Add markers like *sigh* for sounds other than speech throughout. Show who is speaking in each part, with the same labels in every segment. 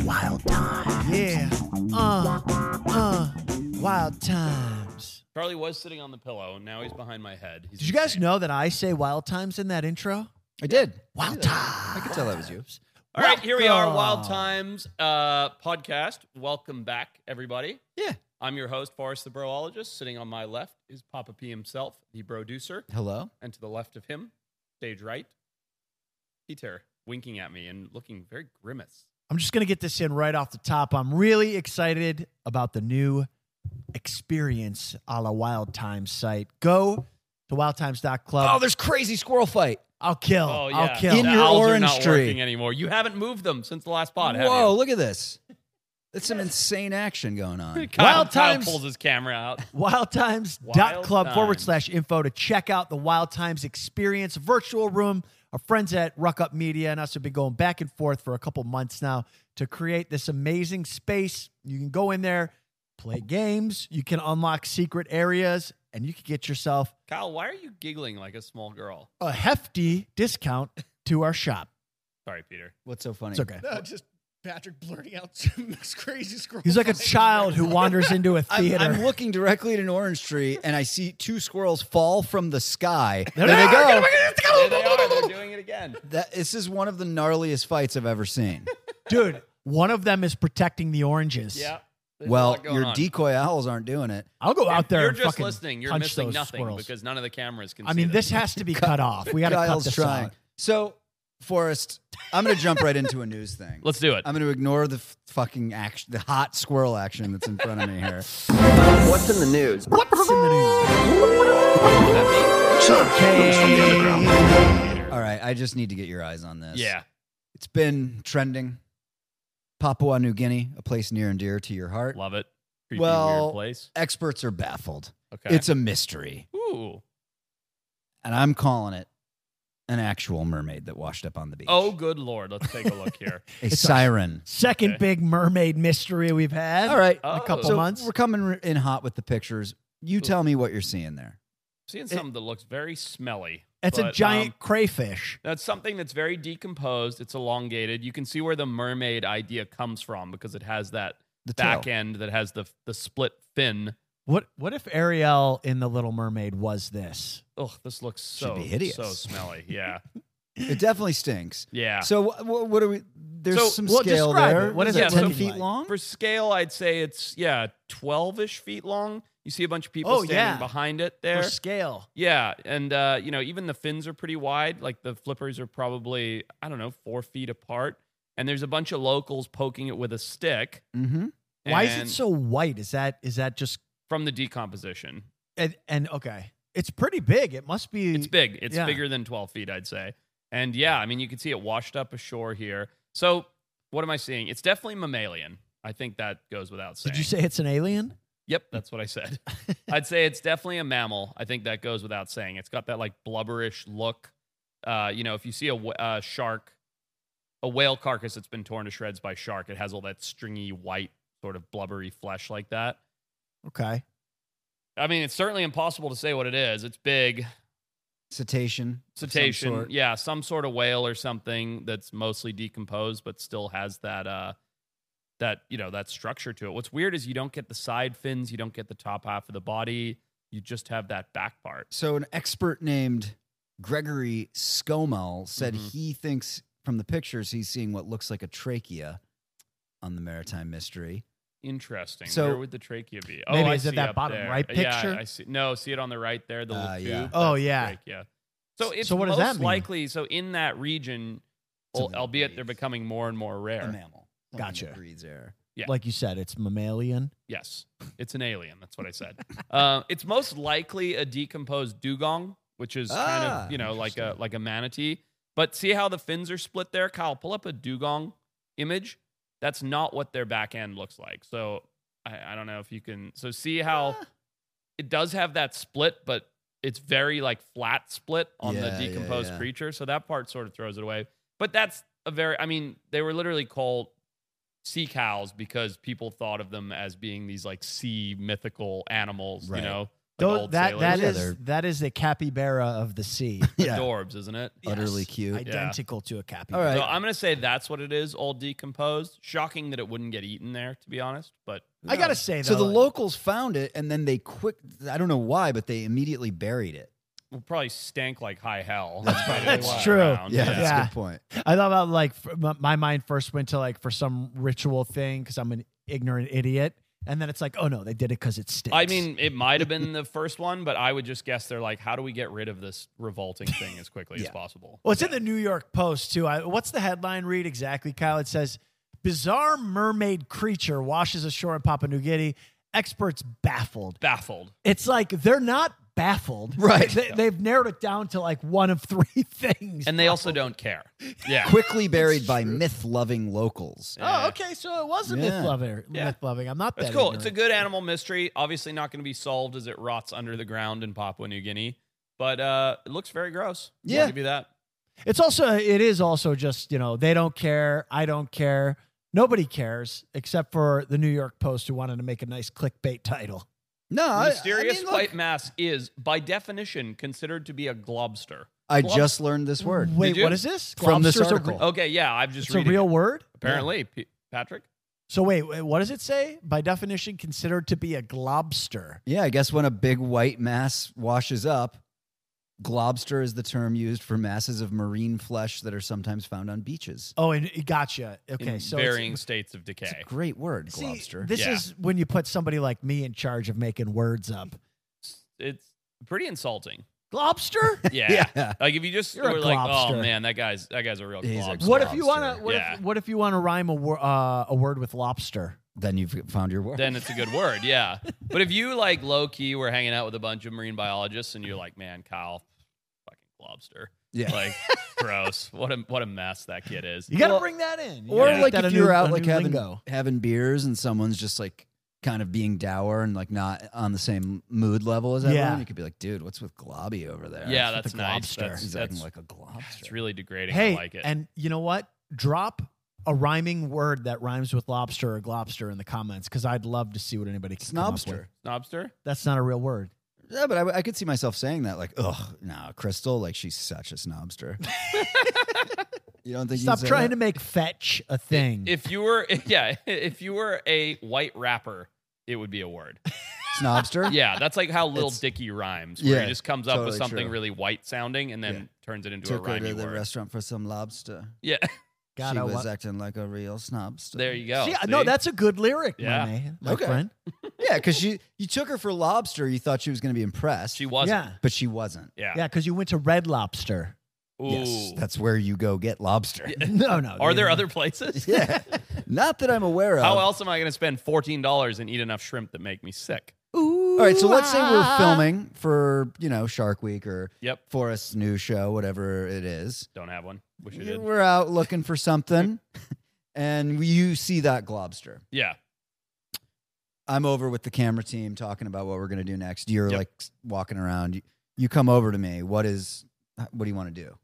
Speaker 1: Wild time.
Speaker 2: Yeah. Uh, uh, wild times.
Speaker 3: Charlie was sitting on the pillow. and Now he's behind my head. He's
Speaker 2: Did you guys
Speaker 3: insane.
Speaker 2: know that I say wild times in that intro?
Speaker 1: I did.
Speaker 2: Wild
Speaker 1: I
Speaker 2: times.
Speaker 1: could tell that was you.
Speaker 3: All right, here we are,
Speaker 2: Welcome.
Speaker 3: Wild Times uh, podcast. Welcome back, everybody.
Speaker 1: Yeah.
Speaker 3: I'm your host, Forrest the Broologist. Sitting on my left is Papa P himself, the producer,
Speaker 1: Hello.
Speaker 3: and to the left of him, stage right, Peter, winking at me and looking very grimace.
Speaker 2: I'm just going to get this in right off the top. I'm really excited about the new experience a la Wild Times site. Go to wildtimes.club.
Speaker 1: Oh, there's crazy squirrel fight.
Speaker 2: I'll kill.
Speaker 3: Oh yeah,
Speaker 2: I'll kill.
Speaker 1: In
Speaker 3: the
Speaker 1: your
Speaker 3: owls are
Speaker 1: orange
Speaker 3: not
Speaker 1: tree.
Speaker 3: working anymore. You haven't moved them since the last pod. have
Speaker 1: Whoa,
Speaker 3: you?
Speaker 1: look at this. That's some insane action going on.
Speaker 3: Kyle,
Speaker 2: Wild
Speaker 3: Kyle
Speaker 2: Times-
Speaker 3: pulls his camera out.
Speaker 2: wildtimes.club
Speaker 3: Wild
Speaker 2: club forward
Speaker 3: Times.
Speaker 2: slash info to check out the Wild Times Experience virtual room. Our friends at Ruck Up Media and us have been going back and forth for a couple months now to create this amazing space. You can go in there, play games, you can unlock secret areas, and you can get yourself
Speaker 3: Kyle, why are you giggling like a small girl?
Speaker 2: a hefty discount to our shop.
Speaker 3: Sorry, Peter.
Speaker 1: What's so funny?
Speaker 2: It's okay.
Speaker 4: No, just Patrick blurting out *laughs* some crazy scroll.
Speaker 3: *laughs*
Speaker 2: He's like a
Speaker 4: fight.
Speaker 2: child who wanders into a
Speaker 1: I'm,
Speaker 2: theater.
Speaker 1: I'm looking directly at an orange tree and I see two squirrels fall from
Speaker 2: *laughs*
Speaker 1: the sky.
Speaker 2: There
Speaker 3: *laughs*
Speaker 1: There
Speaker 2: they
Speaker 1: they go.
Speaker 3: There they are. They're doing it
Speaker 2: *laughs*
Speaker 3: again.
Speaker 1: That, this is one of the gnarliest fights I've ever seen.
Speaker 2: Dude, one of them is protecting the oranges.
Speaker 3: Yeah. there's a
Speaker 1: well,
Speaker 3: lot going
Speaker 1: your
Speaker 3: on.
Speaker 1: decoy owls aren't doing it.
Speaker 2: I'll go out there
Speaker 3: You're
Speaker 2: and
Speaker 3: just
Speaker 2: fucking
Speaker 3: listening. You're
Speaker 2: punch
Speaker 3: missing
Speaker 2: those
Speaker 3: nothing
Speaker 2: squirrels.
Speaker 3: because none of the cameras can.
Speaker 2: I
Speaker 3: see
Speaker 2: mean, this has to be cut off. We got to cut
Speaker 1: Kyle's
Speaker 2: this
Speaker 1: trying.
Speaker 2: out.
Speaker 1: So, Forrest, I'm going to jump right into a news
Speaker 2: *laughs*
Speaker 1: thing.
Speaker 3: Let's do it.
Speaker 1: I'm going to ignore the f- fucking action, the hot squirrel action that's in front of me here.
Speaker 5: *laughs* What's in the news?
Speaker 2: What's in the news?
Speaker 1: All right, I just need to get your eyes on this.
Speaker 3: Yeah.
Speaker 1: It's been trending. Papua New Guinea, a place near and dear to your heart.
Speaker 3: Love it. Creepy,
Speaker 1: Well,
Speaker 3: weird place.
Speaker 1: Experts are baffled.
Speaker 3: Okay.
Speaker 1: It's a mystery.
Speaker 3: Ooh.
Speaker 1: And I'm calling it an actual mermaid that washed up on the beach.
Speaker 3: Oh, good lord. Let's take a look here.
Speaker 1: a
Speaker 2: It's a-
Speaker 1: siren.
Speaker 2: Second
Speaker 3: Okay.
Speaker 2: big mermaid mystery we've had.
Speaker 1: All right.
Speaker 2: in
Speaker 3: Oh.
Speaker 2: *laughs* a couple
Speaker 1: so
Speaker 2: months.
Speaker 1: we're coming in hot with the pictures. You tell me what you're seeing there.
Speaker 3: Seeing something that looks very smelly.
Speaker 2: It's a
Speaker 3: but,
Speaker 2: giant
Speaker 3: um,
Speaker 2: crayfish.
Speaker 3: That's something that's very decomposed. It's elongated. You can see where the mermaid idea comes from because it has that
Speaker 1: The
Speaker 3: back
Speaker 1: tail.
Speaker 3: end that has the the split fin.
Speaker 2: What What if Ariel in the Little Mermaid was this?
Speaker 3: Ugh, this looks so
Speaker 1: be hideous.
Speaker 3: so smelly. Yeah,
Speaker 1: It definitely stinks.
Speaker 2: *laughs*
Speaker 3: yeah.
Speaker 1: So wh- wh- what are we? There's
Speaker 3: So-
Speaker 1: some
Speaker 2: Well,
Speaker 1: scale
Speaker 2: describe
Speaker 1: there.
Speaker 2: it. What is
Speaker 3: it
Speaker 1: that Ten
Speaker 3: looking
Speaker 1: feet
Speaker 2: like?
Speaker 1: long.
Speaker 3: For scale, I'd say it's yeah, twelve ish feet long. You see a bunch of people
Speaker 2: Oh,
Speaker 3: standing
Speaker 2: yeah.
Speaker 3: behind it there.
Speaker 2: For scale.
Speaker 3: yeah, and uh, you know even the fins are pretty wide. Like the flippers are probably I don't know four feet apart. And there's a bunch of locals poking it with a stick.
Speaker 1: mm-hmm.
Speaker 2: Why is it
Speaker 3: and-
Speaker 2: so white? Is that is that just
Speaker 3: from the decomposition?
Speaker 2: and, and okay? It's pretty big. It must be.
Speaker 3: It's big. It's
Speaker 2: yeah.
Speaker 3: bigger than twelve feet, I'd say. And yeah, I mean you can see it washed up ashore here. So what am I seeing? It's definitely mammalian. I think that goes without saying.
Speaker 2: Did you say it's an alien? *laughs*
Speaker 3: Yep, that's what I said. I'd say it's definitely a mammal. I think that goes without saying. It's got that like blubberish look. Uh, you know, if you see a wh- uh, shark, a whale carcass that's been torn to shreds by shark, it has all that stringy white sort of blubbery flesh like that.
Speaker 2: Okay.
Speaker 3: I mean, it's certainly impossible to say what it is. It's big,
Speaker 1: Cetacean. of some
Speaker 3: cetacean,
Speaker 1: sort.
Speaker 3: yeah, some sort of whale or something that's mostly decomposed but still has that uh that you know that structure to it. What's weird is you don't get the side fins, you don't get the top half of the body. You just have that back part.
Speaker 1: So an expert named Gregory Scomel said
Speaker 3: Mhm.
Speaker 1: he thinks from the pictures he's seeing what looks like a trachea on the maritime mystery.
Speaker 3: Interesting.
Speaker 1: So-
Speaker 3: Where would the trachea be? Oh,
Speaker 2: Maybe
Speaker 3: I
Speaker 2: is it
Speaker 3: see
Speaker 2: that
Speaker 3: up
Speaker 2: bottom
Speaker 3: there.
Speaker 2: right
Speaker 3: Yeah,
Speaker 2: picture?
Speaker 3: I see. No, see it on the right there. The little
Speaker 1: Uh,
Speaker 3: tube.
Speaker 1: yeah.
Speaker 2: Oh,
Speaker 3: That's the
Speaker 2: yeah.
Speaker 3: trachea. So
Speaker 2: S-
Speaker 3: it's
Speaker 2: so what does
Speaker 3: most
Speaker 2: that mean?
Speaker 3: likely. So in that region, al-
Speaker 1: Something that
Speaker 3: albeit they're
Speaker 1: breathes.
Speaker 3: becoming more and more rare.
Speaker 1: A mammal. Something that
Speaker 2: Gotcha.
Speaker 1: breathes air.
Speaker 3: Yeah.
Speaker 2: Like you said, it's mammalian.
Speaker 3: Yes, it's an alien. That's what I
Speaker 1: *laughs*
Speaker 3: said. uh, it's most likely a decomposed dugong, which is kind
Speaker 1: Ah,
Speaker 3: of you know like a
Speaker 1: interesting.
Speaker 3: like a manatee. But see how the fins are split there, Kyle. Pull up a dugong image. That's not what their back end looks like. So I, I don't know if you can. So see how
Speaker 1: Ah.
Speaker 3: it does have that split, but it's very like flat split on
Speaker 1: Yeah, yeah,
Speaker 3: the decomposed
Speaker 1: yeah.
Speaker 3: creature. So that part sort of throws it away. But that's a very. I mean, they were literally called sea cows because people thought of them as being these like sea mythical animals,
Speaker 1: Right.
Speaker 3: you know, Like
Speaker 2: Those-
Speaker 3: old
Speaker 2: that
Speaker 3: sailors.
Speaker 2: that
Speaker 1: Yeah,
Speaker 2: is
Speaker 1: they're-
Speaker 2: that is a capybara of the sea.
Speaker 1: *laughs* Yeah.
Speaker 3: Adorbs, isn't it?
Speaker 1: Utterly
Speaker 2: Yes,
Speaker 1: cute.
Speaker 2: identical to a capybara.
Speaker 1: All right.
Speaker 3: So I'm gonna say that's what it is. Old decomposed. Shocking that it wouldn't get eaten there, to be honest. But who
Speaker 2: I gotta
Speaker 3: knows?
Speaker 2: say though,
Speaker 1: So the
Speaker 2: like,
Speaker 1: locals found it and then they quick, I don't know why, but they immediately buried it.
Speaker 3: We'll probably stank like high hell.
Speaker 1: That's
Speaker 3: probably
Speaker 2: *laughs* That's
Speaker 3: why
Speaker 2: true.
Speaker 3: around.
Speaker 1: Yeah,
Speaker 2: Yeah.
Speaker 1: that's a good point.
Speaker 2: I love how like f- m- my mind first went to like for some ritual thing because I'm an ignorant idiot, and then it's like, oh no, they did it because it stinks.
Speaker 3: I mean, it might have been the first one, but I would just guess they're like, how do we get rid of this revolting thing as
Speaker 2: *laughs*
Speaker 3: quickly as
Speaker 1: Yeah.
Speaker 3: possible?
Speaker 2: well, it's in the New York Post too. I, what's the headline read exactly, Kyle? It says, "Bizarre mermaid creature washes ashore in Papua New Guinea." Experts baffled.
Speaker 3: Baffled.
Speaker 2: It's like they're not baffled,
Speaker 1: Right.
Speaker 2: They, They've narrowed it down to like one of three *laughs* things.
Speaker 3: And they also don't care. Yeah.
Speaker 1: Quickly buried by myth loving locals.
Speaker 3: Yeah.
Speaker 2: Oh, okay. So it was a
Speaker 1: Yeah.
Speaker 2: myth lover.
Speaker 3: Yeah.
Speaker 2: Myth loving. I'm not that.
Speaker 3: That's cool. It's a
Speaker 2: ignorant.
Speaker 3: good animal mystery. Obviously, not going to be solved as it rots under the ground in Papua New Guinea, but uh, it looks very gross. I'll
Speaker 1: Yeah.
Speaker 3: give you that.
Speaker 2: It's also it is also just you know they don't care. I don't care. Nobody cares except for the New York Post who wanted to make a nice clickbait title.
Speaker 1: No, I- I
Speaker 3: Mysterious
Speaker 1: mean, look,
Speaker 3: white mass is, by definition, considered to be a globster.
Speaker 1: I
Speaker 3: Glob-
Speaker 1: just learned this word.
Speaker 2: Wait,
Speaker 3: you?
Speaker 2: what is this?
Speaker 1: From this
Speaker 2: Globster's a
Speaker 1: article.
Speaker 2: re-
Speaker 3: Okay, yeah, I've Oh, just
Speaker 2: Oh. it's a
Speaker 3: reading
Speaker 2: real
Speaker 3: it.
Speaker 2: word.
Speaker 3: Apparently, P- Patrick.
Speaker 2: So wait, wait, what does it say? By definition, considered to be a globster.
Speaker 1: Yeah, I guess when a big white mass washes up, globster is the term used for masses of marine flesh that are sometimes found on beaches.
Speaker 2: Oh, and gotcha. Okay,
Speaker 3: in
Speaker 2: so it's-
Speaker 3: varying states of
Speaker 1: It's
Speaker 3: decay.
Speaker 1: a great word,
Speaker 2: See,
Speaker 1: globster. *laughs*
Speaker 2: this
Speaker 3: Yeah.
Speaker 2: is when you put somebody like me in charge of making words up.
Speaker 3: It's, it's pretty
Speaker 2: *laughs*
Speaker 3: insulting.
Speaker 2: Globster?
Speaker 3: Yeah.
Speaker 1: yeah.
Speaker 3: Like if you just
Speaker 2: You're a
Speaker 3: were like, oh
Speaker 2: globster."
Speaker 3: man, that guy's that guy's a real
Speaker 1: He's a
Speaker 3: globster.
Speaker 2: what if you want to?
Speaker 1: Lobster.
Speaker 2: What,
Speaker 3: Yeah.
Speaker 2: if, what if you want to rhyme a, wor- uh, a word with lobster?
Speaker 1: Then you've found your word.
Speaker 3: then it's a good word, yeah. But if you like low key were hanging out with a bunch of marine biologists and you're like, man, Kyle, fucking globster,
Speaker 1: yeah.
Speaker 2: *laughs*
Speaker 3: like gross. What a what a mess that kid is.
Speaker 2: You got to
Speaker 1: Well,
Speaker 2: bring that in. You
Speaker 1: or
Speaker 2: gotta make
Speaker 1: like
Speaker 2: that
Speaker 1: if
Speaker 2: a
Speaker 1: you're
Speaker 2: new-
Speaker 1: out
Speaker 2: a
Speaker 1: like
Speaker 2: new
Speaker 1: having
Speaker 2: lingo.
Speaker 1: having beers and someone's just like kind of being dour and like not on the same mood level as everyone,
Speaker 2: Yeah.
Speaker 1: you could be like, dude, what's with globby over there?
Speaker 3: Yeah,
Speaker 2: That's
Speaker 3: that's
Speaker 2: what the
Speaker 3: nice.
Speaker 2: globster-
Speaker 3: That's,
Speaker 1: He's
Speaker 3: that's,
Speaker 1: acting like a globster.
Speaker 3: it's really degrading.
Speaker 2: Hey,
Speaker 3: I like it.
Speaker 2: and you know what? Drop a rhyming word that rhymes with lobster or globster in the comments because I'd love to see what anybody can come up with.
Speaker 1: Snobster.
Speaker 3: Snobster?
Speaker 2: That's not a real word.
Speaker 1: Yeah, but I, I could see myself saying that, like, ugh, nah, Crystal, like she's such
Speaker 2: *laughs*
Speaker 1: a snobster. you don't think?
Speaker 2: Stop trying to make fetch a thing.
Speaker 3: If you were *laughs* yeah, if you were a white rapper, it would be a word.
Speaker 2: *laughs*
Speaker 1: to snobster.
Speaker 3: Yeah, that's like how Little
Speaker 1: It's-
Speaker 3: Dicky rhymes, where
Speaker 1: Yeah,
Speaker 3: he just comes up with
Speaker 1: totally
Speaker 3: something
Speaker 1: true.
Speaker 3: really white sounding and then
Speaker 1: Yeah.
Speaker 3: turns it into a
Speaker 1: Took her to
Speaker 3: rhyming
Speaker 1: the
Speaker 3: word.
Speaker 1: restaurant for some lobster.
Speaker 3: Yeah,
Speaker 2: God,
Speaker 1: she
Speaker 2: I
Speaker 1: was
Speaker 2: wa-
Speaker 1: acting like a real snobster.
Speaker 3: there you go.
Speaker 2: See, no,
Speaker 3: See?
Speaker 2: that's a good lyric,
Speaker 3: Yeah.
Speaker 2: my, man, my
Speaker 1: Okay.
Speaker 2: friend.
Speaker 1: yeah, because you you took her for lobster. You thought she was going to be impressed.
Speaker 3: she wasn't.
Speaker 2: Yeah,
Speaker 1: but she wasn't.
Speaker 3: Yeah.
Speaker 2: yeah, because you went to Red Lobster.
Speaker 3: Ooh.
Speaker 1: Yes, that's where you go get lobster.
Speaker 2: *laughs* no, no.
Speaker 3: Are there
Speaker 2: yeah.
Speaker 3: other places?
Speaker 1: *laughs* Yeah, not that I'm aware of.
Speaker 3: How else am I going to spend fourteen dollars and eat enough shrimp that make me sick?
Speaker 1: All right, so let's say
Speaker 2: Ooh,
Speaker 1: we're
Speaker 2: ah.
Speaker 1: filming for you know Shark Week or
Speaker 3: Yep.
Speaker 1: Forrest's new show, whatever it is.
Speaker 3: Don't have one. Wish I did.
Speaker 1: We're out looking for something, *laughs* and you see that globster.
Speaker 3: Yeah.
Speaker 1: I'm over with the camera team talking about what we're gonna do next. You're
Speaker 3: Yep.
Speaker 1: like s- walking around. You, you come over to me. What is? What do you want to do?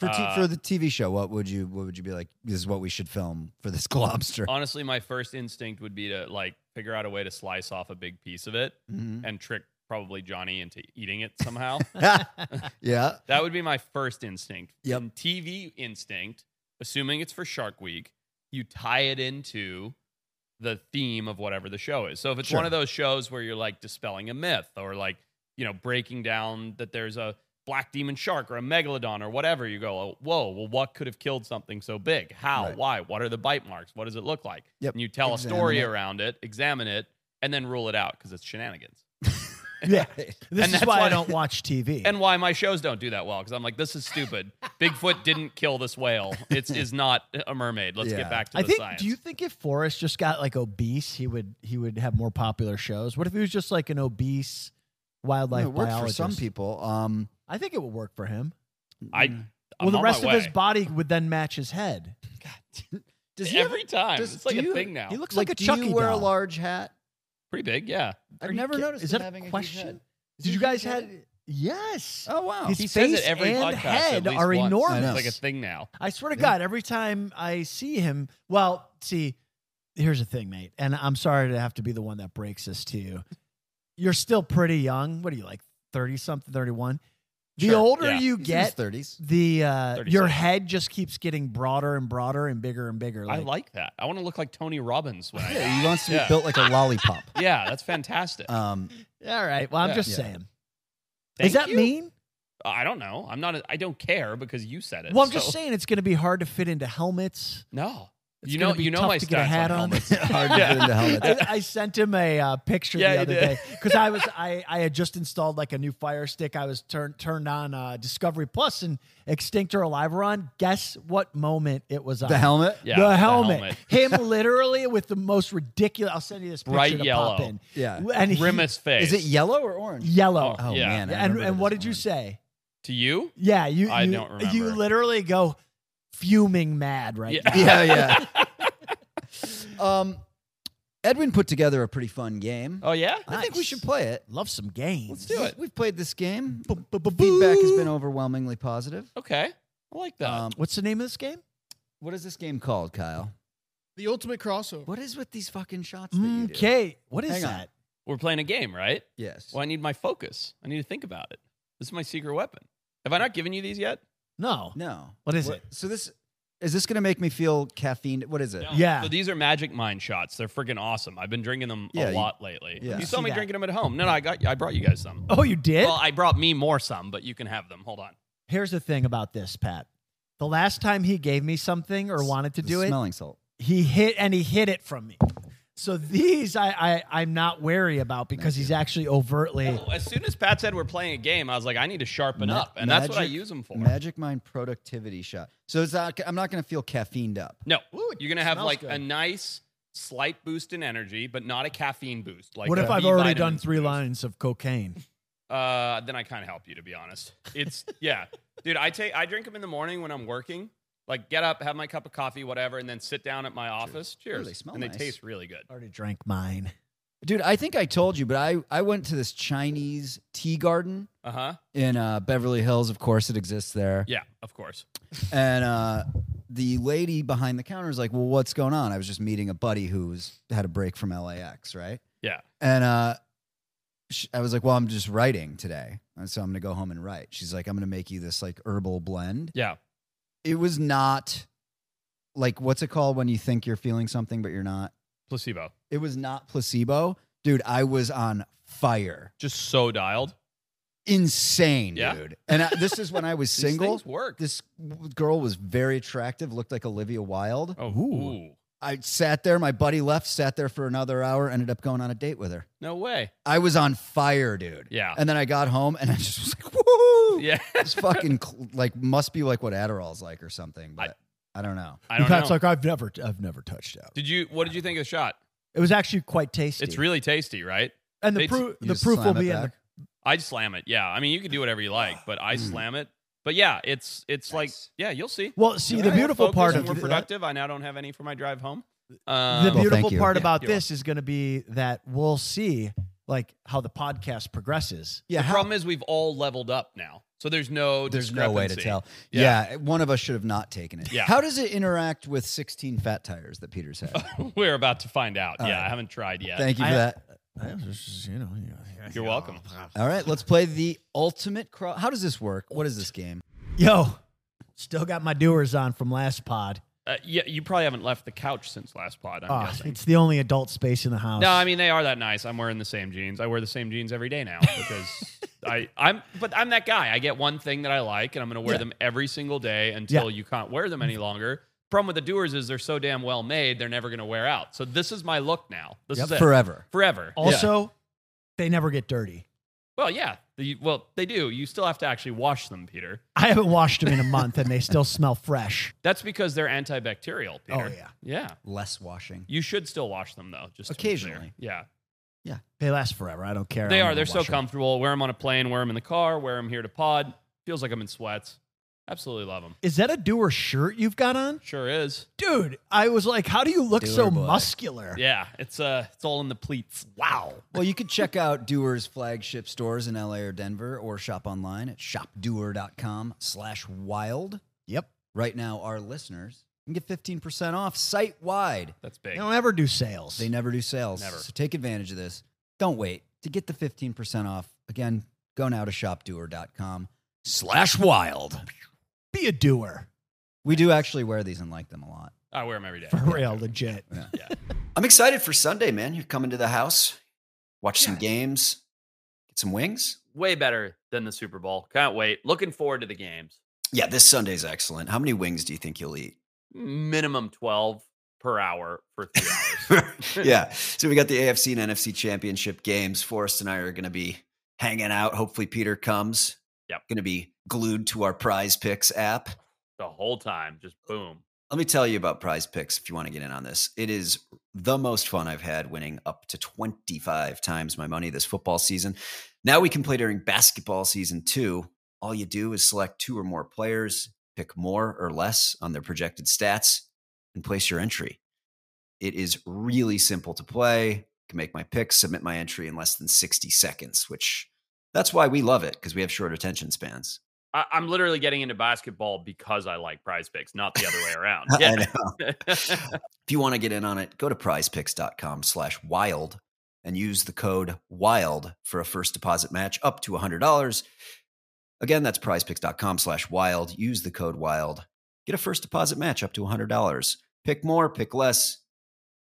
Speaker 1: For, t-
Speaker 3: Uh,
Speaker 1: for the TV show, what would you? What would you be like? This is what we should film for this *laughs*
Speaker 2: Uh,
Speaker 1: globster.
Speaker 3: Honestly, my first instinct would be to like figure out a way to slice off a big piece of it
Speaker 2: *laughs*
Speaker 1: Mhm.
Speaker 3: and trick probably Johnny into eating it somehow.
Speaker 1: *laughs*
Speaker 2: *laughs*
Speaker 1: yeah,
Speaker 3: that would be my first instinct.
Speaker 1: Yep.
Speaker 3: And TV instinct, assuming it's for Shark Week, you tie it into the theme of whatever the show is. So if it's
Speaker 1: Sure.
Speaker 3: one of those shows where you're like dispelling a myth or like, you know, breaking down that there's a black demon shark or a megalodon or whatever, you go, oh, whoa, well, what could have killed something so big? How?
Speaker 1: Right.
Speaker 3: Why? What are the bite marks? What does it look like?
Speaker 1: Yep.
Speaker 3: And you tell
Speaker 1: Examine
Speaker 3: a story
Speaker 1: it.
Speaker 3: around it, examine it, and then rule it out because it's shenanigans. *laughs*
Speaker 2: Yeah. This
Speaker 3: And
Speaker 2: is
Speaker 3: that's
Speaker 2: why, I
Speaker 3: why-
Speaker 2: don't watch TV.
Speaker 3: *laughs* and why my shows don't do that well because I'm like, this is stupid. Bigfoot didn't kill this whale.
Speaker 2: *laughs*
Speaker 3: It's is not a mermaid. Let's
Speaker 1: Yeah.
Speaker 3: get back to
Speaker 2: I
Speaker 3: the
Speaker 2: think.
Speaker 3: science.
Speaker 2: Do you think if Forrest just got like obese, he would he would have more popular shows? What if he was just like an obese wildlife
Speaker 1: it worked for
Speaker 2: biologist?
Speaker 1: some people. Um,
Speaker 2: I think it would work for him.
Speaker 3: I-
Speaker 1: mm.
Speaker 3: I'm
Speaker 2: well, the
Speaker 3: on
Speaker 2: rest
Speaker 3: my
Speaker 2: of his
Speaker 3: way.
Speaker 2: body would then match his head.
Speaker 3: *laughs*
Speaker 1: does he
Speaker 3: every time.
Speaker 1: does-
Speaker 3: it's like
Speaker 1: do
Speaker 3: a
Speaker 1: you-
Speaker 3: thing now.
Speaker 2: He looks
Speaker 1: have,
Speaker 2: like, a
Speaker 1: like, do
Speaker 2: Chucky
Speaker 1: you wear
Speaker 2: doll.
Speaker 1: a large hat?
Speaker 3: Pretty big, yeah.
Speaker 2: Are
Speaker 1: I've
Speaker 2: you
Speaker 1: never
Speaker 2: ki-
Speaker 1: noticed
Speaker 2: Is
Speaker 1: him
Speaker 2: that
Speaker 1: having a
Speaker 2: a
Speaker 1: huge
Speaker 2: question?
Speaker 1: head.
Speaker 2: Did you guys had? Yes.
Speaker 1: Oh wow!
Speaker 2: His
Speaker 3: He
Speaker 2: face
Speaker 3: says it every
Speaker 2: and
Speaker 3: podcast. at
Speaker 2: head
Speaker 3: least
Speaker 2: are
Speaker 3: once.
Speaker 2: enormous.
Speaker 1: I know.
Speaker 3: It's like a thing now.
Speaker 2: I swear to
Speaker 1: Yeah.
Speaker 2: God, every time I see him, well, see, here's the thing, mate, and I'm sorry to have to be the one that breaks this to you. you're still pretty young. What are you like, thirty something, thirty one? The
Speaker 3: Sure,
Speaker 2: older
Speaker 3: yeah.
Speaker 2: you
Speaker 1: He's in his
Speaker 2: get,
Speaker 1: 30s.
Speaker 2: the uh,
Speaker 3: 30
Speaker 2: your
Speaker 3: something.
Speaker 2: head just keeps getting broader and broader and bigger and bigger.
Speaker 3: I like that. I want to look like Tony Robbins when I
Speaker 1: Yeah, he wants to be
Speaker 3: Yeah.
Speaker 1: built like a lollipop.
Speaker 3: Yeah, that's fantastic.
Speaker 1: Um, *laughs*
Speaker 2: All right. Well, I'm
Speaker 3: Yeah.
Speaker 2: just
Speaker 1: Yeah.
Speaker 2: saying.
Speaker 3: Thank
Speaker 2: Uh, Is that
Speaker 3: you.
Speaker 2: mean?
Speaker 3: I don't know. I'm not. I don't care because you said it.
Speaker 2: Well, I'm
Speaker 3: so-
Speaker 2: just saying it's going to be hard to fit into helmets.
Speaker 3: No,
Speaker 2: It's
Speaker 3: you
Speaker 2: gonna
Speaker 3: know.
Speaker 2: be
Speaker 3: You know
Speaker 2: tough
Speaker 3: my
Speaker 2: to get a
Speaker 3: stats
Speaker 2: hat
Speaker 3: on
Speaker 2: on.
Speaker 3: helmets.
Speaker 1: hard to
Speaker 3: Yeah.
Speaker 1: fit into helmets.
Speaker 2: I, I sent him a uh, picture
Speaker 3: Yeah,
Speaker 2: the
Speaker 3: you
Speaker 2: other
Speaker 3: did.
Speaker 2: day because I was I, I had just installed like a new Fire Stick. I was turned turned on uh, Discovery Plus and Extinct or Alive were on. Guess what moment it was on?
Speaker 1: The helmet.
Speaker 3: Yeah,
Speaker 2: the helmet.
Speaker 3: *laughs*
Speaker 2: Him literally with the most ridiculous. I'll send you this picture
Speaker 3: Bright
Speaker 2: to
Speaker 3: yellow.
Speaker 2: pop in.
Speaker 1: Yeah.
Speaker 2: and he-
Speaker 3: Grimace face.
Speaker 1: Is it yellow or orange?
Speaker 2: yellow?
Speaker 1: Oh
Speaker 3: Yeah.
Speaker 1: man. I
Speaker 2: Yeah, and
Speaker 1: remember
Speaker 2: and
Speaker 1: this
Speaker 2: what did you
Speaker 1: one.
Speaker 2: say?
Speaker 3: to you?
Speaker 2: Yeah, you.
Speaker 3: I
Speaker 2: you,
Speaker 3: don't
Speaker 2: You
Speaker 3: remember.
Speaker 2: literally go fuming mad right
Speaker 3: Yeah.
Speaker 2: now.
Speaker 1: Yeah, yeah. um, Edwin put together a pretty fun game.
Speaker 3: Oh yeah.
Speaker 1: I think we
Speaker 2: nice.
Speaker 1: should play it.
Speaker 2: Love some games.
Speaker 3: Let's do it.
Speaker 1: We've played this game. Feedback
Speaker 2: Feedback
Speaker 1: has been overwhelmingly positive.
Speaker 3: Okay. I like that.
Speaker 1: Um,
Speaker 2: What's the name of this game?
Speaker 1: what is this game called, Kyle?
Speaker 4: The ultimate crossover.
Speaker 1: What is with these fucking shots? That you do?
Speaker 2: Okay, what is
Speaker 1: Hang on.
Speaker 2: that?
Speaker 3: We're playing a game, right?
Speaker 1: Yes.
Speaker 3: Well, I need my focus. I need to think about it. This is my secret weapon. Have I not given you these yet?
Speaker 2: No.
Speaker 1: No.
Speaker 2: What is it?
Speaker 1: So this is this going to make me feel caffeine? What is it?
Speaker 2: Yeah.
Speaker 3: So these are magic mind shots. They're freaking awesome. I've been drinking them
Speaker 1: Yeah,
Speaker 3: a
Speaker 1: you-
Speaker 3: lot lately.
Speaker 1: yeah.
Speaker 3: You saw
Speaker 2: See
Speaker 3: me
Speaker 2: that.
Speaker 3: drinking them at home. No, no, I got. I brought you guys some.
Speaker 2: Oh, you did?
Speaker 3: Well, I brought me more some, but you can have them. Hold on.
Speaker 2: Here's the thing about this, Pat. The last time he gave me something or wanted to
Speaker 1: The
Speaker 2: do it,
Speaker 1: Smelling salt.
Speaker 2: he hit and he hid it from me. So these I, I I'm not wary about because he's actually overtly
Speaker 3: Oh, as soon as Pat said we're playing a game, I was like, I need to sharpen
Speaker 1: Ma-
Speaker 3: up, and that's what I
Speaker 1: magic-
Speaker 3: use them for.
Speaker 1: Magic Mind productivity shot. So it's not, I'm not going to feel caffeined up.
Speaker 3: No,
Speaker 2: Ooh, it
Speaker 3: you're gonna have
Speaker 2: smells
Speaker 3: like
Speaker 2: good.
Speaker 3: a nice slight boost in energy, but not a caffeine boost. Like
Speaker 2: What
Speaker 3: a
Speaker 2: if I've
Speaker 3: B
Speaker 2: already done
Speaker 3: vitamins
Speaker 2: three
Speaker 3: boost.
Speaker 2: lines
Speaker 3: *laughs*
Speaker 2: of cocaine?
Speaker 3: Uh, then I can't help you to be honest. It's *laughs* yeah, dude. I take I drink them in the morning when I'm working. Like get up, have my cup of coffee, whatever, and then sit down at my office. Cheers.
Speaker 1: Ooh, they smell
Speaker 3: and they
Speaker 1: nice.
Speaker 3: taste really good.
Speaker 2: already drank mine.
Speaker 1: Dude, I think I told you, but I, I went to this Chinese tea garden
Speaker 3: Uh huh.
Speaker 1: in uh, Beverly Hills. Of course, it exists there.
Speaker 3: Yeah, of course.
Speaker 1: And uh, the lady behind the counter is like, Well, what's going on? I was just meeting a buddy who's had a break from LAX, right?
Speaker 3: Yeah.
Speaker 1: And uh, sh I was like, Well, I'm just writing today. And so I'm going to go home and write. She's like, I'm going to make you this like herbal blend.
Speaker 3: Yeah.
Speaker 1: It was not like, what's it called when you think you're feeling something, but you're not?
Speaker 3: Placebo.
Speaker 1: It was not placebo. Dude, I was on fire.
Speaker 3: Just so dialed.
Speaker 1: Insane,
Speaker 3: Yeah.
Speaker 1: dude. And I, this is when I was
Speaker 3: *laughs* These
Speaker 1: single.
Speaker 3: things work.
Speaker 1: This girl was very attractive, looked like Olivia Wilde.
Speaker 3: oh,
Speaker 2: Ooh.
Speaker 3: ooh.
Speaker 1: I sat there. My buddy left, sat there for another hour, ended up going on a date with her.
Speaker 3: No way.
Speaker 1: I was on fire, dude.
Speaker 3: Yeah.
Speaker 1: *laughs* And then I got home and I just was like, woo! *laughs*
Speaker 3: Yeah.
Speaker 1: It's fucking cl- like, must be like what Adderall's like or something, but I, don't know.
Speaker 3: I don't
Speaker 2: Pat's
Speaker 3: know.
Speaker 2: like I've never I've never touched out.
Speaker 3: Did you? What did you think of the shot?
Speaker 2: It was actually quite tasty.
Speaker 3: It's really tasty, right?
Speaker 2: and the
Speaker 3: it's-
Speaker 2: proof
Speaker 1: You
Speaker 2: the
Speaker 1: just
Speaker 2: proof will
Speaker 1: slam it
Speaker 2: be in the
Speaker 1: back?
Speaker 3: I slam it. Yeah. I mean, you can do whatever you like, but I slam it. But yeah, it's it's like
Speaker 1: Mm. Nice.
Speaker 3: yeah, you'll see.
Speaker 2: Well, see
Speaker 3: Yeah,
Speaker 2: the
Speaker 3: we're
Speaker 2: beautiful
Speaker 3: focused
Speaker 2: part
Speaker 3: and
Speaker 2: of
Speaker 3: we're
Speaker 2: th-
Speaker 3: productive. I now don't have any for my drive home.
Speaker 2: the
Speaker 3: Um,
Speaker 1: thank
Speaker 2: beautiful
Speaker 1: you.
Speaker 2: part
Speaker 3: Yeah,
Speaker 2: about
Speaker 3: you're
Speaker 2: this is going to be that we'll see like how the podcast progresses.
Speaker 3: the
Speaker 1: Yeah. how-
Speaker 3: problem is we've all leveled up now, so there's no
Speaker 1: there's no way to
Speaker 3: discrepancy.
Speaker 1: tell. Yeah.
Speaker 3: Yeah.
Speaker 1: One of us should have not taken it.
Speaker 3: Yeah.
Speaker 1: How does it interact with 16 fat tires that
Speaker 3: *laughs*
Speaker 1: Peter's had?
Speaker 3: We're about to find out.
Speaker 1: All
Speaker 3: Oh, yeah,
Speaker 1: right.
Speaker 3: I haven't tried yet.
Speaker 1: Thank you for
Speaker 2: I-
Speaker 1: that.
Speaker 2: I was just, you know, you know.
Speaker 3: You're welcome.
Speaker 1: All right. Let's play the ultimate cross. How does this work? What is this game?
Speaker 2: Yo, still got my doers on from last pod.
Speaker 3: Uh, yeah, you probably haven't left the couch since last pod. I'm
Speaker 2: Ah,
Speaker 3: guessing.
Speaker 2: it's the only adult space in the house.
Speaker 3: No, I mean they are that nice. I'm wearing the same jeans. I wear the same jeans every day now because
Speaker 2: *laughs*
Speaker 3: I I'm but I'm that guy. I get one thing that I like and I'm going to wear
Speaker 1: Yeah.
Speaker 3: them every single day until you can't wear them any longer. Problem with the doers is they're so damn well made, they're never going to wear out. So this is my look now. This is it.
Speaker 1: Forever.
Speaker 3: Forever.
Speaker 2: also, they never get dirty.
Speaker 3: Well, yeah. The, well, they do. You still have to actually wash them, Peter.
Speaker 2: I haven't washed them in a month and they still
Speaker 3: *laughs*
Speaker 2: smell fresh.
Speaker 3: That's because they're antibacterial, Peter.
Speaker 2: Oh, yeah.
Speaker 3: Yeah.
Speaker 1: Less washing.
Speaker 3: You should still wash them though, just to be clear.
Speaker 1: Occasionally.
Speaker 3: Yeah.
Speaker 2: They last forever. I don't care.
Speaker 3: They are.
Speaker 2: I'm gonna
Speaker 3: They're so
Speaker 2: wash 'em.
Speaker 3: comfortable. Wear them on a plane. Wear them in the car. Wear them here to pod. Feels like I'm in sweats. Absolutely love them.
Speaker 2: Is that a doer shirt you've got on?
Speaker 3: Sure is.
Speaker 2: Dude, I was like, how do you look
Speaker 1: Doer
Speaker 2: so
Speaker 1: boy.
Speaker 2: muscular?
Speaker 3: Yeah, it's uh, it's all in the pleats. Wow.
Speaker 1: Well, you could check out Doer's flagship stores in LA or Denver or shop online at shopdoer.com slash wild.
Speaker 2: Yep.
Speaker 1: Right now, our listeners can get 15% off site wide.
Speaker 3: That's big.
Speaker 2: They don't ever do sales.
Speaker 1: They never do sales.
Speaker 3: Never.
Speaker 1: So take advantage of this. Don't wait. To get the 15% off, again, go now to shopdoer.com slash wild.
Speaker 2: Be a
Speaker 1: *laughs*
Speaker 2: doer.
Speaker 1: We do actually wear these and like them a lot.
Speaker 3: I wear them every day.
Speaker 2: For real, legit.
Speaker 5: I'm excited for Sunday, man. You're coming to the house, watch some games, get some wings.
Speaker 3: Way better than the Super Bowl. Can't wait. Looking forward to the games.
Speaker 5: Yeah, this Sunday's excellent. How many wings do you think you'll eat?
Speaker 3: Minimum 12 per hour for three hours.
Speaker 2: *laughs*
Speaker 5: yeah. So we got the AFC and NFC championship games. Forrest and I are going to be hanging out. Hopefully, Peter comes.
Speaker 3: Yep.
Speaker 5: Going to be glued to our prize picks app.
Speaker 3: the whole time. Just boom.
Speaker 5: Let me tell you about prize picks if you want to get in on this. It is the most fun I've had winning up to 25 times my money this football season. Now we can play during basketball season two. All you do is select two or more players, pick more or less on their projected stats, and place your entry. It is really simple to play. I can make my picks, submit my entry in less than 60 seconds, which that's why we love it because we have short attention spans. *laughs*
Speaker 3: I, I'm literally getting into basketball because I like prize picks, not the other way
Speaker 1: *laughs*
Speaker 3: around.
Speaker 5: I
Speaker 3: Yeah.
Speaker 5: know.
Speaker 3: *laughs*
Speaker 5: If you want to get in on it, go to prizepicks.com slash wild and use the code wild for a first deposit match up to $100. Again, that's prizepicks.com slash wild. Use the code wild. Get a first deposit match up to $100. Pick more, pick less.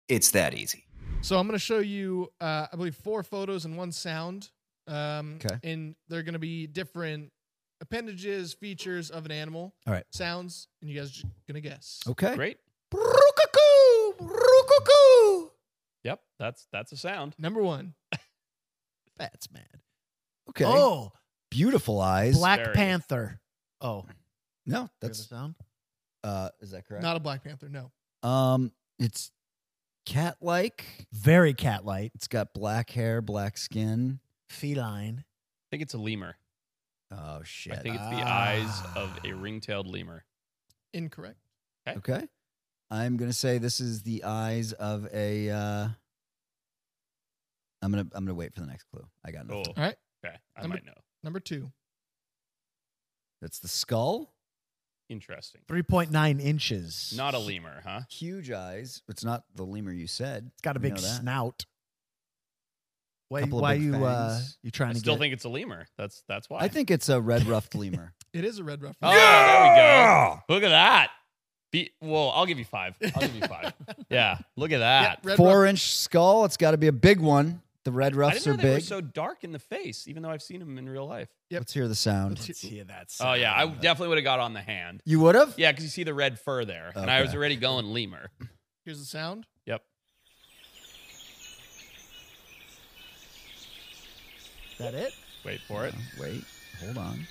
Speaker 5: It's that easy.
Speaker 6: So I'm going to show you, uh, I believe, four photos and one sound. Um,
Speaker 1: 'Kay.
Speaker 6: And they're going to be different appendages, features of an animal.
Speaker 1: All right. Oh.
Speaker 6: Sounds, and you guys are going to guess.
Speaker 1: Okay.
Speaker 3: Great.
Speaker 2: Broo-cuckoo, broo-cuckoo.
Speaker 3: Yep. That's that's a sound.
Speaker 6: Number one,
Speaker 2: That's mad.
Speaker 1: Okay.
Speaker 2: Oh,
Speaker 1: Beautiful eyes.
Speaker 2: Black
Speaker 3: very-
Speaker 2: Panther. Oh,
Speaker 1: No,
Speaker 2: that's
Speaker 1: that's,
Speaker 2: sound.
Speaker 1: uh, is that correct?
Speaker 6: not a Black Panther. No.
Speaker 1: um, it's cat like.
Speaker 2: Very cat like.
Speaker 1: It's got black hair, black skin.
Speaker 2: Feline.
Speaker 3: I think it's a lemur.
Speaker 1: Oh,
Speaker 3: I
Speaker 1: shit.
Speaker 3: think it's the eyes of a ring-tailed lemur.
Speaker 6: Incorrect.
Speaker 1: Okay. I'm gonna say this is the eyes of a. Uh, I'm gonna I'm gonna wait for the next clue. I got
Speaker 3: Oh,
Speaker 1: nothing.
Speaker 6: All right.
Speaker 3: okay. I
Speaker 6: Number-
Speaker 3: might know.
Speaker 6: Number two,
Speaker 1: That's the skull.
Speaker 3: Interesting.
Speaker 2: 3.9 inches.
Speaker 3: Not a lemur, huh?
Speaker 1: Huge eyes. It's not the lemur you said.
Speaker 2: It's got a
Speaker 1: We
Speaker 2: big
Speaker 1: know that.
Speaker 2: snout. Why,
Speaker 1: Couple of
Speaker 2: why
Speaker 1: big
Speaker 2: you uh,
Speaker 1: fangs.
Speaker 2: you trying
Speaker 3: I
Speaker 2: to
Speaker 3: still
Speaker 2: get
Speaker 3: think it's a lemur. That's that's why.
Speaker 1: I think it's a red
Speaker 3: *laughs*
Speaker 1: ruffed lemur.
Speaker 6: it is a red ruff.
Speaker 3: Oh, there we go. Look at that. Be, well, I'll give you five. I'll give you five. yeah, look at
Speaker 6: Yeah,
Speaker 3: that.
Speaker 6: red
Speaker 1: Four
Speaker 6: ruff.
Speaker 1: inch skull. It's got to be a big one. The red
Speaker 3: I
Speaker 1: ruffs
Speaker 3: didn't know
Speaker 1: are
Speaker 3: they were
Speaker 1: big.
Speaker 3: so dark in the face, even though I've seen them in real life.
Speaker 6: Yep.
Speaker 1: Let's hear the sound.
Speaker 6: Let's-
Speaker 2: *laughs* Let's hear that
Speaker 3: Oh yeah, I
Speaker 2: sound.
Speaker 3: definitely would have got on the hand.
Speaker 1: You would have.
Speaker 3: Yeah, because you see the red fur there, and I was
Speaker 1: Okay.
Speaker 3: already going lemur.
Speaker 6: Here's the sound.
Speaker 3: Yep.
Speaker 2: Is that it?
Speaker 3: Wait for it.
Speaker 1: Oh, Wait. Hold on.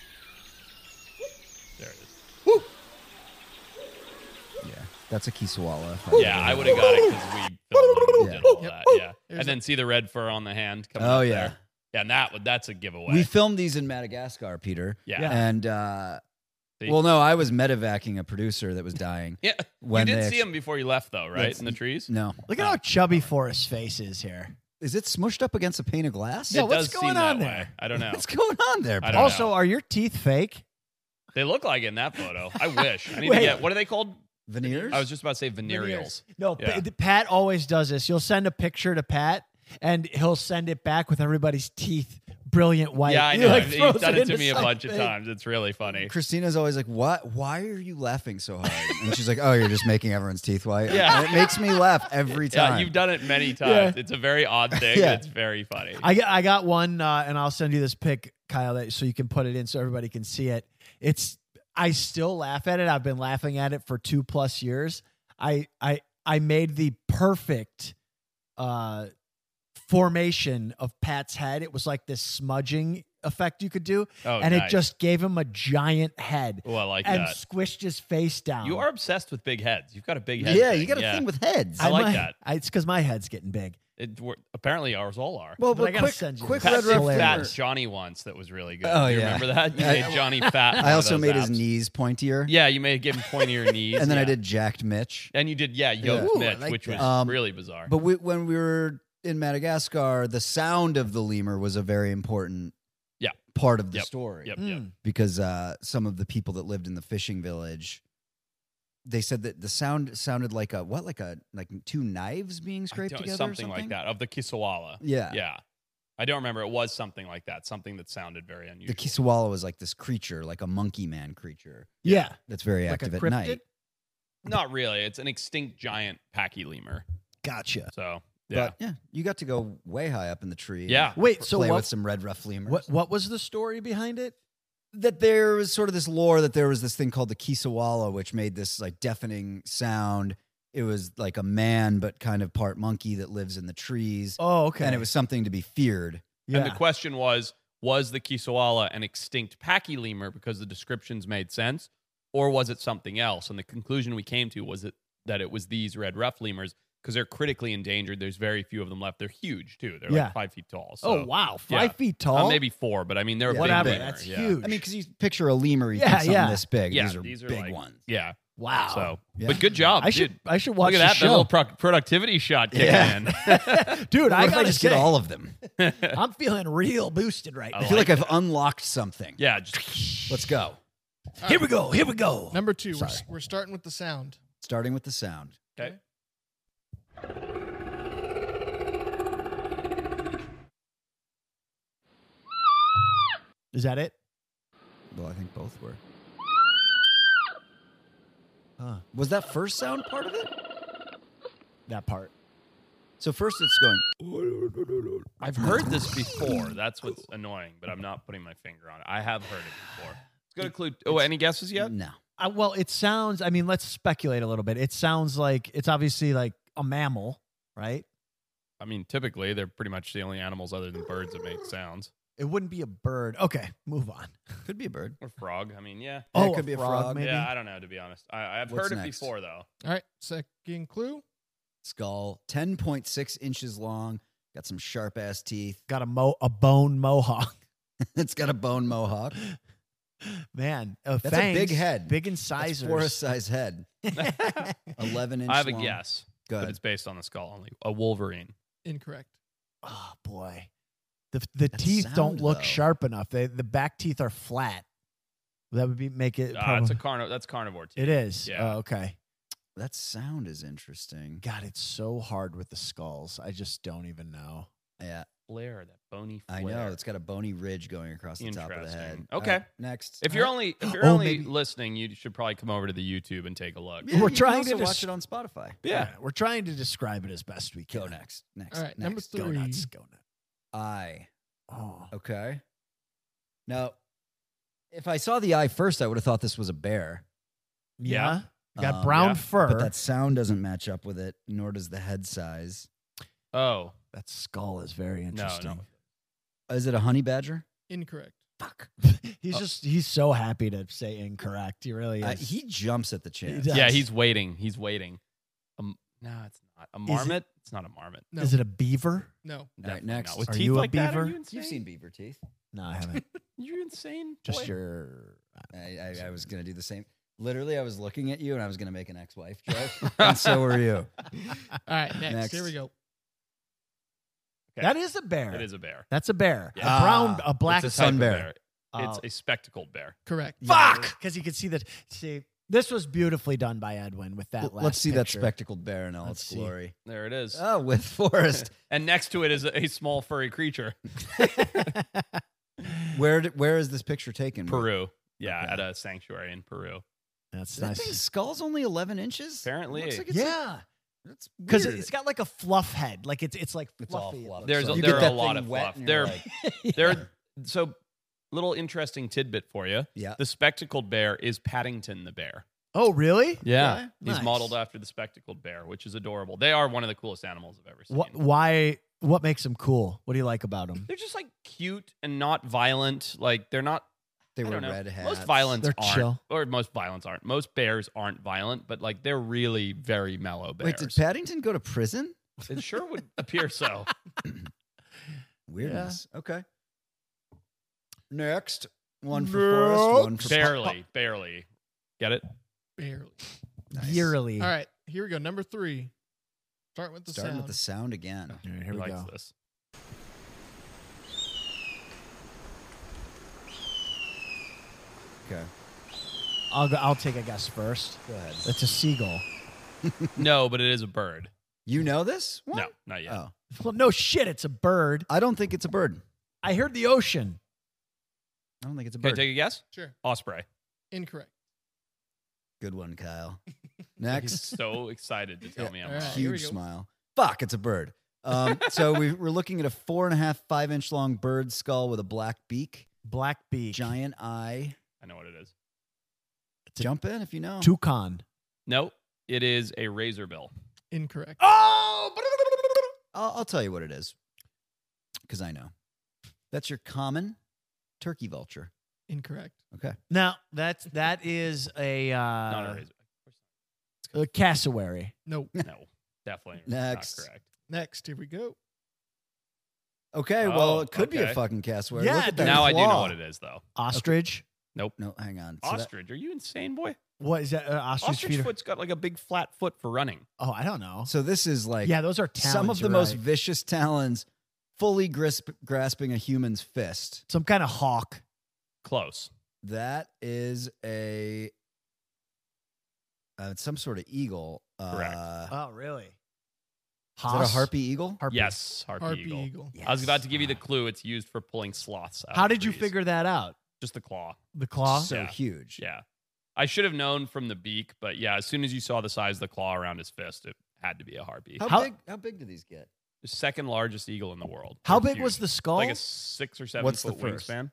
Speaker 3: There it is.
Speaker 1: Yeah. That's a Kisawala. if I
Speaker 3: Yeah, I
Speaker 1: remember.
Speaker 3: would have got it because we filmed when we did all of
Speaker 6: Yep.
Speaker 3: that. Yeah,
Speaker 6: There's
Speaker 3: and then see the red fur on the hand. Coming
Speaker 1: Oh
Speaker 3: up
Speaker 1: yeah.
Speaker 3: there. yeah, and that would that's a giveaway.
Speaker 1: We filmed these in Madagascar, Peter.
Speaker 3: yeah,
Speaker 2: Yeah.
Speaker 1: And uh,
Speaker 3: See?
Speaker 1: well, no, I was medevacing a producer that was dying.
Speaker 3: yeah.
Speaker 1: When
Speaker 3: you did
Speaker 1: they
Speaker 3: see him before you left, though, right?
Speaker 1: That's-
Speaker 3: In the trees.
Speaker 1: No,
Speaker 2: Look at how chubby Forrest's face is here.
Speaker 1: is it smushed up against a pane of glass?
Speaker 2: Yeah,
Speaker 3: it
Speaker 2: what's
Speaker 3: does
Speaker 2: going
Speaker 3: seem that
Speaker 2: on
Speaker 3: way.
Speaker 2: there?
Speaker 3: I don't know.
Speaker 1: What's going on there?
Speaker 3: I
Speaker 1: Paul?
Speaker 3: don't
Speaker 2: Also,
Speaker 3: know.
Speaker 2: are your teeth fake?
Speaker 3: They look like it in that photo. I wish. I need
Speaker 2: Wait.
Speaker 3: to get what are they called?
Speaker 1: Veneers.
Speaker 3: I was just about to say venereals.
Speaker 2: No,
Speaker 3: Yeah.
Speaker 2: Pa- Pat always does this. You'll send a picture to Pat, and he'll send it back with everybody's teeth brilliant white.
Speaker 3: Yeah, I
Speaker 2: *laughs* He,
Speaker 3: know.
Speaker 2: like,
Speaker 3: You've
Speaker 2: throws
Speaker 3: done it to
Speaker 2: into
Speaker 3: me a bunch of
Speaker 2: something.
Speaker 3: times. It's really funny.
Speaker 1: Christina's always like, "What? Why are you laughing so hard?" And she's like, "Oh, you're just making everyone's teeth white."
Speaker 3: Yeah.
Speaker 1: And it makes me laugh every time.
Speaker 3: Yeah, you've done it many times. It's a very odd thing.
Speaker 1: Yeah.
Speaker 3: It's very funny.
Speaker 2: I got, I got one, uh, and I'll send you this pic, Kyle, that, so you can put it in so everybody can see it. It's I still laugh at it. I've been laughing at it for two plus years. I I I made the perfect uh, formation of Pat's head. It was like this smudging effect you could do,
Speaker 3: oh,
Speaker 2: and it
Speaker 3: nice.
Speaker 2: just gave him a giant head
Speaker 3: Oh, I like
Speaker 2: and
Speaker 3: that.
Speaker 2: squished his face down.
Speaker 3: You are obsessed with big heads. You've got a big head.
Speaker 1: yeah,
Speaker 3: thing.
Speaker 1: you got a thing with
Speaker 3: *laughs*
Speaker 1: heads.
Speaker 3: I like
Speaker 2: might-
Speaker 3: that.
Speaker 2: I, it's because my head's getting big.
Speaker 3: It, we're- apparently, ours all are.
Speaker 1: well,
Speaker 2: but I
Speaker 1: Oh, but
Speaker 2: gotta
Speaker 1: quick,
Speaker 2: send you
Speaker 1: quick
Speaker 3: Pat
Speaker 2: this.
Speaker 1: red
Speaker 2: That's
Speaker 3: did
Speaker 1: ruff.
Speaker 3: fat
Speaker 2: hilarious.
Speaker 1: lemur.
Speaker 3: Johnny once. That was really good.
Speaker 1: Oh,
Speaker 3: Do you
Speaker 1: yeah.
Speaker 3: remember that? You
Speaker 1: I-
Speaker 3: made
Speaker 1: *laughs*
Speaker 3: Johnny fat. in one
Speaker 1: I
Speaker 3: of
Speaker 1: also
Speaker 3: those
Speaker 1: made his
Speaker 3: apps.
Speaker 1: knees pointier.
Speaker 3: *laughs* Yeah, you made give him
Speaker 1: *laughs*
Speaker 3: pointier knees.
Speaker 1: And then I
Speaker 3: yeah.
Speaker 1: did jacked Mitch.
Speaker 3: And you did, yeah,
Speaker 1: Yeah.
Speaker 3: yoked
Speaker 1: Ooh, I
Speaker 3: Mitch,
Speaker 2: like
Speaker 3: which
Speaker 2: that.
Speaker 3: was
Speaker 1: Um,
Speaker 3: really bizarre.
Speaker 1: But we, when we were in Madagascar, the sound of the lemur was a very important
Speaker 3: Yeah.
Speaker 1: part of the
Speaker 3: Yep.
Speaker 1: story.
Speaker 3: Yep,
Speaker 2: Mm.
Speaker 3: yep.
Speaker 1: Because uh, some of the people that lived in the fishing village, they said that the sound sounded like a what, like a like two knives being
Speaker 3: I
Speaker 1: scraped
Speaker 3: don't-
Speaker 1: together, or
Speaker 3: something like that of the Kisawala.
Speaker 1: Yeah.
Speaker 3: Yeah. I don't remember. It was something like that. Something that sounded very unusual.
Speaker 1: The Kisawala is like this creature, like a monkey man creature
Speaker 2: Yeah.
Speaker 1: that's very
Speaker 2: Like a
Speaker 1: active at
Speaker 2: cryptid?
Speaker 1: night.
Speaker 3: Not really. It's an extinct giant packy lemur.
Speaker 2: Gotcha.
Speaker 3: So yeah,
Speaker 1: Yeah, you got to go way high up in the tree. and
Speaker 3: yeah.
Speaker 2: Wait, so
Speaker 1: play
Speaker 2: what,
Speaker 1: with some red ruff lemurs.
Speaker 2: what what was the story behind it?
Speaker 1: that there was sort of this lore that there was this thing called the Kisawala, which made this like deafening sound. It was like a man, but kind of part monkey that lives in the trees.
Speaker 2: Oh, okay.
Speaker 1: And it was something to be feared.
Speaker 2: yeah.
Speaker 3: And the question was: Was the Kisawala an extinct packy lemur because the descriptions made sense, or was it something else? And the conclusion we came to was it, that it was these red ruff lemurs because they're critically endangered. There's very few of them left. They're huge too. They're
Speaker 2: Yeah.
Speaker 3: like five feet tall. So.
Speaker 2: oh wow, five
Speaker 3: yeah.
Speaker 2: feet
Speaker 3: Uh,
Speaker 2: tall.
Speaker 3: maybe four, but I mean they're
Speaker 1: Yeah,
Speaker 3: a big
Speaker 2: whatever.
Speaker 3: lemur,
Speaker 2: That's
Speaker 3: yeah.
Speaker 2: huge.
Speaker 1: I mean, because you picture a lemur, you
Speaker 2: Yeah,
Speaker 1: think something
Speaker 2: yeah.
Speaker 1: this big.
Speaker 3: Yeah,
Speaker 1: these are
Speaker 3: these are,
Speaker 1: big
Speaker 3: like-
Speaker 1: ones.
Speaker 3: Yeah.
Speaker 2: wow.
Speaker 3: So,
Speaker 1: Yeah.
Speaker 3: but good job.
Speaker 2: I should
Speaker 3: dude.
Speaker 2: I should watch
Speaker 3: Look at
Speaker 2: the
Speaker 3: that, that
Speaker 2: show. *laughs*
Speaker 3: little *laughs* pro- productivity shot kicking
Speaker 1: Yeah.
Speaker 3: in.
Speaker 2: Dude,
Speaker 1: What
Speaker 2: I
Speaker 1: if I
Speaker 2: gotta
Speaker 1: just
Speaker 2: say,
Speaker 1: get all of them.
Speaker 2: I'm feeling real boosted right
Speaker 3: I
Speaker 1: I
Speaker 2: now.
Speaker 1: feel
Speaker 3: like
Speaker 1: like, I've unlocked something.
Speaker 3: yeah, just *laughs*
Speaker 1: Let's go.
Speaker 2: Here we go. Here we go.
Speaker 6: Number two, we're,
Speaker 1: Sorry.
Speaker 6: we're starting with the sound.
Speaker 1: Starting with the sound.
Speaker 3: okay.
Speaker 2: Is that it?
Speaker 1: Well, I think both were.
Speaker 2: Huh.
Speaker 1: Was that first sound part of it?
Speaker 2: That part.
Speaker 1: So first it's going.
Speaker 3: I've heard this before. That's what's annoying, but I'm not putting my finger on it. I have heard it before. It's going to include. Oh, any guesses yet?
Speaker 1: No.
Speaker 2: Uh, well, it sounds. I mean, let's speculate a little bit. It sounds like it's obviously like a mammal, right?
Speaker 3: I mean, typically they're pretty much the only animals other than birds that make sounds.
Speaker 2: It wouldn't be a bird. Okay, move on. Oh,
Speaker 1: Could be a bird.
Speaker 3: Or frog. I mean, yeah.
Speaker 1: Yeah, it could be a frog.
Speaker 2: maybe.
Speaker 3: Yeah, I don't know. To be honest, I, I've
Speaker 1: What's
Speaker 3: heard it
Speaker 1: next?
Speaker 3: before though.
Speaker 6: All right, second clue.
Speaker 1: skull, 10.6 inches long, got some sharp ass teeth. *laughs*
Speaker 2: Got a mo a bone mohawk. *laughs*
Speaker 1: It's got a bone mohawk.
Speaker 2: Man, a
Speaker 1: That's a big head.
Speaker 2: big in
Speaker 1: That's
Speaker 2: size. *laughs*
Speaker 1: forest *laughs* size head, 11 inches.
Speaker 3: I have a guess, but
Speaker 1: Good.
Speaker 3: it's based on the skull only. A wolverine.
Speaker 6: Incorrect.
Speaker 2: oh boy, the the
Speaker 1: That
Speaker 2: teeth don't
Speaker 1: sound,
Speaker 2: look
Speaker 1: though.
Speaker 2: sharp enough. They, the back teeth are flat. That would be make it.
Speaker 3: Ah, it's a
Speaker 2: probab-
Speaker 3: carno. That's carnivore. Teeth.
Speaker 2: it is.
Speaker 3: Yeah.
Speaker 2: Oh, okay.
Speaker 1: That sound is interesting.
Speaker 2: God, it's so hard with the skulls. I just don't even know.
Speaker 1: Yeah,
Speaker 3: Flare that bony. Flare.
Speaker 1: I know. It's got a bony ridge going across the top of the head.
Speaker 3: Interesting. Okay.
Speaker 1: All right, next.
Speaker 3: If you're only if you're
Speaker 2: Oh,
Speaker 3: only
Speaker 2: maybe-
Speaker 3: listening, you should probably come over to the YouTube and take a look.
Speaker 1: Yeah,
Speaker 2: We're
Speaker 1: you can
Speaker 2: trying
Speaker 1: also
Speaker 2: to
Speaker 1: watch
Speaker 2: dis-
Speaker 1: it on Spotify.
Speaker 2: We're trying to describe it as best we can.
Speaker 1: Go next. Next.
Speaker 6: All
Speaker 1: next.
Speaker 6: right, number
Speaker 2: Go
Speaker 6: Three.
Speaker 2: nuts. Go nuts.
Speaker 1: Eye.
Speaker 2: Oh.
Speaker 1: Okay. Now, if I saw the eye first, I would have thought this was a bear.
Speaker 2: Yeah.
Speaker 3: Yeah.
Speaker 2: You got
Speaker 1: Um,
Speaker 2: brown
Speaker 3: yeah,
Speaker 2: fur.
Speaker 1: But that sound doesn't match up with it, nor does the head size.
Speaker 3: Oh,
Speaker 2: that skull is very interesting.
Speaker 1: Uh, Is it a honey badger?
Speaker 6: Incorrect.
Speaker 2: *laughs*
Speaker 1: Fuck.
Speaker 2: He's
Speaker 1: Oh.
Speaker 2: just he's so happy to say incorrect. He really is.
Speaker 1: Uh, he jumps at the chance.
Speaker 2: does.
Speaker 3: yeah,
Speaker 2: Yes.
Speaker 3: he's waiting. He's waiting. Um, no, it's not a marmot. It's not a marmot.
Speaker 6: No.
Speaker 2: Is it a beaver?
Speaker 6: no.
Speaker 1: All right,
Speaker 3: Definitely
Speaker 1: next.
Speaker 3: not. With
Speaker 2: Are
Speaker 3: teeth
Speaker 2: you a
Speaker 3: like that, are
Speaker 2: beaver?
Speaker 3: you insane?
Speaker 1: You've seen beaver teeth.
Speaker 2: No, I *laughs* haven't.
Speaker 3: You're insane.
Speaker 2: just
Speaker 3: boy.
Speaker 2: your
Speaker 1: I, I, I was gonna do the same. Literally, I was looking at you and I was gonna make
Speaker 3: *laughs*
Speaker 1: an ex-wife joke, and so were you. *laughs*
Speaker 6: All right, next.
Speaker 1: Next.
Speaker 6: Here we go.
Speaker 2: That is a bear.
Speaker 3: It is a bear.
Speaker 2: That's a bear.
Speaker 1: Yeah.
Speaker 2: A brown,
Speaker 1: Ah,
Speaker 2: a black. Oh.
Speaker 1: it's
Speaker 3: Type
Speaker 1: sun
Speaker 3: of
Speaker 1: bear.
Speaker 3: It's a spectacled bear.
Speaker 6: Correct.
Speaker 2: fuck. Because you could see that. See, this was beautifully done by Edwin with that.
Speaker 1: L-
Speaker 2: last
Speaker 1: Let's see that
Speaker 2: picture.
Speaker 1: spectacled bear in all
Speaker 2: Let's
Speaker 1: its
Speaker 2: see.
Speaker 1: glory.
Speaker 3: There it is.
Speaker 1: Oh, with Forrest.
Speaker 3: and next to it is a, a small furry creature.
Speaker 1: where did, where is this picture taken?
Speaker 2: Mm.
Speaker 3: Peru. Yeah,
Speaker 1: Okay.
Speaker 3: at a sanctuary in Peru.
Speaker 2: That's
Speaker 1: That
Speaker 2: nice.
Speaker 1: thing's skull's only eleven inches.
Speaker 3: Apparently.
Speaker 1: Looks like it's
Speaker 2: yeah,
Speaker 1: that's
Speaker 2: because
Speaker 1: weird.
Speaker 2: it's got like a fluff head. Like it's it's like
Speaker 1: It's all
Speaker 2: fluffy.
Speaker 1: fluff.
Speaker 3: There's
Speaker 1: So
Speaker 3: a,
Speaker 1: you
Speaker 3: there
Speaker 1: get
Speaker 3: are
Speaker 1: that
Speaker 3: a lot
Speaker 1: thing
Speaker 3: of
Speaker 1: wet
Speaker 3: fluff.
Speaker 1: and you're
Speaker 3: There,
Speaker 1: like-
Speaker 3: there. So, little interesting tidbit for you.
Speaker 1: Yeah.
Speaker 3: The spectacled bear is Paddington the bear.
Speaker 2: oh really?
Speaker 1: Yeah.
Speaker 3: He's
Speaker 2: Nice.
Speaker 3: modeled after the spectacled bear, which is adorable. They are one of the coolest animals I've ever seen.
Speaker 2: What? Why? What makes him cool? What do you like about him?
Speaker 3: They're just like cute and not violent. Like they're not.
Speaker 1: They
Speaker 3: I
Speaker 1: were
Speaker 3: don't know.
Speaker 1: red hats.
Speaker 3: Most violence
Speaker 2: They're
Speaker 3: aren't,
Speaker 2: chill.
Speaker 3: or most violence aren't. Most bears aren't violent, but like they're really very mellow bears.
Speaker 1: Wait, did Paddington go to prison?
Speaker 3: it sure would appear so.
Speaker 1: Weirdness. Okay. Next. One for Forrest, one *laughs* for
Speaker 3: barely, barely. Get it?
Speaker 6: Barely.
Speaker 1: Nice.
Speaker 2: Yearly.
Speaker 6: All right, here we go. Number three. Start with the
Speaker 1: Starting
Speaker 6: sound.
Speaker 1: with the sound again.
Speaker 2: All right, here
Speaker 3: He
Speaker 2: we
Speaker 3: likes
Speaker 2: go.
Speaker 3: this.
Speaker 1: Okay.
Speaker 2: I'll go, I'll take a guess first.
Speaker 1: Go ahead.
Speaker 2: It's a seagull.
Speaker 3: No, but it is a bird.
Speaker 1: You know this?
Speaker 3: No,
Speaker 1: one?
Speaker 3: not yet.
Speaker 1: Oh.
Speaker 2: Well, no shit, it's a bird.
Speaker 1: I don't think it's a bird.
Speaker 2: I heard the ocean.
Speaker 1: I don't think it's a
Speaker 3: Can I
Speaker 1: bird.
Speaker 3: take a guess?
Speaker 6: Sure.
Speaker 3: Osprey.
Speaker 6: Incorrect.
Speaker 1: Good one, *laughs* Kyle.
Speaker 3: He's
Speaker 1: Next,
Speaker 3: so excited to tell me I'm
Speaker 6: All
Speaker 3: wrong.
Speaker 6: right, here we
Speaker 1: huge
Speaker 6: go.
Speaker 1: smile. Fuck, it's a bird. *laughs* Um, so we, we're looking at a four and a half, five inch long bird skull with a black beak,
Speaker 2: Black beak.
Speaker 1: giant eye.
Speaker 3: I know what it is.
Speaker 1: Jump in if you know.
Speaker 2: Toucan.
Speaker 3: No, it is a razor bill.
Speaker 6: Incorrect.
Speaker 2: Oh!
Speaker 1: I'll, I'll tell you what it is because I know. That's your common turkey vulture.
Speaker 6: Incorrect.
Speaker 1: Okay.
Speaker 2: Now, that's, that is a, uh,
Speaker 3: Not a
Speaker 1: *laughs*
Speaker 3: razor.
Speaker 2: a cassowary.
Speaker 6: No.
Speaker 3: No, definitely
Speaker 1: Next.
Speaker 3: not correct.
Speaker 6: Next, here we go.
Speaker 1: Okay. well,
Speaker 3: Oh,
Speaker 1: it could be a
Speaker 3: okay.
Speaker 1: fucking cassowary.
Speaker 2: Yeah,
Speaker 1: Look at that
Speaker 2: dude.
Speaker 3: Now I do know
Speaker 1: claw.
Speaker 3: what it is though.
Speaker 2: Ostrich.
Speaker 1: No, hang on. So that-
Speaker 3: Ostrich. Are you insane, boy?
Speaker 2: What is that? Uh, ostrich,
Speaker 3: Ostrich
Speaker 2: feeder.
Speaker 3: foot's got like a big flat foot for running.
Speaker 2: Oh, I don't know.
Speaker 1: so this is like
Speaker 2: yeah, those are talons,
Speaker 1: some of the
Speaker 2: you're
Speaker 1: most
Speaker 2: right.
Speaker 1: vicious talons fully grisp, grasping a human's fist.
Speaker 2: some kind of hawk.
Speaker 3: Close.
Speaker 1: That is a uh, it's some sort of eagle.
Speaker 3: Correct.
Speaker 1: Uh,
Speaker 2: Oh, really?
Speaker 1: is
Speaker 2: Hawk.
Speaker 1: that a harpy eagle?
Speaker 2: Harpy.
Speaker 3: Yes, harpy,
Speaker 6: Harpy
Speaker 3: eagle.
Speaker 6: Eagle.
Speaker 3: I was about to give you the clue. It's used for pulling sloths. Out
Speaker 2: How
Speaker 3: of
Speaker 2: did you
Speaker 3: trees.
Speaker 2: figure that out?
Speaker 3: Just the claw.
Speaker 2: The claw.
Speaker 1: So
Speaker 3: Yeah.
Speaker 1: huge.
Speaker 3: Yeah, I should have known from the beak, but yeah, as soon as you saw the size of the claw around his fist, it had to be a harpy.
Speaker 1: How,
Speaker 2: How-
Speaker 1: big? How big do these get?
Speaker 3: The second largest eagle in the world.
Speaker 2: How
Speaker 3: They're
Speaker 2: big was
Speaker 3: huge.
Speaker 2: the skull?
Speaker 3: Like a six or seven
Speaker 1: What's the
Speaker 3: foot
Speaker 1: first?
Speaker 3: wingspan.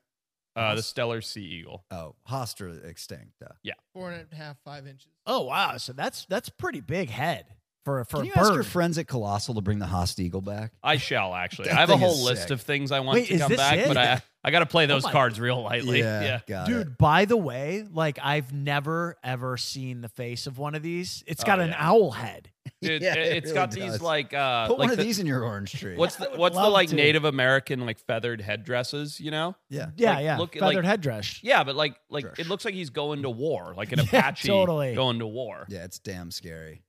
Speaker 3: Uh, the stellar sea eagle.
Speaker 1: Oh, Hoster extinct. Uh,
Speaker 6: Four and a half, five inches.
Speaker 2: oh wow! So that's that's pretty big head for for
Speaker 1: Can
Speaker 2: a
Speaker 1: you ask
Speaker 2: bird.
Speaker 1: your friends at Colossal to bring the Host eagle back?
Speaker 3: I shall actually.
Speaker 1: That
Speaker 3: I have a
Speaker 1: thing is
Speaker 3: whole list
Speaker 1: sick.
Speaker 3: of things I want
Speaker 2: Wait,
Speaker 3: to
Speaker 2: is
Speaker 3: come
Speaker 2: this
Speaker 3: back,
Speaker 2: it?
Speaker 3: but I I got to play those
Speaker 2: my-
Speaker 3: cards real lightly. *laughs*
Speaker 1: yeah,
Speaker 3: yeah.
Speaker 1: got
Speaker 2: Dude,
Speaker 1: it.
Speaker 2: by the way, like I've never ever seen the face of one of these. It's got
Speaker 3: Oh,
Speaker 2: an
Speaker 3: yeah.
Speaker 2: owl head.
Speaker 3: Dude,
Speaker 1: *laughs* Yeah,
Speaker 3: it, has
Speaker 1: it *laughs* really
Speaker 3: got
Speaker 1: does.
Speaker 3: these like uh
Speaker 1: Put
Speaker 3: like
Speaker 1: one of
Speaker 3: the-
Speaker 1: these in your orange tree.
Speaker 3: What's
Speaker 2: I
Speaker 3: the
Speaker 2: would
Speaker 3: what's the
Speaker 2: love
Speaker 3: like
Speaker 2: to.
Speaker 3: Native American like feathered head dresses, you know?
Speaker 1: yeah.
Speaker 2: Yeah,
Speaker 3: Like,
Speaker 2: yeah.
Speaker 3: look at,
Speaker 2: Feathered
Speaker 3: like-
Speaker 2: headdress.
Speaker 3: Yeah, but like like
Speaker 1: Drush.
Speaker 3: it looks like he's going to war, like an
Speaker 2: *laughs* Yeah,
Speaker 3: Apache
Speaker 2: totally.
Speaker 3: going to war. Yeah.
Speaker 1: Yeah, it's damn scary.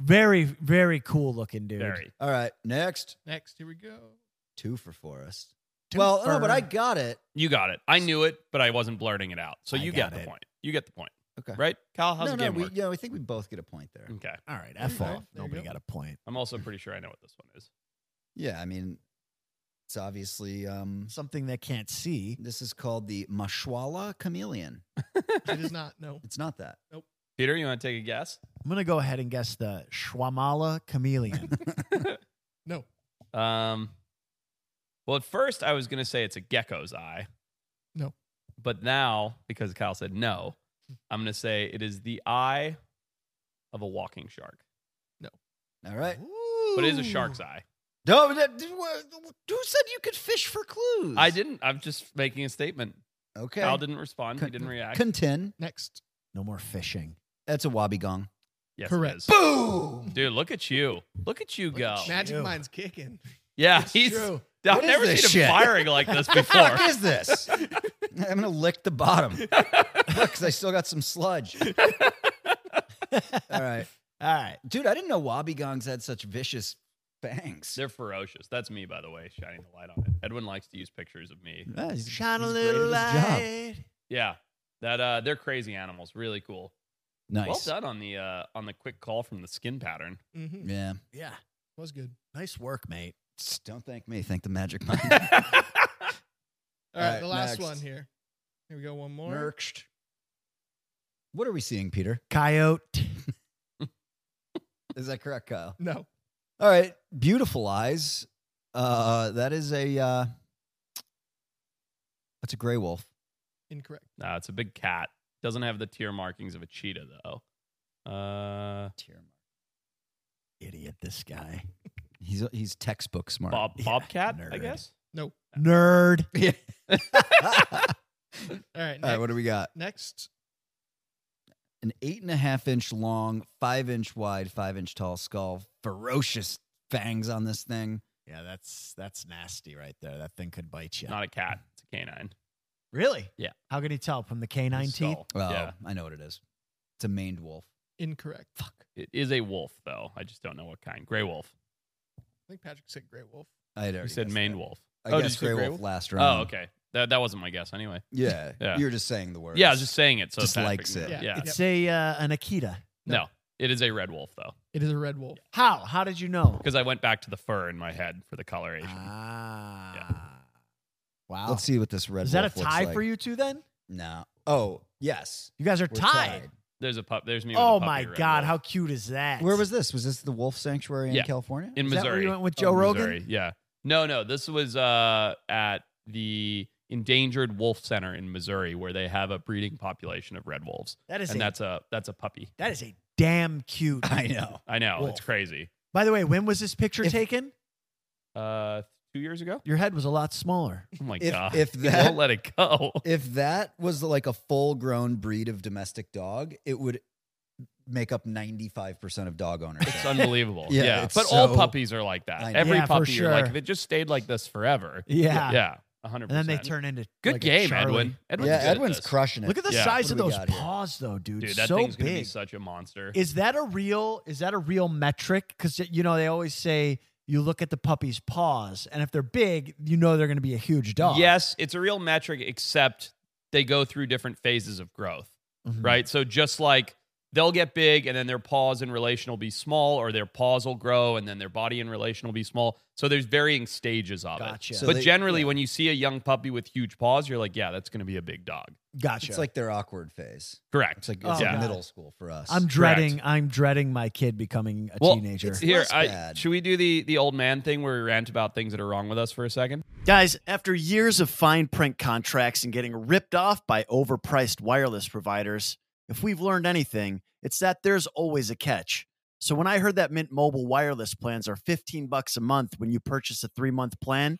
Speaker 2: Very, very cool looking dude.
Speaker 3: very.
Speaker 1: All right, next
Speaker 6: Next, here
Speaker 1: *laughs*
Speaker 6: we go.
Speaker 1: two for Forrest.
Speaker 2: Two
Speaker 1: well, no,
Speaker 2: fur.
Speaker 1: but I got it.
Speaker 3: You got it. I knew it, but I wasn't blurting it out. So
Speaker 2: I
Speaker 3: you
Speaker 2: got
Speaker 3: get the
Speaker 2: it.
Speaker 3: point. You get the point.
Speaker 1: Okay.
Speaker 3: Right? Kyle, how's
Speaker 1: no,
Speaker 3: the
Speaker 1: no,
Speaker 3: game
Speaker 1: we,
Speaker 3: work? Mm.
Speaker 1: yeah, we think we both get a point there.
Speaker 3: Okay.
Speaker 2: all right.
Speaker 6: There you
Speaker 2: F
Speaker 6: go.
Speaker 2: off.
Speaker 6: There you
Speaker 2: Nobody
Speaker 6: go.
Speaker 2: got a point.
Speaker 3: I'm also pretty sure I know what this one is.
Speaker 1: Yeah, I mean, it's obviously um,
Speaker 2: Something they can't see.
Speaker 1: this is called the Mashwala chameleon.
Speaker 6: It is not. No.
Speaker 1: It's not that.
Speaker 3: Peter, you want to take a guess?
Speaker 2: I'm gonna go ahead and guess the Shwamala chameleon.
Speaker 6: No.
Speaker 3: Um Well, at first I was going to say it's a gecko's eye.
Speaker 6: No.
Speaker 3: But now because Kyle said no, I'm going to say it is the eye of a walking shark.
Speaker 1: All right.
Speaker 3: But it is a shark's eye.
Speaker 1: No, that- who said you could fish for clues?
Speaker 3: I didn't. I'm just making a statement.
Speaker 1: Okay.
Speaker 3: Kyle didn't respond. he didn't react.
Speaker 1: Contend.
Speaker 6: Next.
Speaker 2: No more fishing.
Speaker 1: That's a wobbegong.
Speaker 3: yes,
Speaker 6: correct.
Speaker 3: It is.
Speaker 1: Boom.
Speaker 3: Dude, look at you. Look at you go.
Speaker 6: Magic
Speaker 2: Ew.
Speaker 1: *laughs*
Speaker 6: mind's kicking.
Speaker 3: yeah,
Speaker 6: It's
Speaker 3: he's.
Speaker 6: true.
Speaker 1: What
Speaker 3: I've
Speaker 1: is
Speaker 3: never seen
Speaker 1: this
Speaker 3: him
Speaker 1: shit?
Speaker 3: firing like
Speaker 1: *laughs*
Speaker 3: this before.
Speaker 1: What
Speaker 3: *laughs*
Speaker 1: is this? I'm gonna lick the bottom because I still got some sludge. All right,
Speaker 2: All right.
Speaker 1: dude. I didn't know wobbegongs had such vicious fangs.
Speaker 3: They're ferocious. That's me, by the way, shining the light on it. Edwin likes to use pictures of me.
Speaker 1: Yeah, he's-
Speaker 2: Shine a
Speaker 1: he's great at
Speaker 2: little
Speaker 1: his job.
Speaker 2: light.
Speaker 3: Yeah, that uh, they're crazy animals. Really cool.
Speaker 1: Nice.
Speaker 3: Well done on the uh, on the quick call from the skin pattern.
Speaker 1: *laughs*
Speaker 6: Mm-hmm.
Speaker 1: Yeah.
Speaker 2: Yeah.
Speaker 6: Was good.
Speaker 2: Nice work, mate.
Speaker 1: Just Don't thank me. Thank
Speaker 3: *laughs*
Speaker 1: the magic mind.
Speaker 6: All right,
Speaker 1: All right,
Speaker 6: the last
Speaker 1: next.
Speaker 6: one here. Here we go. One more.
Speaker 1: Merched. What are we seeing, Peter?
Speaker 2: Coyote.
Speaker 1: *laughs* Is that correct, Kyle?
Speaker 6: No.
Speaker 1: All right. Beautiful eyes. Uh, that is a. Uh, that's a gray wolf.
Speaker 6: Incorrect.
Speaker 3: nah, it's a big cat. Doesn't have the tear markings of a cheetah though. Uh,
Speaker 2: Idiot, this guy.
Speaker 1: He's he's textbook smart. *laughs*
Speaker 3: Bob
Speaker 2: Yeah,
Speaker 3: Bobcat, I
Speaker 2: nerd.
Speaker 3: guess.
Speaker 2: Nerd.
Speaker 3: *laughs*
Speaker 6: All right. Next.
Speaker 1: All right, what do we got?
Speaker 6: Next.
Speaker 1: An eight and a half inch long, five inch wide, five inch tall skull. Ferocious fangs on this thing.
Speaker 2: Yeah, that's that's nasty right there. That thing could bite you.
Speaker 3: Not a cat. It's a canine.
Speaker 2: really?
Speaker 3: Yeah.
Speaker 2: How can you tell from the canine teeth?
Speaker 3: Skull.
Speaker 1: Well,
Speaker 3: Yeah.
Speaker 1: I know what it is. It's a maned wolf.
Speaker 6: Incorrect. I
Speaker 3: It is a wolf, though. I just don't know what kind. Gray wolf.
Speaker 6: think Patrick said gray wolf.
Speaker 1: I had
Speaker 3: You
Speaker 1: already
Speaker 3: said
Speaker 1: guessed
Speaker 3: Maine
Speaker 1: that.
Speaker 3: wolf.
Speaker 1: I
Speaker 3: Oh, did
Speaker 1: guessed
Speaker 3: you say
Speaker 1: gray
Speaker 3: gray
Speaker 1: wolf
Speaker 3: wolf?
Speaker 1: last round.
Speaker 3: Oh, okay. That, that wasn't my guess anyway.
Speaker 1: Yeah.
Speaker 3: *laughs* Yeah.
Speaker 1: You were just saying the word.
Speaker 3: Yeah, I was just saying it. So
Speaker 1: Just
Speaker 3: Patrick
Speaker 1: likes
Speaker 3: knew
Speaker 1: it.
Speaker 3: Yeah.
Speaker 6: Yeah.
Speaker 2: It's a uh, an Akita.
Speaker 3: No, it is a red wolf, though.
Speaker 6: It is a red wolf.
Speaker 7: How? How did you know?
Speaker 3: because I went back to the fur in my head for the coloration.
Speaker 7: Ah. Wow.
Speaker 8: Let's see what this red.
Speaker 7: Is that a
Speaker 8: wolf looks
Speaker 7: tie
Speaker 8: like.
Speaker 7: for you two then?
Speaker 8: No. Oh yes.
Speaker 7: You guys are
Speaker 8: We're
Speaker 7: tied.
Speaker 3: There's a pup. There's me. With
Speaker 7: Oh
Speaker 3: a puppy,
Speaker 7: my
Speaker 3: Red
Speaker 7: God.
Speaker 3: Wolf.
Speaker 7: How cute is that?
Speaker 8: Where was this? Was this the wolf sanctuary in
Speaker 3: Yeah.
Speaker 8: California?
Speaker 3: in
Speaker 7: Is that where
Speaker 3: Missouri?
Speaker 7: you went with
Speaker 8: Oh,
Speaker 7: Joe Rogan?
Speaker 3: Missouri, Yeah. No, no. This was uh, at the Endangered Wolf Center in Missouri, where they have a breeding population of red wolves,
Speaker 7: That is
Speaker 3: and
Speaker 7: a,
Speaker 3: that's a that's a puppy.
Speaker 7: that is a damn
Speaker 1: *laughs*
Speaker 7: cute.
Speaker 8: *laughs* I know.
Speaker 3: I know
Speaker 7: Wolf.
Speaker 3: it's crazy.
Speaker 7: By the way, when was this picture
Speaker 8: If-
Speaker 7: taken?
Speaker 3: Uh, two years ago.
Speaker 7: Your head was a lot smaller.
Speaker 3: *laughs* Oh my
Speaker 8: If
Speaker 3: *laughs* god!
Speaker 8: if
Speaker 3: He
Speaker 8: that
Speaker 3: won't let it
Speaker 7: *laughs*
Speaker 3: go.
Speaker 8: if that was like a full grown breed of domestic dog, it would make up ninety five percent of dog owners.
Speaker 3: It's unbelievable.
Speaker 8: Yeah,
Speaker 3: yeah,
Speaker 8: it's
Speaker 3: but all
Speaker 8: so-
Speaker 3: puppies are like
Speaker 8: I
Speaker 3: that.
Speaker 8: know.
Speaker 3: Every
Speaker 7: Yeah, for
Speaker 3: puppy, you're like
Speaker 7: sure.
Speaker 3: if it just stayed like this forever.
Speaker 7: Yeah.
Speaker 3: yeah, hundred.
Speaker 7: And then they turn into
Speaker 3: Good
Speaker 7: like a
Speaker 3: game,
Speaker 7: Charlie.
Speaker 3: Edwin. Edwin's
Speaker 8: yeah,
Speaker 3: good at
Speaker 8: Edwin's
Speaker 3: this.
Speaker 8: crushing it.
Speaker 7: Look at the
Speaker 3: Yeah.
Speaker 7: size
Speaker 8: What
Speaker 7: of
Speaker 8: do we
Speaker 7: those
Speaker 8: got here?
Speaker 7: paws, though, dude.
Speaker 3: Dude, that
Speaker 7: so
Speaker 3: thing's
Speaker 7: big.
Speaker 3: gonna be such a monster.
Speaker 7: Is that a real? Is that a real metric? Because you know they always say you look at the puppy's paws, and if they're big, you know they're going to be a huge dog.
Speaker 3: Yes, it's a real metric, except they go through different phases of growth,
Speaker 8: Mm-hmm.
Speaker 7: Mhm.
Speaker 3: right? So just like they'll get big and then their paws in relation will be small, or their paws will grow and then their body in relation will be small. So there's varying stages of
Speaker 7: Gotcha.
Speaker 3: it.
Speaker 8: So
Speaker 3: but
Speaker 8: they-
Speaker 3: generally,
Speaker 8: yeah.
Speaker 3: when you see a young puppy with huge paws, you're like, yeah, that's going to be a big dog.
Speaker 7: Gotcha.
Speaker 8: It's like their awkward phase.
Speaker 3: Correct.
Speaker 8: It's like it's
Speaker 7: Oh,
Speaker 8: like
Speaker 3: yeah.
Speaker 8: middle school for us.
Speaker 7: I'm dreading. I'm dreading my kid becoming a
Speaker 3: Well,
Speaker 7: teenager.
Speaker 8: it's-
Speaker 3: Here,
Speaker 8: less
Speaker 3: I,
Speaker 8: bad.
Speaker 3: should we do the the old man thing where we rant about things that are wrong with us for a second?
Speaker 2: Guys, after years of fine print contracts and getting ripped off by overpriced wireless providers, if we've learned anything, it's that there's always a catch. So when I heard that Mint Mobile wireless plans are 15 bucks a month when you purchase a 3-month plan,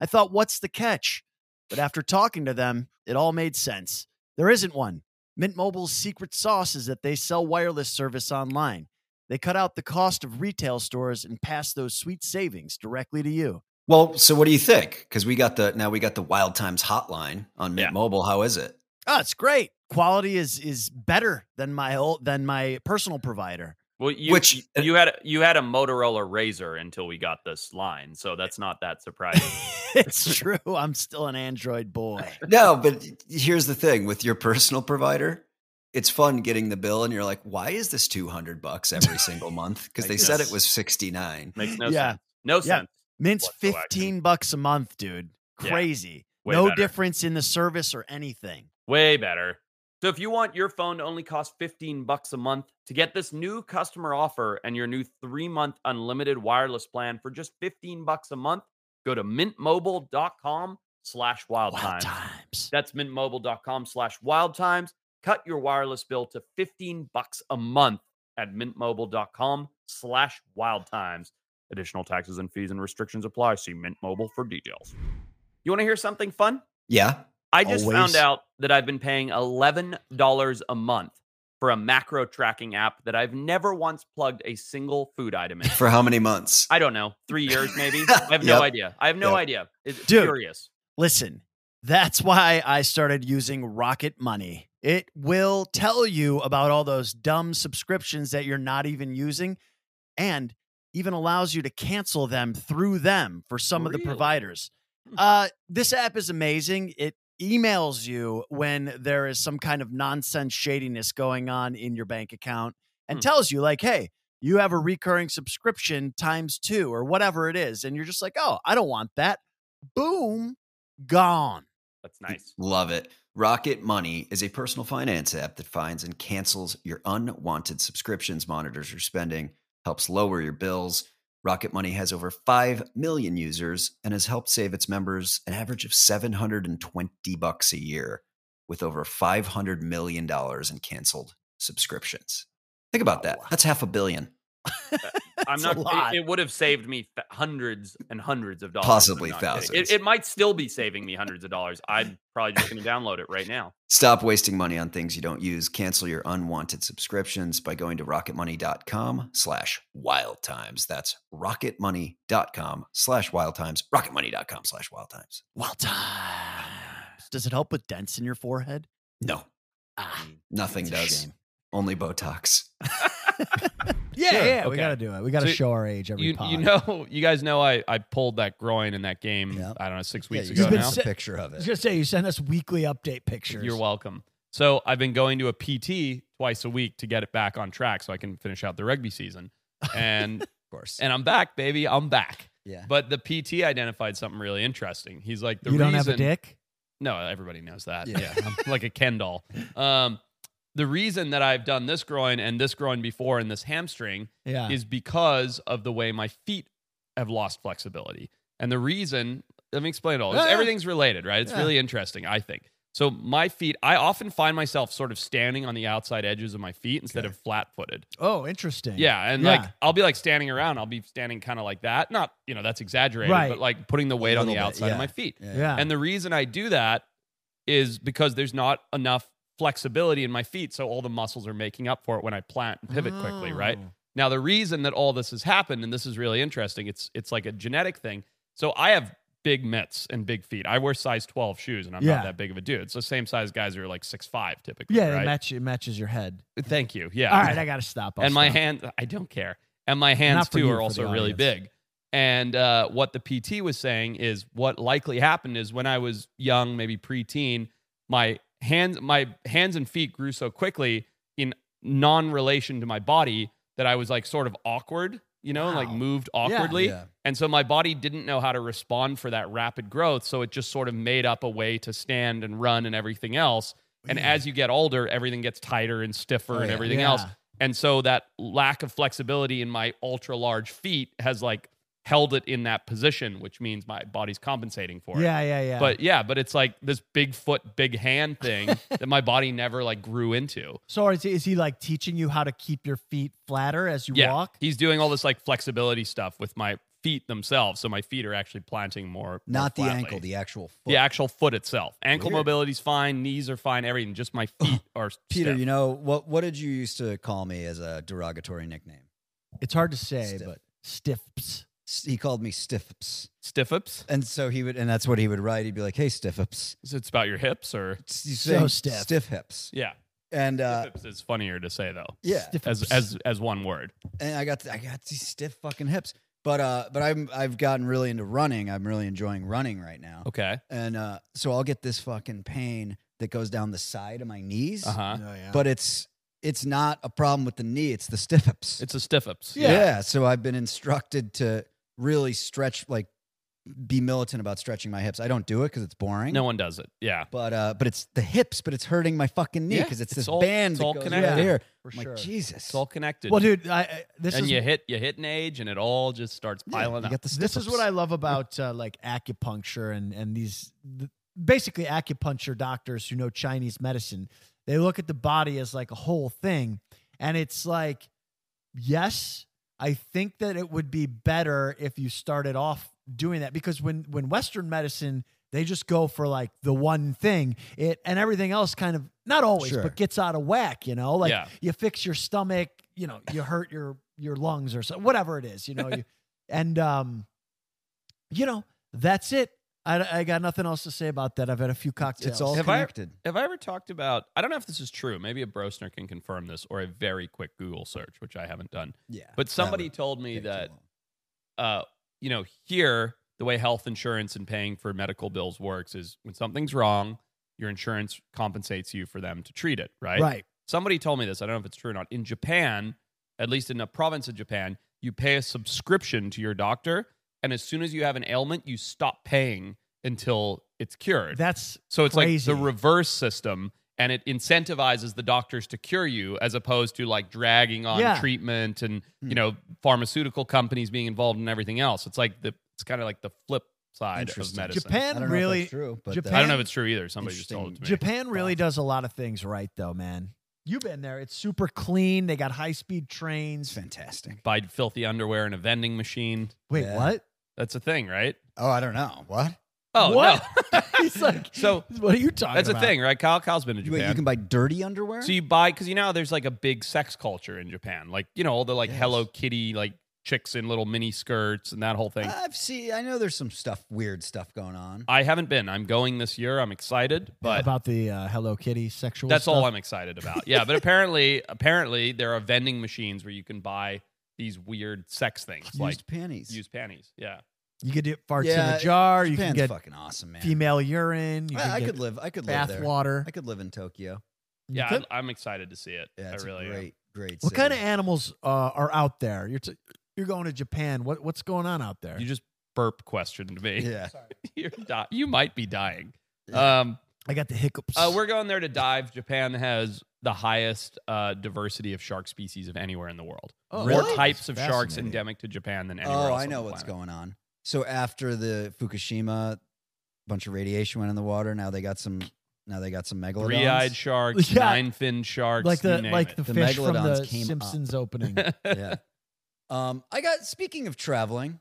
Speaker 2: I thought what's the catch? But after talking to them, it all made sense. There isn't one. Mint Mobile's secret sauce is that they sell wireless service online. They cut out the cost of retail stores and pass those sweet savings directly to you.
Speaker 1: Well, so what do you think? Because we got the now we got the Wild Times hotline on Mint
Speaker 3: Yeah.
Speaker 1: Mobile. How is it?
Speaker 2: Oh, it's great. Quality is is better than my old than my
Speaker 3: *laughs*
Speaker 2: personal provider.
Speaker 3: Well, you,
Speaker 1: Which-
Speaker 3: you had you had a Motorola Razor until we got this line, so that's not
Speaker 8: *laughs*
Speaker 3: that surprising.
Speaker 2: it's true. I'm still an Android boy.
Speaker 1: No, but here's the thing with your personal provider. It's fun getting the bill and you're like, why is this 200 bucks every single month?
Speaker 3: *laughs*
Speaker 1: Because
Speaker 3: I
Speaker 1: they said it
Speaker 3: guess.
Speaker 1: was 69.
Speaker 3: Makes no
Speaker 2: Yeah.
Speaker 3: sense. No sense.
Speaker 2: Mint's
Speaker 3: What's the wagon?
Speaker 2: 15 bucks a month, dude.
Speaker 3: Yeah,
Speaker 2: Crazy.
Speaker 3: way
Speaker 2: no
Speaker 3: better.
Speaker 2: difference in the service or anything.
Speaker 3: Way better. So if you want your phone to only cost 15 bucks a month to get this new customer offer and your new 3-month unlimited wireless plan for just 15 bucks a month, go to mintmobile.com slash wild
Speaker 2: Wild
Speaker 3: times.
Speaker 2: times.
Speaker 3: That's mintmobile.com slash wild times. Cut your wireless bill to 15 bucks a month at mintmobile.com slash wild times. Additional taxes and fees and restrictions apply. See Mint Mobile for details. You want to hear something fun?
Speaker 1: Yeah.
Speaker 3: I just
Speaker 2: Always.
Speaker 3: found out that I've been paying $11 a month for a macro tracking app that I've never once plugged a single food item in.
Speaker 1: For how many months?
Speaker 3: I don't know, three years maybe. I have no
Speaker 1: Yep.
Speaker 3: idea. I have no
Speaker 1: Yep.
Speaker 3: idea. It's
Speaker 2: Dude.
Speaker 3: furious.
Speaker 2: Listen, that's why I started using Rocket Money. It will tell you about all those dumb subscriptions that you're not even using and even allows you to cancel them through them for some of the
Speaker 3: Really?
Speaker 2: providers.
Speaker 3: Hmm.
Speaker 2: Uh, this app is amazing. It emails you when there is some kind of nonsense shadiness going on in your bank account and
Speaker 3: Hmm.
Speaker 2: tells you, like, hey, you have a recurring subscription times two or whatever it is. And you're just like, oh, I don't want that. Boom gone.
Speaker 3: That's
Speaker 1: *laughs*
Speaker 3: nice.
Speaker 1: Love it. Rocket Money is a personal finance app that finds and cancels your unwanted subscriptions, monitors your spending, helps lower your bills. Rocket Money has over 5 million users and has helped save its members an average of 720 bucks a year with over 500 million dollars in canceled subscriptions. Think about that.
Speaker 2: Wow.
Speaker 1: That's half a billion,
Speaker 3: I'm
Speaker 2: It's a
Speaker 3: not.
Speaker 2: lot.
Speaker 3: It, it would have saved me th- hundreds and hundreds of dollars. I'm
Speaker 1: Possibly
Speaker 3: not kidding.
Speaker 1: thousands.
Speaker 3: It, it might still be saving me hundreds of dollars. I'm probably just going to download it right now.
Speaker 1: Stop wasting money on things you don't use. Cancel your unwanted subscriptions by going to rocketmoney.com slash wild times. That's rocketmoney.com slash wild times, rocketmoney.com slash wild times.
Speaker 2: Well times. Does it help with dents in your forehead?
Speaker 1: No,
Speaker 2: Ah,
Speaker 1: nothing
Speaker 2: that's a
Speaker 1: does.
Speaker 2: shame.
Speaker 1: Only Botox.
Speaker 7: yeah,
Speaker 3: Sure,
Speaker 7: yeah. We
Speaker 3: okay.
Speaker 7: got to do it. We got to
Speaker 3: So
Speaker 7: show our age every
Speaker 3: You,
Speaker 7: pod.
Speaker 3: you know, *laughs* you guys know I, I pulled that groin in that game.
Speaker 8: Yep.
Speaker 3: I don't know six
Speaker 8: Yeah,
Speaker 3: weeks
Speaker 8: you
Speaker 7: You've
Speaker 8: sent
Speaker 3: ago
Speaker 7: been
Speaker 3: now.
Speaker 8: us a picture of
Speaker 7: I was
Speaker 8: it.
Speaker 7: gonna say you send us weekly update pictures.
Speaker 3: You're welcome. So I've been going to a PT twice a week to get it back on track so I can finish out the rugby season.
Speaker 1: *laughs*
Speaker 3: and
Speaker 1: Of course.
Speaker 3: and I'm back, baby. I'm back.
Speaker 1: yeah.
Speaker 3: But the PT identified something really interesting. He's like, the
Speaker 2: you don't have a
Speaker 3: reason-
Speaker 2: dick?
Speaker 3: No, everybody knows that.
Speaker 1: Yeah.
Speaker 3: Yeah, I'm like a Ken doll. Um, the reason that I've done this groin and this groin before and this hamstring
Speaker 2: Yeah.
Speaker 3: is because of the way my feet have lost flexibility. And the reason, let me explain it all.
Speaker 2: Yeah, yeah.
Speaker 3: Everything's related, right? It's
Speaker 2: Yeah.
Speaker 3: really interesting, I think. So my feet, I often find myself sort of standing on the outside edges of my feet instead of flat footed.
Speaker 2: oh, interesting.
Speaker 3: Yeah, and
Speaker 2: Yeah.
Speaker 3: like I'll be like standing around, I'll be standing kind of like that. Not, you know, that's exaggerated,
Speaker 2: Right.
Speaker 3: but like putting the weight on the
Speaker 1: little bit,
Speaker 3: outside
Speaker 1: yeah.
Speaker 3: of my feet.
Speaker 1: Yeah.
Speaker 2: Yeah.
Speaker 3: And the reason I do that is because there's not enough flexibility in my feet, so all the muscles are making up for it when I plant and pivot quickly,
Speaker 2: Oh. Ah.
Speaker 3: right? Now, the reason that all this has happened, and this is really interesting, it's it's like a genetic thing. So I have big mitts and big feet. I wear size 12 shoes, and I'm
Speaker 2: Yeah.
Speaker 3: not that big of a dude. It's the same size guys who are like 6'5 typically.
Speaker 2: Yeah, it,
Speaker 3: right?
Speaker 2: match, it matches your head.
Speaker 3: Thank you. Yeah.
Speaker 2: All right, I got to stop. I'll
Speaker 3: and my
Speaker 2: stop.
Speaker 3: hand, I don't care. And my hands
Speaker 2: Not for
Speaker 3: too
Speaker 2: you, for
Speaker 3: are
Speaker 2: the
Speaker 3: also really
Speaker 2: audience.
Speaker 3: big. And uh, what the PT was saying is what likely happened is when I was young, maybe preteen, my hands, my hands and feet grew so quickly in non-relation to my body that I was like sort of awkward, you know, and, like
Speaker 2: Wow.
Speaker 3: moved awkwardly.
Speaker 1: Yeah.
Speaker 3: And so my body didn't know how to respond for that rapid growth. So it just sort of made up a way to stand and run and everything else. And as you get older, everything gets tighter and stiffer
Speaker 1: Oh,
Speaker 3: and
Speaker 1: yeah.
Speaker 3: everything
Speaker 2: Oh, Yeah.
Speaker 3: else. And so that lack of flexibility in my ultra large feet has like held it in that position, which means my body's compensating for it.
Speaker 2: Yeah, yeah, yeah.
Speaker 3: But yeah, but it's like this big foot, big hand thing
Speaker 1: *laughs*
Speaker 3: that my body never like grew into.
Speaker 2: so is he, is he like teaching you how to keep your feet flatter as you
Speaker 3: Yeah.
Speaker 2: walk?
Speaker 3: He's doing all this like flexibility stuff with my feet themselves. So my feet are actually planting more. more
Speaker 1: Not the
Speaker 3: flatly.
Speaker 1: ankle, the actual foot.
Speaker 3: The actual foot itself. Ankle
Speaker 1: Weird. Oh,
Speaker 3: mobility's fine, knees are fine, everything. Just my feet are
Speaker 1: Peter,
Speaker 3: stiff.
Speaker 1: you know what? What did you used to call me as a derogatory nickname?
Speaker 2: It's hard to say,
Speaker 1: Stiff.
Speaker 2: but stiffs.
Speaker 1: S- He called me Stiffs,
Speaker 3: stiff ups.
Speaker 1: and so he would, and that's what he would write. He'd be like, "Hey, Stiffs,
Speaker 3: So it's about your hips or
Speaker 1: you
Speaker 2: So
Speaker 1: saying
Speaker 2: stiff.
Speaker 1: stiff hips,"
Speaker 3: yeah.
Speaker 1: and uh,
Speaker 3: stiff ups is funnier to say though.
Speaker 1: yeah,
Speaker 3: As as as one word.
Speaker 1: and I got I got these stiff fucking hips. But uh, but I'm I've gotten really into running. I'm really enjoying running right now,
Speaker 3: Okay.
Speaker 1: and uh, so I'll get this fucking pain that goes down the side of my knees,
Speaker 3: Uh-huh.
Speaker 9: yeah.
Speaker 1: but it's it's not a problem with the knee. It's the stiff hips.
Speaker 3: It's a stiff ups.
Speaker 1: Yeah. So I've been instructed to really stretch, like be militant about stretching my hips. I don't do it because it's boring.
Speaker 3: No one does it. Yeah.
Speaker 1: But uh, but it's the hips, but it's hurting my fucking knee
Speaker 3: Yeah,
Speaker 1: because it's,
Speaker 3: it's
Speaker 1: this
Speaker 3: all-
Speaker 1: band
Speaker 3: it's
Speaker 1: that
Speaker 3: all
Speaker 1: goes
Speaker 3: connected.
Speaker 1: right here.
Speaker 2: For
Speaker 1: I'm
Speaker 2: sure.
Speaker 1: like Jesus.
Speaker 3: It's all connected.
Speaker 2: Well, dude, I- I, this
Speaker 3: and
Speaker 2: is
Speaker 3: you hit you hit an age and it all just starts
Speaker 1: Yeah,
Speaker 3: piling
Speaker 1: you
Speaker 3: up.
Speaker 1: got the
Speaker 2: this is
Speaker 1: stiff
Speaker 2: what I
Speaker 1: hips.
Speaker 2: love about uh, like acupuncture and and these th- basically acupuncture doctors who know Chinese medicine. They look at the body as like a whole thing, and it's like, yes, I think that it would be better if you started off doing that because when when Western medicine they just go for like the one thing it and everything else kind of not always
Speaker 1: Sure.
Speaker 2: but gets out of whack you know like
Speaker 3: Yeah.
Speaker 2: you fix your stomach you know you hurt your your lungs or so whatever it is you
Speaker 1: *laughs*
Speaker 2: know you and um you know that's it I, I got nothing else to say about that i've had a few cocktails
Speaker 1: It's all
Speaker 3: Have I-
Speaker 1: connected.
Speaker 3: Have I ever talked about? I don't know if this is true. Maybe a Brosner can confirm this, or a very quick Google search, which I haven't done.
Speaker 1: yeah.
Speaker 3: But somebody
Speaker 1: would
Speaker 3: told me
Speaker 1: take too
Speaker 3: that
Speaker 1: long.
Speaker 3: uh, you know, here the way health insurance and paying for medical bills works is when something's wrong, your insurance compensates you for them to treat it, right?
Speaker 2: right
Speaker 3: Somebody told me this. I don't know if it's true or not. In Japan, at least in a province of Japan, you pay a subscription to your doctor, and as soon as you have an ailment, you stop paying until it's cured.
Speaker 2: that's
Speaker 3: So it's
Speaker 2: Crazy.
Speaker 3: like the reverse system, and it incentivizes the doctors to cure you as opposed to like dragging on
Speaker 2: Yeah.
Speaker 3: treatment and
Speaker 1: Hmm.
Speaker 3: you know pharmaceutical companies being involved in everything else. It's like the it's kind of like the flip side of
Speaker 1: Interesting.
Speaker 3: medicine.
Speaker 1: I
Speaker 2: japan
Speaker 1: don't know if
Speaker 2: really
Speaker 1: that's true, but uh,
Speaker 2: Japan-
Speaker 3: I don't know if it's true either. Somebody just told it to me.
Speaker 1: Interesting.
Speaker 2: japan really does a lot of things right though man you've been there it's super clean they got high speed
Speaker 1: it's
Speaker 2: trains
Speaker 1: fantastic.
Speaker 3: Buy filthy underwear in a vending machine.
Speaker 2: wait
Speaker 1: Yeah.
Speaker 2: what
Speaker 3: That's a thing, right?
Speaker 1: Oh, I don't know what.
Speaker 3: Oh
Speaker 2: What?
Speaker 3: no! *laughs*
Speaker 2: he's like
Speaker 3: so
Speaker 2: what are you talking
Speaker 3: that's a
Speaker 2: about
Speaker 3: thing, right? Kyle, Kyle's been to
Speaker 1: Wait,
Speaker 3: Japan.
Speaker 1: you can buy dirty underwear.
Speaker 3: So you buy because you know there's like a big sex culture in Japan, like you know all the like
Speaker 1: Yes.
Speaker 3: Hello Kitty like chicks in little mini skirts and that whole thing.
Speaker 1: I've seen. I know there's some stuff, weird stuff going on.
Speaker 3: I haven't been. I'm going this year. I'm excited, but
Speaker 2: about the uh, hello kitty sexual
Speaker 3: that's all
Speaker 2: stuff?
Speaker 3: I'm excited about. Yeah, but
Speaker 1: *laughs*
Speaker 3: apparently, apparently there are vending machines where you can buy these weird sex things
Speaker 1: Used
Speaker 3: like
Speaker 1: panties.
Speaker 3: used panties. Yeah,
Speaker 2: you could do farts in
Speaker 1: Yeah,
Speaker 2: a jar you
Speaker 1: Japan's
Speaker 2: can get
Speaker 1: fucking awesome, man.
Speaker 2: female urine you
Speaker 1: I,
Speaker 2: can
Speaker 1: I
Speaker 2: get
Speaker 1: could live. I could live
Speaker 2: bath
Speaker 1: there.
Speaker 2: water
Speaker 1: I could live in Tokyo.
Speaker 2: You
Speaker 3: yeah.
Speaker 2: could-
Speaker 3: I, I'm excited to see it.
Speaker 1: Yeah,
Speaker 3: I
Speaker 1: it's a
Speaker 3: really. am.
Speaker 1: great, Great.
Speaker 2: What
Speaker 1: city.
Speaker 2: kind of animals uh, are out there? You're t- you're going to Japan. What what's going on out there?
Speaker 3: You just burp questioned me. *laughs*
Speaker 1: Yeah.
Speaker 3: You're di- you might be dying.
Speaker 1: Yeah.
Speaker 3: Um,
Speaker 2: I got the hiccups.
Speaker 3: uh, we're going there to dive. Japan has the highest uh, diversity of shark species of anywhere in the world.
Speaker 1: Oh,
Speaker 3: More
Speaker 1: really?
Speaker 3: types of sharks
Speaker 1: Fascinating.
Speaker 3: endemic to Japan than anywhere else.
Speaker 1: Oh, I
Speaker 3: on
Speaker 1: know
Speaker 3: the
Speaker 1: what's
Speaker 3: planet.
Speaker 1: going on. So after the Fukushima, bunch of radiation went in the water. Now they got some. Now they got some megalodons.
Speaker 3: Three-eyed
Speaker 1: *laughs*
Speaker 3: sharks,
Speaker 2: Yeah.
Speaker 3: nine-finned sharks,
Speaker 2: like
Speaker 3: you
Speaker 2: the
Speaker 3: name
Speaker 2: like
Speaker 3: it.
Speaker 2: the,
Speaker 1: The
Speaker 2: fish from
Speaker 1: megalodons
Speaker 2: the
Speaker 1: came
Speaker 3: *laughs*
Speaker 1: up.
Speaker 2: Simpsons opening.
Speaker 1: yeah. Um, I got. Speaking of traveling,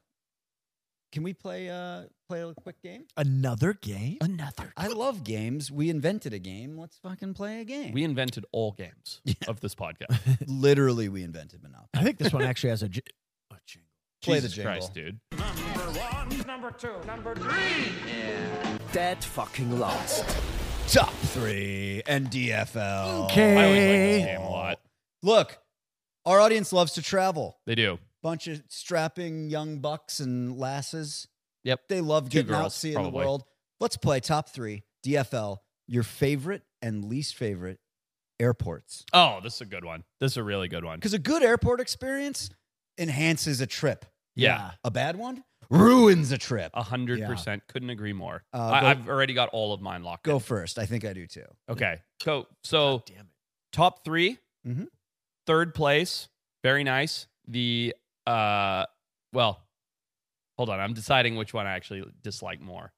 Speaker 1: can we play uh play a quick game?
Speaker 2: Another game. Another.
Speaker 1: I love games. We invented a game. Let's fucking play a *laughs* game.
Speaker 3: we invented all
Speaker 1: *laughs*
Speaker 3: games of this podcast.
Speaker 1: literally we invented Monopoly.
Speaker 2: I think this one actually has a. j- a jingle.
Speaker 1: Play
Speaker 3: Jesus
Speaker 1: the jingle.
Speaker 3: Christ, dude.
Speaker 5: That fucking lost.
Speaker 1: Top three and DFL.
Speaker 2: Okay.
Speaker 3: I always like this game a lot.
Speaker 1: Look, our audience loves to travel.
Speaker 3: They do.
Speaker 1: bunch of strapping young bucks and lasses.
Speaker 3: Yep.
Speaker 1: They love
Speaker 3: Two
Speaker 1: getting out,
Speaker 3: girls,
Speaker 1: seeing the
Speaker 3: probably.
Speaker 1: world. Let's play top three DFL, your favorite and least favorite airports.
Speaker 3: Oh, this is a good one. This is a really good one.
Speaker 1: Because a good airport experience enhances a trip.
Speaker 3: Yeah,
Speaker 1: A bad one ruins a trip.
Speaker 3: a hundred
Speaker 2: Yeah.
Speaker 3: percent. Couldn't agree more.
Speaker 1: Uh, go-
Speaker 3: I, I've already got all of mine locked.
Speaker 1: Go
Speaker 3: in.
Speaker 1: first. I think I do too.
Speaker 3: Okay. So *laughs* so
Speaker 2: God damn it.
Speaker 3: top 3
Speaker 1: Mhm.
Speaker 3: third place, very nice. The uh, well, hold on, I'm deciding which one I actually dislike more.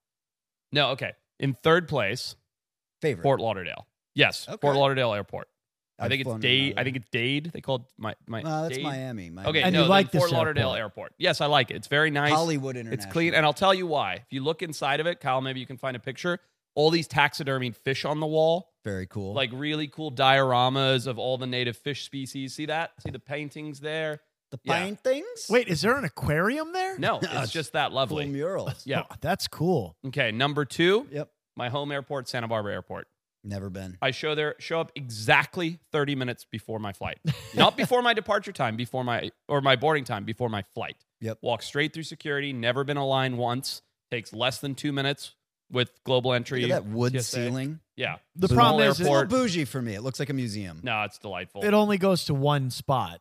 Speaker 3: No, okay. In third place,
Speaker 1: Favorite.
Speaker 3: Fort Lauderdale. Yes, Fort
Speaker 1: Okay.
Speaker 3: Lauderdale Airport. i
Speaker 1: I've
Speaker 3: think it's
Speaker 1: flown in
Speaker 3: Dade.
Speaker 1: and out
Speaker 3: I
Speaker 1: of
Speaker 3: think
Speaker 1: there.
Speaker 3: it's Dade. They called my my.
Speaker 1: Well, that's
Speaker 3: Dade.
Speaker 1: Miami. Miami.
Speaker 3: Okay,
Speaker 2: And
Speaker 3: no,
Speaker 2: you
Speaker 3: then
Speaker 2: like this
Speaker 3: Fort Lauderdale
Speaker 2: airport.
Speaker 3: airport. Yes, I like it. It's very nice.
Speaker 1: Hollywood International.
Speaker 3: It's clean, and I'll tell you why. If you look inside of it, Kyle, maybe you can find a picture. All these taxidermied fish on the wall,
Speaker 1: Very cool.
Speaker 3: like really cool dioramas of all the native fish species. See that? See the paintings there?
Speaker 1: the
Speaker 3: yeah.
Speaker 1: pine things.
Speaker 2: Wait, is there an aquarium there?
Speaker 1: *laughs*
Speaker 3: No,
Speaker 1: It's
Speaker 3: it's just that
Speaker 1: Cool
Speaker 3: lovely.
Speaker 1: murals. *laughs*
Speaker 3: Yeah.
Speaker 2: Oh, that's cool.
Speaker 3: Okay, number two,
Speaker 1: Yep.
Speaker 3: my home airport, Santa Barbara Airport.
Speaker 1: Never been.
Speaker 3: I show there, show up exactly thirty minutes before my
Speaker 1: *laughs*
Speaker 3: flight, not before my departure time, before my or my boarding time, before my flight.
Speaker 1: Yep.
Speaker 3: Walk straight through security. Never been a line once. Takes less than two minutes with global
Speaker 1: Look
Speaker 3: entry.
Speaker 1: at that wood
Speaker 3: TSA.
Speaker 1: ceiling.
Speaker 3: Yeah.
Speaker 2: The
Speaker 3: Small
Speaker 2: problem is,
Speaker 1: It's a little
Speaker 3: airport.
Speaker 1: bougie for me. It looks like a museum.
Speaker 3: No, it's delightful.
Speaker 2: it only goes to one spot.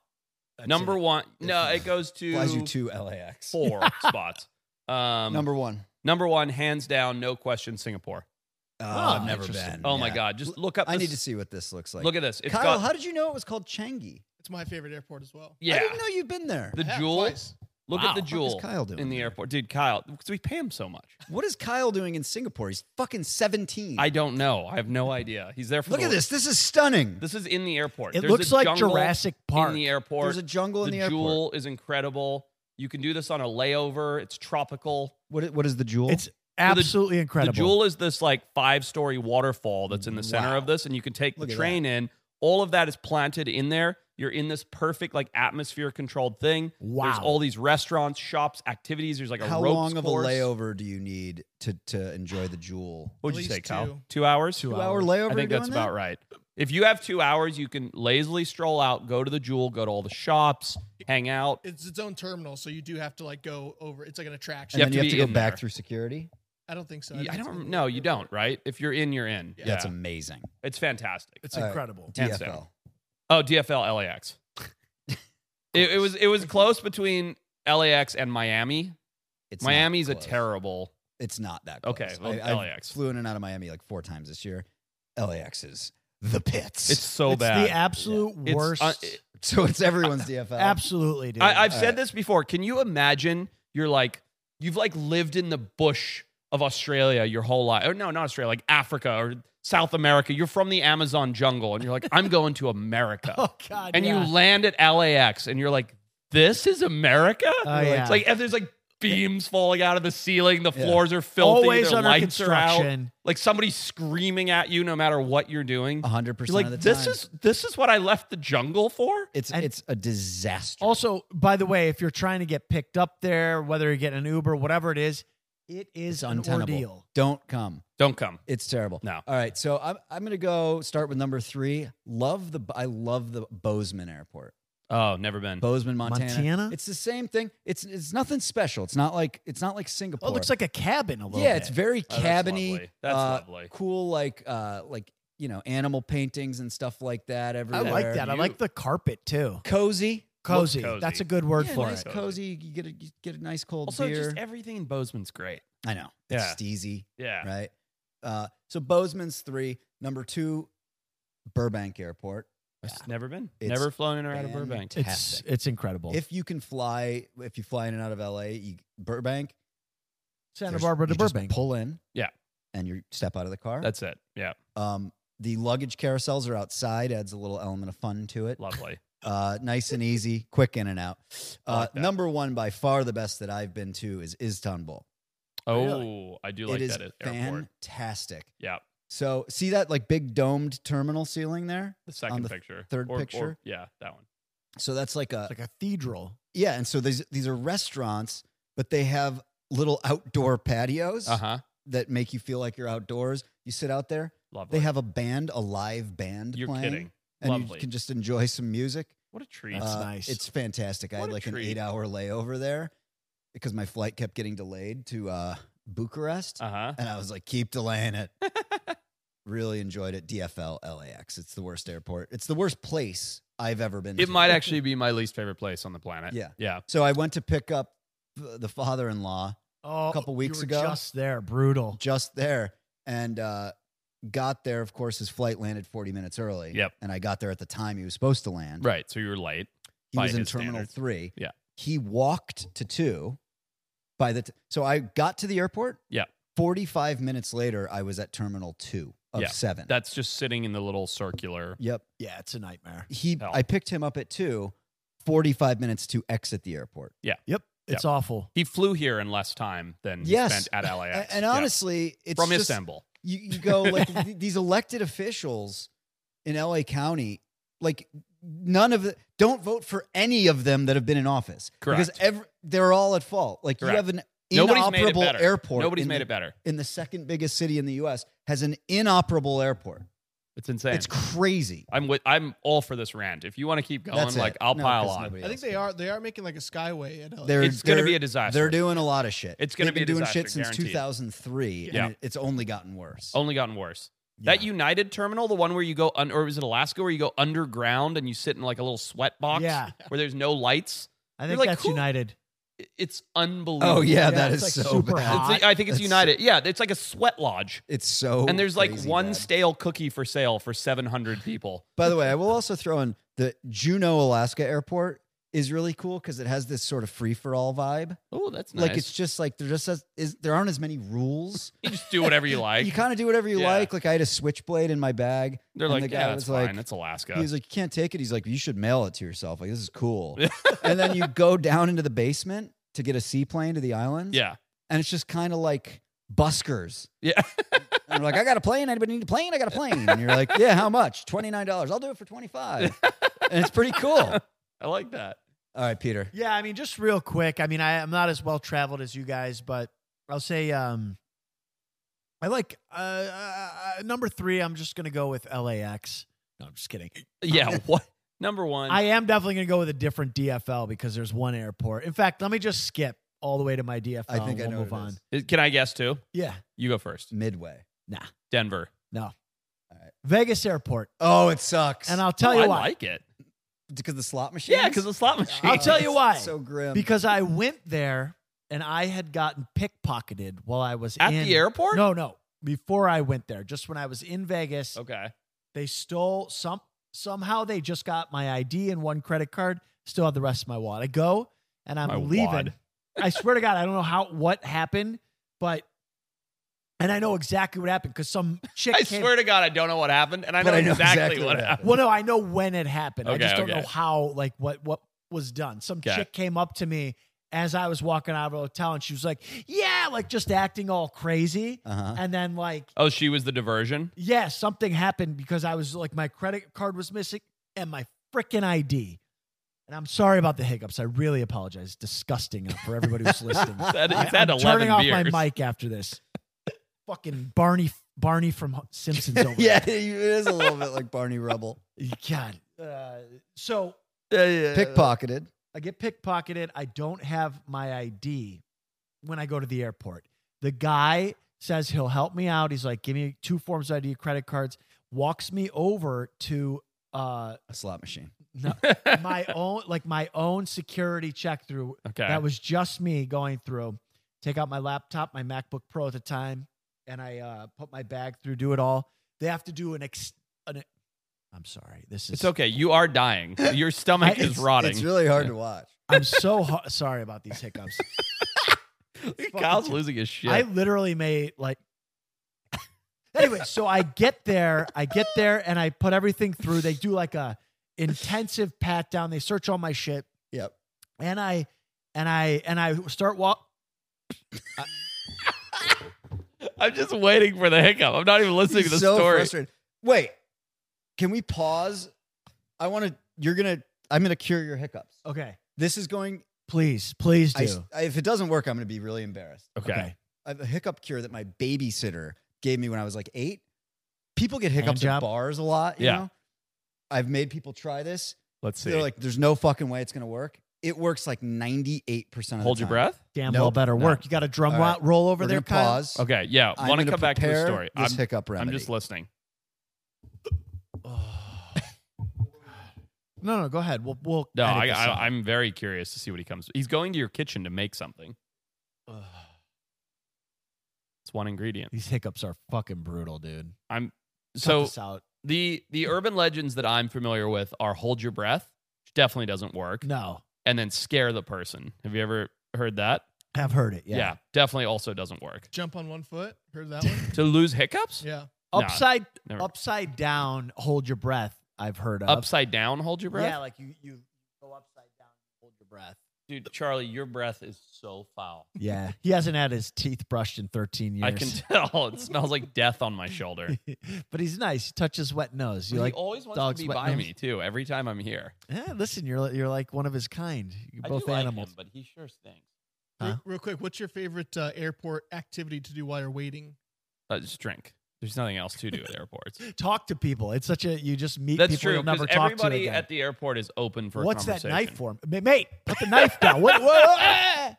Speaker 3: Number one. No,
Speaker 1: It's-
Speaker 3: it goes
Speaker 1: Flies you
Speaker 3: to
Speaker 1: to LAX. *laughs*
Speaker 3: four spots. Um, number
Speaker 1: Number one.
Speaker 3: number one, hands down, no question, Singapore.
Speaker 1: Oh,
Speaker 2: Ah,
Speaker 1: I've never
Speaker 2: interesting.
Speaker 1: been.
Speaker 3: Oh my
Speaker 1: Yeah.
Speaker 3: God! Just look up.
Speaker 1: I need
Speaker 3: this-
Speaker 1: to see what this looks like.
Speaker 3: look at this. It's
Speaker 1: Kyle,
Speaker 3: got
Speaker 1: how did you know it was called Changi?
Speaker 6: It's my favorite airport as well.
Speaker 1: I
Speaker 3: yeah.
Speaker 1: didn't know you've been there.
Speaker 3: The
Speaker 6: I have
Speaker 3: jewel.
Speaker 6: twice.
Speaker 3: Look
Speaker 2: Wow.
Speaker 3: at the
Speaker 1: What the fuck is
Speaker 3: jewel
Speaker 1: Kyle doing
Speaker 3: in the
Speaker 1: there?
Speaker 3: airport, dude. Kyle, because we pay him so much.
Speaker 1: What is Kyle doing in Singapore? He's fucking 17.
Speaker 3: I don't know. I have no idea. He's there for.
Speaker 1: look
Speaker 3: the-
Speaker 1: at this. This is stunning.
Speaker 3: This is in the airport.
Speaker 2: It
Speaker 3: There's
Speaker 2: looks
Speaker 3: a
Speaker 2: like
Speaker 3: jungle
Speaker 2: Jurassic Park.
Speaker 3: in the airport.
Speaker 1: There's a jungle in the
Speaker 3: jewel
Speaker 1: airport.
Speaker 3: is incredible. You can do this on a layover. It's tropical.
Speaker 1: What, i- what is the jewel?
Speaker 2: It's absolutely incredible.
Speaker 3: The Jewel is this like five story waterfall that's in the center of this, and you can take
Speaker 1: Look
Speaker 3: the
Speaker 1: at
Speaker 3: train in. All of that is planted in there. You're in this perfect like atmosphere controlled thing. There's
Speaker 2: Wow.
Speaker 3: all these restaurants, shops, activities. There's like a
Speaker 1: How
Speaker 3: ropes
Speaker 1: long of a
Speaker 3: course.
Speaker 1: layover do you need to, to enjoy the jewel?
Speaker 3: What
Speaker 6: At
Speaker 3: would you say,
Speaker 6: least
Speaker 3: Kyle?
Speaker 6: two.
Speaker 3: Two hours.
Speaker 2: Two
Speaker 1: Two hour
Speaker 2: hours.
Speaker 1: layover?
Speaker 3: I think
Speaker 1: you're
Speaker 3: that's
Speaker 1: doing that?
Speaker 3: about right. If you have two hours, you can lazily stroll out, go to the Jewel, go to all the shops, hang out.
Speaker 6: It's its own terminal, so you do have to like go over. It's like an attraction.
Speaker 1: And
Speaker 3: You have
Speaker 1: then
Speaker 3: to
Speaker 1: you have
Speaker 3: be
Speaker 1: to go
Speaker 3: in
Speaker 1: back
Speaker 3: there.
Speaker 1: through security.
Speaker 6: I don't think so.
Speaker 3: You-
Speaker 6: think
Speaker 3: I
Speaker 6: it's
Speaker 3: don't.
Speaker 6: in-
Speaker 3: No, you don't. Right? If you're in, you're in. Yeah,
Speaker 6: Yeah.
Speaker 1: That's amazing.
Speaker 3: it's fantastic.
Speaker 2: It's
Speaker 1: All right.
Speaker 2: incredible.
Speaker 3: Hands
Speaker 1: DFL.
Speaker 3: down. Oh, DFL LAX. it, it was it was close between LAX and Miami.
Speaker 1: It's not
Speaker 3: Miami's a
Speaker 1: close.
Speaker 3: terrible.
Speaker 1: It's not that close.
Speaker 3: Okay, well,
Speaker 1: I, I've
Speaker 3: LAX.
Speaker 1: flew in and out of Miami like four times this year. LAX is the pits.
Speaker 3: It's so
Speaker 2: it's
Speaker 3: bad.
Speaker 2: the absolute
Speaker 3: It's, uh,
Speaker 2: worst.
Speaker 3: it-
Speaker 1: *laughs* so
Speaker 3: *laughs*
Speaker 1: it's everyone's DFL.
Speaker 2: absolutely, dude.
Speaker 3: I, I've
Speaker 1: All
Speaker 3: said
Speaker 1: right.
Speaker 3: this before. Can you imagine? You're like you've like lived in the bush of Australia your whole life. Oh no, not Australia, like Africa or South America. You're from the Amazon jungle, and you're like, I'm going to America.
Speaker 2: *laughs* *laughs* oh God.
Speaker 3: and
Speaker 2: yeah.
Speaker 3: you land at LAX, and you're like, this is America.
Speaker 2: Oh,
Speaker 3: It's
Speaker 2: yeah.
Speaker 3: like if there's like beams falling out of the ceiling, the
Speaker 1: Yeah.
Speaker 3: floors are filthy,
Speaker 2: always
Speaker 3: their
Speaker 2: under
Speaker 3: lights are out.
Speaker 2: construction.
Speaker 3: like somebody's screaming at you no matter what you're doing.
Speaker 1: hundred
Speaker 3: You're
Speaker 1: percent of the
Speaker 3: like, this
Speaker 1: time.
Speaker 3: is this is what I left the jungle for.
Speaker 1: it's
Speaker 2: and-
Speaker 1: it's a disaster.
Speaker 2: Also, by the way, if you're trying to get picked up there, whether you get an Uber, whatever it is, it is
Speaker 1: It's
Speaker 2: an
Speaker 1: untenable.
Speaker 2: ordeal. Oh,
Speaker 1: don't come.
Speaker 3: Don't come.
Speaker 1: It's terrible.
Speaker 3: No.
Speaker 1: All right, so I'm I'm gonna go start with number three. Love the I love the Bozeman Airport,
Speaker 3: Oh, never
Speaker 2: Mm.
Speaker 3: been.
Speaker 1: Bozeman, Montana.
Speaker 2: Montana?
Speaker 1: It's the same thing. It's it's nothing special. It's not like it's not like Singapore.
Speaker 2: Oh, it looks like a cabin a little
Speaker 1: yeah,
Speaker 2: bit.
Speaker 1: it's very
Speaker 3: Oh, that's
Speaker 1: cabiny.
Speaker 3: lovely. That's
Speaker 1: uh,
Speaker 3: lovely.
Speaker 1: Cool, like uh, like you know, animal paintings and stuff like that
Speaker 2: I
Speaker 1: everywhere.
Speaker 2: like that. I like the carpet too.
Speaker 1: Cozy.
Speaker 2: Cozy.
Speaker 3: cozy.
Speaker 2: That's a good word
Speaker 1: Yeah,
Speaker 2: for
Speaker 1: nice
Speaker 2: it.
Speaker 1: cozy. You get a you get a nice cold
Speaker 3: Also,
Speaker 1: beer.
Speaker 3: just everything in Bozeman's great.
Speaker 1: I know. It's
Speaker 3: Yeah.
Speaker 1: steezy,
Speaker 3: Yeah.
Speaker 1: right? Uh, so Bozeman's three. Number two, Burbank Airport.
Speaker 3: It's never been.
Speaker 1: It's
Speaker 3: never flown in or out of Burbank.
Speaker 2: It's
Speaker 1: Fantastic.
Speaker 2: it's incredible.
Speaker 1: If you can fly, if you fly in and out of LA, you, Burbank,
Speaker 2: Santa
Speaker 1: there's-
Speaker 2: Barbara to
Speaker 1: you just
Speaker 2: Burbank.
Speaker 1: pull in.
Speaker 3: Yeah.
Speaker 1: And you step out of the car.
Speaker 3: That's it. Yeah.
Speaker 1: um, the luggage carousels are outside, adds a little element of fun to it. *laughs*
Speaker 3: Lovely.
Speaker 1: Uh, nice and easy, quick in and out.
Speaker 3: I
Speaker 1: Uh,
Speaker 3: like that.
Speaker 1: number one, by far the best that I've been to is Istanbul.
Speaker 3: Oh, I do like
Speaker 1: it is
Speaker 3: that at airport.
Speaker 1: fantastic.
Speaker 3: Yeah.
Speaker 1: So see that like big domed terminal ceiling there?
Speaker 3: The second
Speaker 1: the
Speaker 3: picture.
Speaker 1: third
Speaker 3: Or- or-
Speaker 1: picture?
Speaker 3: yeah, that one.
Speaker 1: So that's like a
Speaker 2: It's a cathedral.
Speaker 1: yeah, and so these these are restaurants, but they have little outdoor patios
Speaker 3: Uh huh.
Speaker 1: that make you feel like you're outdoors. You sit out there.
Speaker 3: Lovely.
Speaker 1: They have a band, a live band
Speaker 3: You're
Speaker 1: playing,
Speaker 3: kidding.
Speaker 1: and
Speaker 3: Lovely.
Speaker 1: you can just enjoy some music.
Speaker 3: What a treat.
Speaker 1: Uh,
Speaker 2: That's nice.
Speaker 1: It's fantastic. I
Speaker 3: What
Speaker 1: had
Speaker 3: a
Speaker 1: like an
Speaker 3: treat.
Speaker 1: eight-hour layover there because my flight kept getting delayed to uh, Bucharest,
Speaker 3: Uh huh.
Speaker 1: and I was like, keep delaying it. *laughs* really enjoyed it. DFL LAX. It's the worst airport. It's the worst place I've ever been.
Speaker 3: It
Speaker 1: to.
Speaker 3: might actually be my least favorite place on the planet.
Speaker 1: Yeah.
Speaker 3: Yeah.
Speaker 1: So I went to pick up th- the father-in-law
Speaker 2: Oh,
Speaker 1: couple
Speaker 2: you
Speaker 1: weeks
Speaker 2: were
Speaker 1: ago.
Speaker 2: Just there. Brutal.
Speaker 1: just there, and uh, got there. Of course, his flight landed 40 minutes early.
Speaker 3: Yep.
Speaker 1: And I got there at the time he was supposed to land.
Speaker 3: Right. So you were late.
Speaker 1: He
Speaker 3: by
Speaker 1: was in
Speaker 3: his
Speaker 1: Terminal
Speaker 3: standards.
Speaker 1: Three.
Speaker 3: Yeah.
Speaker 1: He walked to two. By the t- so I got to the airport.
Speaker 3: Yeah.
Speaker 1: Forty five minutes later, I was at Terminal Two of
Speaker 3: Yeah,
Speaker 1: seven.
Speaker 3: That's just sitting in the little circular.
Speaker 1: yep.
Speaker 2: Yeah, it's a nightmare.
Speaker 1: He.
Speaker 3: Hell.
Speaker 1: I picked him up at two. 45 minutes to exit the airport.
Speaker 2: Yep. It's awful.
Speaker 3: He flew here in less time than he
Speaker 1: Yes.
Speaker 3: spent at LAX.
Speaker 1: *laughs* A- and
Speaker 3: Yeah.
Speaker 1: honestly, it's
Speaker 3: from
Speaker 1: just,
Speaker 3: Istanbul.
Speaker 1: you, you go like
Speaker 3: *laughs*
Speaker 1: th- these elected officials in LA County, like none of the don't vote for any of them that have been in office because
Speaker 3: Correct.
Speaker 1: every, they're all at fault. Like you
Speaker 3: Correct.
Speaker 1: have an
Speaker 3: Nobody's made it
Speaker 1: inoperable
Speaker 3: better.
Speaker 1: airport.
Speaker 3: Nobody's
Speaker 1: in
Speaker 3: made
Speaker 1: the-
Speaker 3: it better.
Speaker 1: in the second biggest city in the U.S. has an inoperable airport.
Speaker 3: It's insane.
Speaker 1: It's crazy.
Speaker 3: I'm with, I'm all for this rant. If you want to keep going,
Speaker 1: That's
Speaker 3: like
Speaker 1: it.
Speaker 3: I'll
Speaker 1: No,
Speaker 3: pile
Speaker 1: 'cause
Speaker 3: on.
Speaker 1: nobody
Speaker 6: I think
Speaker 1: else
Speaker 6: they
Speaker 1: can.
Speaker 6: are they are making like a skyway at LA.
Speaker 1: They're-
Speaker 3: It's gonna
Speaker 1: they're-
Speaker 3: be a disaster.
Speaker 1: They're doing a lot of shit.
Speaker 3: It's gonna
Speaker 1: They've
Speaker 3: be a
Speaker 1: been doing shit
Speaker 3: disaster,
Speaker 1: since
Speaker 3: guaranteed.
Speaker 1: 2003,
Speaker 3: Yeah.
Speaker 1: and it- it's only gotten worse.
Speaker 3: Only gotten worse.
Speaker 1: Yeah.
Speaker 3: That United terminal, the one where you go, un- or was it Alaska, where you go underground and you sit in like a little sweat box
Speaker 2: Yeah.
Speaker 3: where there's no lights?
Speaker 2: I
Speaker 3: You're
Speaker 2: think
Speaker 3: like,
Speaker 2: that's
Speaker 3: who-
Speaker 2: United.
Speaker 3: I- It's unbelievable.
Speaker 1: Oh yeah,
Speaker 2: Yeah,
Speaker 1: that
Speaker 2: it's,
Speaker 1: is
Speaker 2: like,
Speaker 1: so
Speaker 2: super
Speaker 1: bad.
Speaker 2: hot.
Speaker 3: It's, I think it's
Speaker 1: That's-
Speaker 3: United. Yeah, it's like a sweat lodge.
Speaker 1: It's so
Speaker 3: and there's like
Speaker 1: crazy
Speaker 3: one
Speaker 1: bad.
Speaker 3: stale cookie for sale for 700 people.
Speaker 1: By the way,
Speaker 3: *laughs*
Speaker 1: I will also throw in the Juneau, Alaska airport is really cool because it has this sort of free for all vibe.
Speaker 3: Oh, that's nice.
Speaker 1: Like it's just like there just as, is there aren't as many rules.
Speaker 3: you just do whatever you like.
Speaker 1: *laughs* you kind of do whatever you
Speaker 3: Yeah.
Speaker 1: like. Like I had a switchblade in my bag.
Speaker 3: They're
Speaker 1: and
Speaker 3: like,
Speaker 1: the guy
Speaker 3: yeah, that's
Speaker 1: was like-
Speaker 3: fine. It's Alaska.
Speaker 1: He was like, "You can't take it." He's like, "You should mail it to yourself. Like this is
Speaker 3: *laughs*
Speaker 1: cool." and then you go down into the basement to get a seaplane to the islands.
Speaker 3: yeah, *laughs*
Speaker 1: and it's just kind of like buskers.
Speaker 3: yeah.
Speaker 1: And they're like, I got a plane. Anybody need a plane? I got a plane. And you're like, yeah, how much? $29. I'll do it for 25 And it's pretty cool. All
Speaker 3: I like that.
Speaker 1: right, Peter.
Speaker 2: Yeah, I mean, just real quick. I mean, I, I'm not as well traveled as you guys, but I'll say um, I like uh, uh, uh, number three. I'm just gonna go with LAX. No, I'm just kidding.
Speaker 1: *laughs*
Speaker 3: Yeah. what number one?
Speaker 2: I am definitely gonna go with a different DFL because there's one airport. In fact, let me just skip all the way to my DFL.
Speaker 1: I
Speaker 2: and
Speaker 1: think I
Speaker 2: Um, we'll
Speaker 1: know.
Speaker 2: move
Speaker 1: what it
Speaker 2: on.
Speaker 1: is.
Speaker 3: Can I guess too?
Speaker 2: Yeah,
Speaker 3: You go first.
Speaker 1: Midway.
Speaker 3: Denver.
Speaker 2: Vegas Airport,
Speaker 1: Oh, it sucks.
Speaker 2: and I'll tell
Speaker 3: Oh,
Speaker 2: you
Speaker 3: I
Speaker 2: why.
Speaker 3: like it.
Speaker 1: because the slot machine. Oh,
Speaker 3: Yeah, because the slot machine.
Speaker 2: I'll tell you why.
Speaker 1: So grim.
Speaker 2: because I went there and I had gotten pickpocketed while I was
Speaker 3: *laughs* At
Speaker 2: in-
Speaker 3: the airport.
Speaker 2: No, no. Before I went there, just when I was in Vegas,
Speaker 3: Okay.
Speaker 2: They stole some somehow they just got my ID and one credit card, still have the rest of my wallet. I go and I'm
Speaker 3: My
Speaker 2: leaving.
Speaker 3: wad.
Speaker 2: I swear to God, I don't know how what happened, but and I know exactly what happened because some
Speaker 3: *laughs*
Speaker 2: chick
Speaker 3: I
Speaker 2: came.
Speaker 3: swear to God, I don't know what happened, and I know,
Speaker 1: But I know
Speaker 3: exactly,
Speaker 1: exactly
Speaker 3: what
Speaker 1: what
Speaker 3: happened.
Speaker 2: well, no, I know when it happened. I
Speaker 3: Okay,
Speaker 2: just don't
Speaker 3: okay.
Speaker 2: know how, like what what was done. Some
Speaker 3: Okay.
Speaker 2: chick came up to me as I was walking out of a hotel and she was like, Yeah, like just acting all crazy. *laughs*
Speaker 1: uh-huh.
Speaker 2: And then like
Speaker 3: Oh, she was the diversion.
Speaker 2: Yeah, something happened because I was like, my credit card was missing and my freaking ID. And I'm sorry about the hiccups. I really apologize. It's disgusting for everybody who's listening.
Speaker 3: That, *laughs*
Speaker 2: I,
Speaker 3: he's had
Speaker 2: I'm
Speaker 3: eleven
Speaker 2: turning off
Speaker 3: beers. *laughs*
Speaker 2: my mic after this. Fucking Barney, Barney from Ho- Simpsons. Over
Speaker 1: *laughs* yeah, it is a little bit like Barney Rubble.
Speaker 2: there. God. Uh, so
Speaker 1: *laughs* Pickpocketed.
Speaker 2: I get pickpocketed. I don't have my ID when I go to the airport. The guy says he'll help me out. He's like, give me two forms of ID, credit cards. walks me over to uh
Speaker 1: a slot machine.
Speaker 3: *laughs*
Speaker 2: my own like my own security check through
Speaker 3: okay.
Speaker 2: That was just me going through. Take out my laptop, my MacBook Pro at the time, and I uh, put my bag through. Do it all. They have to do an ex. An, e, I'm sorry. This is
Speaker 3: it's okay. You are dying. Your stomach
Speaker 2: I-
Speaker 3: is rotting. *laughs*
Speaker 1: It's really hard to watch.
Speaker 2: I'm so ho- sorry about these hiccups.
Speaker 3: Kyle's losing his shit.
Speaker 2: I literally made like. *laughs* anyway, so I get there. I get there, and I put everything through. They do like a intensive pat down. They search all my shit.
Speaker 1: Yep.
Speaker 2: and I and I and I start walk.
Speaker 3: I'm just waiting for the hiccup. I'm not even listening to the
Speaker 1: He's so
Speaker 3: story.
Speaker 1: frustrated. Wait, can we pause? I want to. You're gonna. I'm gonna cure your hiccups.
Speaker 2: Okay,
Speaker 1: This is going.
Speaker 2: please, please
Speaker 1: I,
Speaker 2: do.
Speaker 1: I- if it doesn't work, I'm gonna be really embarrassed.
Speaker 3: Okay.
Speaker 1: I have a hiccup cure that my babysitter gave me when I was like eight. People get hiccups
Speaker 2: job?
Speaker 1: at bars a lot. You
Speaker 3: Yeah.
Speaker 1: Know? I've made people try this.
Speaker 3: Let's see.
Speaker 1: They're like, "There's no fucking way it's gonna work." It works like 98 percent of
Speaker 3: Hold
Speaker 1: the
Speaker 3: your
Speaker 1: time.
Speaker 3: breath.
Speaker 2: Damn
Speaker 1: Nope,
Speaker 2: well better
Speaker 1: no.
Speaker 2: work. You got a drum
Speaker 1: All
Speaker 2: ro-
Speaker 1: right.
Speaker 2: roll over
Speaker 1: We're
Speaker 2: there,
Speaker 1: gonna
Speaker 2: Kyle.
Speaker 1: pause.
Speaker 3: Okay. Yeah.
Speaker 1: I'm
Speaker 3: Want to
Speaker 1: gonna
Speaker 3: come back to the
Speaker 1: prepare
Speaker 3: story?
Speaker 1: This
Speaker 3: I'm,
Speaker 1: hiccup
Speaker 3: I'm
Speaker 1: remedy.
Speaker 3: just listening.
Speaker 2: *sighs* No, no, go ahead. We'll we'll.
Speaker 3: No,
Speaker 2: edit
Speaker 3: I,
Speaker 2: this out.
Speaker 3: I, I'm very curious to see what he comes. He's going to your kitchen to make something. It's one ingredient.
Speaker 2: These hiccups are fucking brutal, dude.
Speaker 3: I'm
Speaker 2: Cut
Speaker 3: so
Speaker 2: this out.
Speaker 3: the the urban legends that I'm familiar with are hold your breath, which definitely doesn't work,
Speaker 2: No,
Speaker 3: and then scare the person. Have you ever heard that?
Speaker 2: I've heard it. Yeah.
Speaker 3: definitely also doesn't work.
Speaker 6: Jump on one foot. Heard
Speaker 1: *laughs*
Speaker 6: that one?
Speaker 3: To lose hiccups,
Speaker 6: Yeah.
Speaker 3: Nah,
Speaker 2: Upside
Speaker 3: never-
Speaker 2: upside down. Hold your breath. I've heard of
Speaker 3: upside down, hold your breath.
Speaker 2: Yeah, like you you go upside down. Hold your breath.
Speaker 3: Dude, Charlie, your breath is so foul.
Speaker 2: Yeah, he hasn't had his teeth brushed in 13 years.
Speaker 3: I can *laughs* tell. It smells like death on my
Speaker 2: *laughs*
Speaker 3: shoulder.
Speaker 2: but he's nice. He touches wet nose. You
Speaker 3: he
Speaker 2: like?
Speaker 3: always wants
Speaker 2: dogs
Speaker 3: to be
Speaker 2: wet
Speaker 3: by
Speaker 2: nose?
Speaker 3: me too. Every time I'm here,
Speaker 2: Yeah, "Eh, listen, you're you're like one of his kind. You're
Speaker 3: I do
Speaker 2: both
Speaker 3: like him,
Speaker 2: animals.
Speaker 3: but he sure stinks.
Speaker 6: Re-
Speaker 2: Huh?
Speaker 6: Real, quick, what's your favorite uh, airport activity to do while you're waiting?
Speaker 3: Uh, just drink. There's nothing else to do at
Speaker 1: *laughs*
Speaker 3: airports.
Speaker 2: talk to people. It's such a you just meet
Speaker 3: That's
Speaker 2: people
Speaker 3: true.
Speaker 2: you'll
Speaker 3: Because
Speaker 2: never talk to
Speaker 3: everybody
Speaker 2: again.
Speaker 3: at the airport is open for. a
Speaker 2: What's that
Speaker 3: conversation.
Speaker 2: knife for? Ma- Mate, put the knife down. What, what-
Speaker 3: *laughs*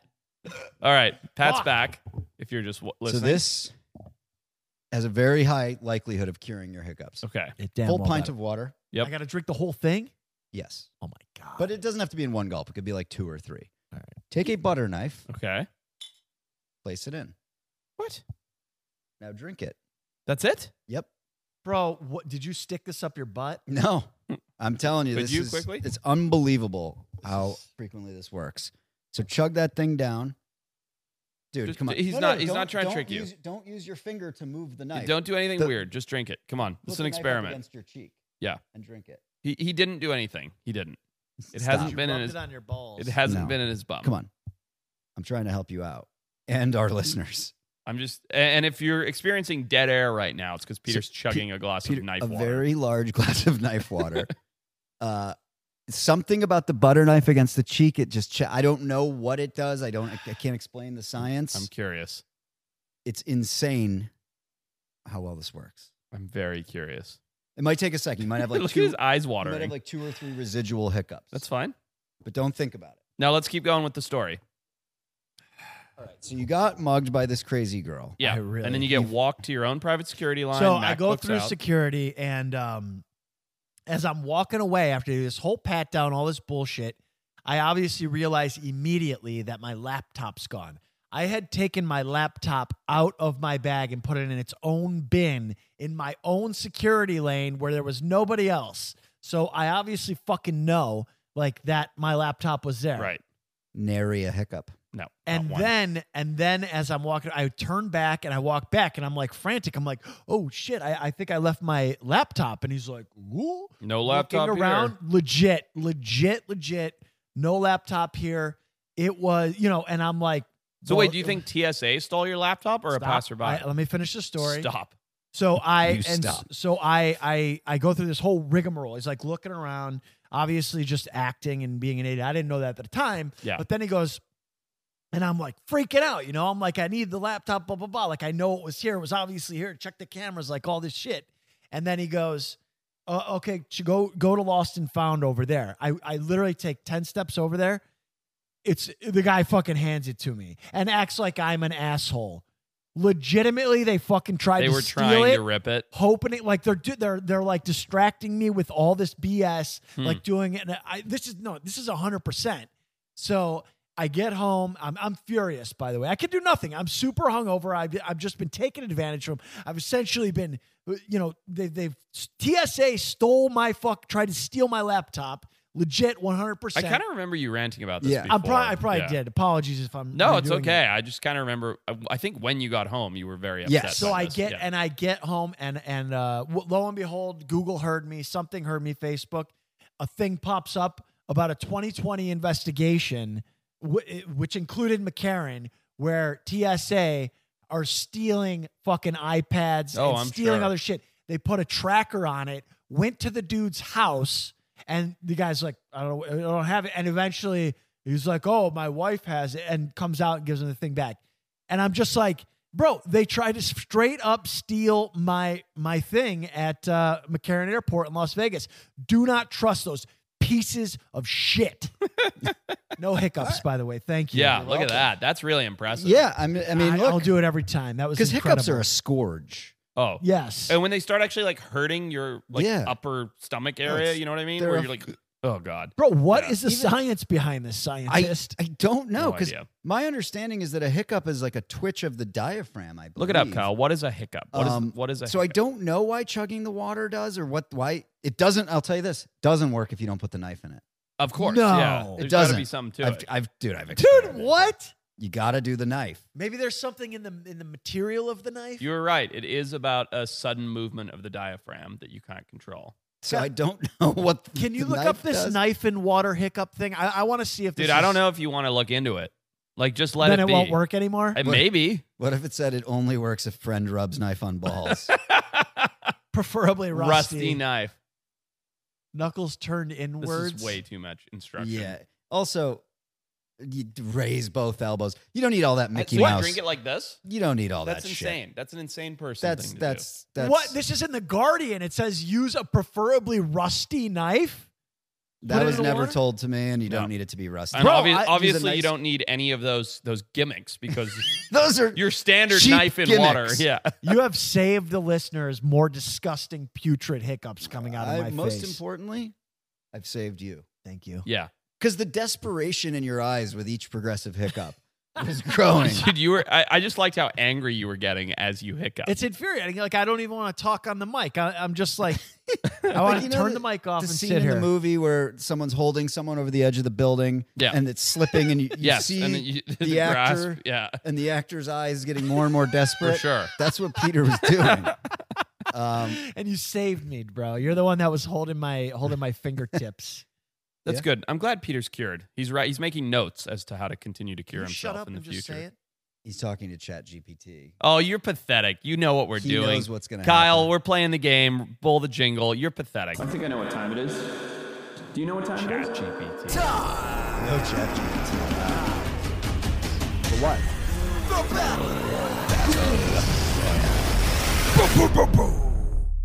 Speaker 3: All right, Pat's
Speaker 2: Fuck.
Speaker 3: back. If you're just w- listening,
Speaker 1: So this has a very high likelihood of curing your hiccups.
Speaker 3: okay.
Speaker 2: It damn
Speaker 1: Full
Speaker 2: well
Speaker 1: pint
Speaker 2: better.
Speaker 1: of water.
Speaker 3: Yep.
Speaker 2: I got to drink the whole thing.
Speaker 1: Yes.
Speaker 2: Oh my god!
Speaker 1: But it doesn't have to be in one gulp. It could be like two or three.
Speaker 2: All
Speaker 1: Take a butter knife,
Speaker 3: Okay,
Speaker 1: place it in.
Speaker 3: What?
Speaker 1: Now drink it.
Speaker 3: that's it.
Speaker 1: Yep. *laughs*
Speaker 2: bro, what did you stick this up your butt?
Speaker 1: No. I'm telling you,
Speaker 3: Could
Speaker 1: this
Speaker 3: you
Speaker 1: is,
Speaker 3: quickly?
Speaker 1: it's unbelievable how frequently this works. So chug that thing down. Dude,
Speaker 3: Just-
Speaker 1: come on.
Speaker 3: he's
Speaker 1: No, no,
Speaker 3: not- he's
Speaker 1: don't-
Speaker 3: not trying to
Speaker 1: don't
Speaker 3: trick you.
Speaker 1: use- Don't use your finger to move the knife.
Speaker 3: Don't do anything
Speaker 1: The-
Speaker 3: weird. Just drink it. Come on,
Speaker 1: Put
Speaker 3: it's an
Speaker 1: the knife up
Speaker 3: experiment.
Speaker 1: Against your cheek.
Speaker 3: Yeah.
Speaker 1: And drink it.
Speaker 3: He he didn't do anything. He didn't. It
Speaker 1: Stop.
Speaker 3: hasn't been in
Speaker 2: rubbed
Speaker 3: his.
Speaker 2: it on your balls.
Speaker 3: It hasn't
Speaker 1: No.
Speaker 3: been in his bum.
Speaker 1: Come on. I'm trying to help you out and
Speaker 3: Mm.
Speaker 1: our listeners.
Speaker 3: I'm just, a- and if you're experiencing dead air right now, it's because Peter's
Speaker 1: Pe-
Speaker 3: chugging a glass
Speaker 1: Peter,
Speaker 3: of knife
Speaker 1: a
Speaker 3: water.
Speaker 1: very large *laughs* glass of knife
Speaker 3: *laughs*
Speaker 1: water. uh, something about the butter knife against the cheek. It just, ch- I don't know what it does. I don't, I, I can't explain the science.
Speaker 3: I'm curious.
Speaker 1: it's insane how well this works.
Speaker 3: I'm very curious.
Speaker 1: It might take a second. You
Speaker 3: *laughs*
Speaker 1: might have like
Speaker 3: Look
Speaker 1: two,
Speaker 3: at his eyes
Speaker 1: you might
Speaker 3: watering.
Speaker 1: have like two or three residual hiccups.
Speaker 3: That's fine.
Speaker 1: But don't think about it.
Speaker 3: Now let's keep going with the story.
Speaker 1: So you got mugged by this crazy girl.
Speaker 3: Yeah,
Speaker 2: I
Speaker 3: and then
Speaker 2: really-
Speaker 3: you get walked to your own private security line.
Speaker 2: So I go
Speaker 3: MacBook's
Speaker 2: through
Speaker 3: out.
Speaker 2: security, and um, as I'm walking away after this whole pat down, all this bullshit, I obviously realize immediately that my laptop's gone. I had taken my laptop out of my bag and put it in its own bin in my own security lane where there was nobody else. So I obviously fucking know like that my laptop was there.
Speaker 3: right.
Speaker 1: Nary a hiccup.
Speaker 3: No, not
Speaker 2: And
Speaker 3: one.
Speaker 2: then, and then as I'm walking, I turn back and I walk back and I'm like frantic. I'm like, oh shit, I, I think I left my laptop. And he's like, woo.
Speaker 3: no
Speaker 2: Looking
Speaker 3: laptop
Speaker 2: around,
Speaker 3: Here.
Speaker 2: legit, legit, legit. No laptop here. It was, you know, and I'm like,
Speaker 3: So
Speaker 2: well, uh,
Speaker 3: wait, do you think TSA stole your laptop or
Speaker 2: stop.
Speaker 3: a passerby?
Speaker 2: I- let me finish the story.
Speaker 3: Stop.
Speaker 2: So I
Speaker 1: You
Speaker 2: and
Speaker 1: stop.
Speaker 2: s- so I I I go through this whole rigmarole. He's like looking around, obviously just acting and being an idiot. I didn't know that at the time.
Speaker 3: Yeah.
Speaker 2: But then he goes, and I'm like freaking out. You know, I'm like, I need the laptop, blah blah blah. Like I know it was here. It was obviously here. Check the cameras, like all this shit. And then he goes, uh, okay, ch- go go to Lost and Found over there. I I literally take ten steps over there. It's the guy fucking hands it to me and acts like I'm an asshole. legitimately they fucking tried
Speaker 3: They
Speaker 2: to
Speaker 3: were
Speaker 2: steal
Speaker 3: trying
Speaker 2: it
Speaker 3: to rip it.
Speaker 2: hoping it like they're do- they're they're like distracting me with all this BS,
Speaker 3: Hmm.
Speaker 2: like doing it. And I this is no, this is hundred percent. So I get home. I'm I'm furious. By the way, I can do nothing. I'm super hungover. I've I've just been taken advantage of. I've essentially been, you know, they they've TSA stole my fuck, tried to steal my laptop. Legit, one hundred
Speaker 3: I
Speaker 2: percent.
Speaker 3: kind of remember you ranting about this.
Speaker 1: Yeah.
Speaker 3: before.
Speaker 2: I'm probably I probably
Speaker 3: Yeah.
Speaker 2: did. Apologies if I'm
Speaker 3: No, it's
Speaker 2: redoing it.
Speaker 3: okay. I just kind of remember. I, I think when you got home, you were very upset.
Speaker 1: Yes.
Speaker 2: so
Speaker 3: by
Speaker 2: I
Speaker 3: this.
Speaker 2: get
Speaker 3: Yeah.
Speaker 2: and I get home and and uh, w- lo and behold, Google heard me. Something heard me. Facebook, a thing pops up about a 2020 investigation, w- eh, which included McCarran, where TSA are stealing fucking iPads
Speaker 3: Oh,
Speaker 2: and
Speaker 3: I'm
Speaker 2: stealing
Speaker 3: sure.
Speaker 2: other shit. They put a tracker on it. Went to the dude's house, and the guy's like, I don't, I don't have it. And eventually, he's like, Oh, my wife has it, and comes out and gives him the thing back. And I'm just like, bro, they tried to straight up steal my my thing at uh, McCarran Airport in Las Vegas. Do not trust those pieces of
Speaker 1: *laughs*
Speaker 2: shit. no hiccups, by the way. Thank you.
Speaker 3: yeah, look at that. That's really impressive.
Speaker 1: Yeah, I mean, I mean,
Speaker 2: I, will
Speaker 1: look,
Speaker 2: do it every time. That was
Speaker 1: because hiccups are
Speaker 2: incredible.
Speaker 1: a scourge.
Speaker 3: Oh.
Speaker 2: yes.
Speaker 3: And when they start actually like hurting your like
Speaker 1: Yeah.
Speaker 3: upper stomach area,
Speaker 1: it's-
Speaker 3: you know what I mean?
Speaker 1: they're
Speaker 3: Where
Speaker 1: a-
Speaker 3: you're like, oh god,
Speaker 2: Bro, what is
Speaker 3: Yeah.
Speaker 2: the science behind this scientist?
Speaker 1: I don't know
Speaker 3: no
Speaker 1: because
Speaker 3: idea.
Speaker 1: my understanding is that a hiccup is like a twitch of the diaphragm. I believe.
Speaker 3: Look it up, Kyle. What is a hiccup? What is
Speaker 1: Um,
Speaker 3: what is a
Speaker 1: So I
Speaker 3: hiccup?
Speaker 1: don't know why chugging the water does or what why it doesn't. I'll tell you this: doesn't work if you don't put the knife in it.
Speaker 3: Of course,
Speaker 2: No.
Speaker 3: yeah.
Speaker 2: It
Speaker 3: There's gotta be
Speaker 1: doesn't.
Speaker 3: something to
Speaker 1: I've,
Speaker 3: it.
Speaker 1: I've dude, I've
Speaker 2: Dude,
Speaker 1: experimented.
Speaker 2: what?
Speaker 1: You got to do the knife.
Speaker 2: Maybe there's something in the in the material of the knife.
Speaker 3: You were right. It is about a sudden movement of the diaphragm that you can't control.
Speaker 1: So
Speaker 2: Yeah.
Speaker 1: I don't *laughs* know what. the-
Speaker 2: Can you
Speaker 1: the
Speaker 2: look
Speaker 1: knife
Speaker 2: up this
Speaker 1: does.
Speaker 2: knife and water hiccup thing? I, I want to see if this
Speaker 3: Dude, I don't
Speaker 2: is-
Speaker 3: know if you want to look into it. Like, just let
Speaker 2: Then
Speaker 3: it
Speaker 2: it,
Speaker 3: be.
Speaker 2: won't work anymore.
Speaker 3: Uh,
Speaker 2: *laughs*
Speaker 3: maybe.
Speaker 1: What if it said it only works if friend rubs knife
Speaker 3: *laughs*
Speaker 1: on balls?
Speaker 2: Preferably
Speaker 3: rusty.
Speaker 2: rusty.
Speaker 3: knife.
Speaker 2: Knuckles turned
Speaker 3: This
Speaker 2: inwards.
Speaker 3: is way too much instruction.
Speaker 1: yeah. Also, you raise both elbows. You don't need all that Mickey
Speaker 3: Uh, so you
Speaker 1: Mouse.
Speaker 3: drink it like this?
Speaker 1: you don't need all
Speaker 3: That's
Speaker 1: that shit.
Speaker 3: insane. That's an insane person.
Speaker 1: That's
Speaker 3: thing to do.
Speaker 1: that's that's
Speaker 2: what? This is in the Guardian. It says use a preferably rusty knife. put
Speaker 1: that
Speaker 2: it
Speaker 1: was
Speaker 2: in the
Speaker 1: never
Speaker 2: water?
Speaker 1: told to me, and you
Speaker 3: No.
Speaker 1: don't need it to be rusty.
Speaker 3: And
Speaker 2: Bro,
Speaker 3: obvi-
Speaker 2: I- he's a
Speaker 3: obviously, you
Speaker 1: nice-
Speaker 3: don't need any of those those gimmicks
Speaker 1: *laughs*
Speaker 3: because
Speaker 1: Those are
Speaker 3: your standard
Speaker 1: Cheap
Speaker 3: knife in water.
Speaker 1: gimmicks.
Speaker 3: Yeah.
Speaker 2: You
Speaker 1: *laughs*
Speaker 2: have saved the listeners more disgusting, putrid hiccups coming out of
Speaker 1: I-
Speaker 2: my
Speaker 1: most
Speaker 2: face.
Speaker 1: importantly, I've saved you.
Speaker 2: Thank you.
Speaker 3: Yeah.
Speaker 1: Because the desperation in your eyes with each progressive
Speaker 3: *laughs*
Speaker 1: hiccup was growing.
Speaker 3: Dude, you were, I, I just liked how angry you were getting as you hiccup.
Speaker 2: It's infuriating. Like I don't even want to talk on the mic. I, I'm just
Speaker 1: *laughs*
Speaker 2: like, I want
Speaker 1: Like,
Speaker 2: to
Speaker 1: you know
Speaker 2: turn
Speaker 1: the-
Speaker 2: the mic off
Speaker 1: the
Speaker 2: and
Speaker 1: scene
Speaker 2: sit
Speaker 1: in
Speaker 2: here.
Speaker 1: the movie where someone's holding someone over the edge of the building
Speaker 3: Yeah.
Speaker 1: and it's slipping
Speaker 3: *laughs*
Speaker 1: and you, you
Speaker 3: yes.
Speaker 1: see
Speaker 3: and
Speaker 1: and,
Speaker 3: then you,
Speaker 1: the
Speaker 3: grasp.
Speaker 1: actor-
Speaker 3: Yeah.
Speaker 1: the actor's eyes getting more and more
Speaker 3: *laughs* For
Speaker 1: desperate.
Speaker 3: sure.
Speaker 1: That's what Peter was
Speaker 3: *laughs*
Speaker 1: doing. um,
Speaker 2: and you saved me, bro. You're the one that was holding my holding
Speaker 1: *laughs*
Speaker 2: my fingertips.
Speaker 3: That's
Speaker 1: Yeah.
Speaker 3: good. I'm glad Peter's cured. He's right. He's making notes as to how to continue to
Speaker 2: Can
Speaker 3: cure
Speaker 2: you
Speaker 3: himself
Speaker 2: shut up
Speaker 3: in the
Speaker 2: and
Speaker 3: future.
Speaker 2: just say it.
Speaker 1: he's talking to Chat GPT.
Speaker 3: Oh, you're pathetic. You know what we're
Speaker 1: he
Speaker 3: doing.
Speaker 1: knows what's going to
Speaker 3: Kyle,
Speaker 1: happen.
Speaker 3: we're playing the game. Bowl the jingle. You're pathetic. I think I know what time it is. Do you know what time it is? GPT.
Speaker 1: No ChatGPT.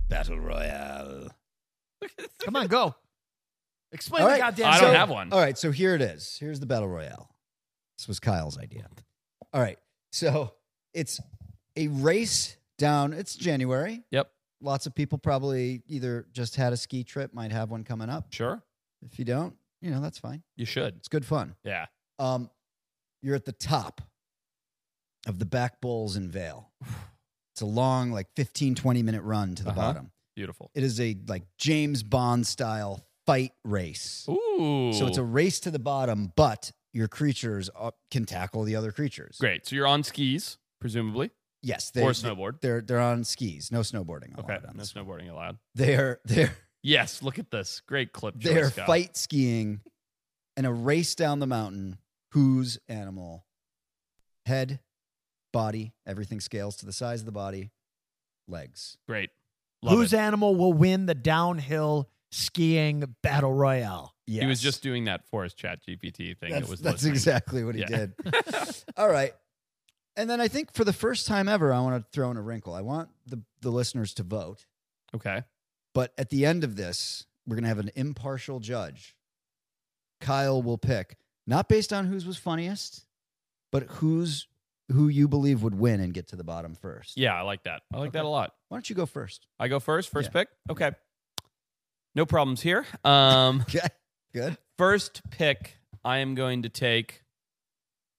Speaker 5: Battle Royale.
Speaker 2: Come on, go. Explain
Speaker 1: All
Speaker 2: the
Speaker 1: right.
Speaker 2: goddamn.
Speaker 3: I don't
Speaker 2: show.
Speaker 3: have one.
Speaker 1: All right, so uh, here it is. Here's the battle royale. This was Kyle's idea. All right, so it's a race down. It's January.
Speaker 3: Yep.
Speaker 1: Lots of people probably either just had a ski trip, might have one coming up.
Speaker 3: Sure.
Speaker 1: If you don't, you know that's fine.
Speaker 3: You should.
Speaker 1: It's good fun.
Speaker 3: Yeah.
Speaker 1: Um, you're at the top of the back bowls in Vale. It's a long, like 15, 20 minute run to the
Speaker 3: Uh-huh.
Speaker 1: bottom.
Speaker 3: Beautiful.
Speaker 1: It is a like James Bond style fight race.
Speaker 3: Ooh.
Speaker 1: So it's a race to the bottom, but your creatures are, can tackle the other creatures.
Speaker 3: great. So you're on skis, presumably,
Speaker 1: Yes, they,
Speaker 3: or
Speaker 1: are
Speaker 3: snowboard.
Speaker 1: they're they're on skis. No snowboarding.
Speaker 3: Okay.
Speaker 1: allowed on
Speaker 3: No
Speaker 1: this.
Speaker 3: snowboarding allowed.
Speaker 1: They're *laughs* they're
Speaker 3: Yes. Look at this. Great clip. choice,
Speaker 1: they're
Speaker 3: Kyle.
Speaker 1: fight skiing, and a race down the mountain. Whose animal? Head, body, everything scales to the size of the body. Legs.
Speaker 3: Great. Love
Speaker 2: Whose
Speaker 3: it.
Speaker 2: animal will win the downhill skiing battle royale?
Speaker 1: Yes.
Speaker 3: He was just doing that for his chat GPT thing.
Speaker 1: That's,
Speaker 3: it was
Speaker 1: that's
Speaker 3: listening.
Speaker 1: exactly what he
Speaker 3: Yeah. *laughs*
Speaker 1: did. All right. And then I think for the first time ever, I want to throw in a wrinkle. I want the, the listeners to vote.
Speaker 3: Okay.
Speaker 1: But at the end of this, we're going to have an impartial judge. Kyle will pick, not based on whose was funniest, but whose who you believe would win and get to the bottom first.
Speaker 3: Yeah, I like that. I like that
Speaker 1: Okay.
Speaker 3: a lot.
Speaker 1: Why don't you go first? *laughs*
Speaker 3: I go first. First pick. Okay. No problems here. Um, *laughs*
Speaker 1: Okay. Good.
Speaker 3: first pick. I am going to take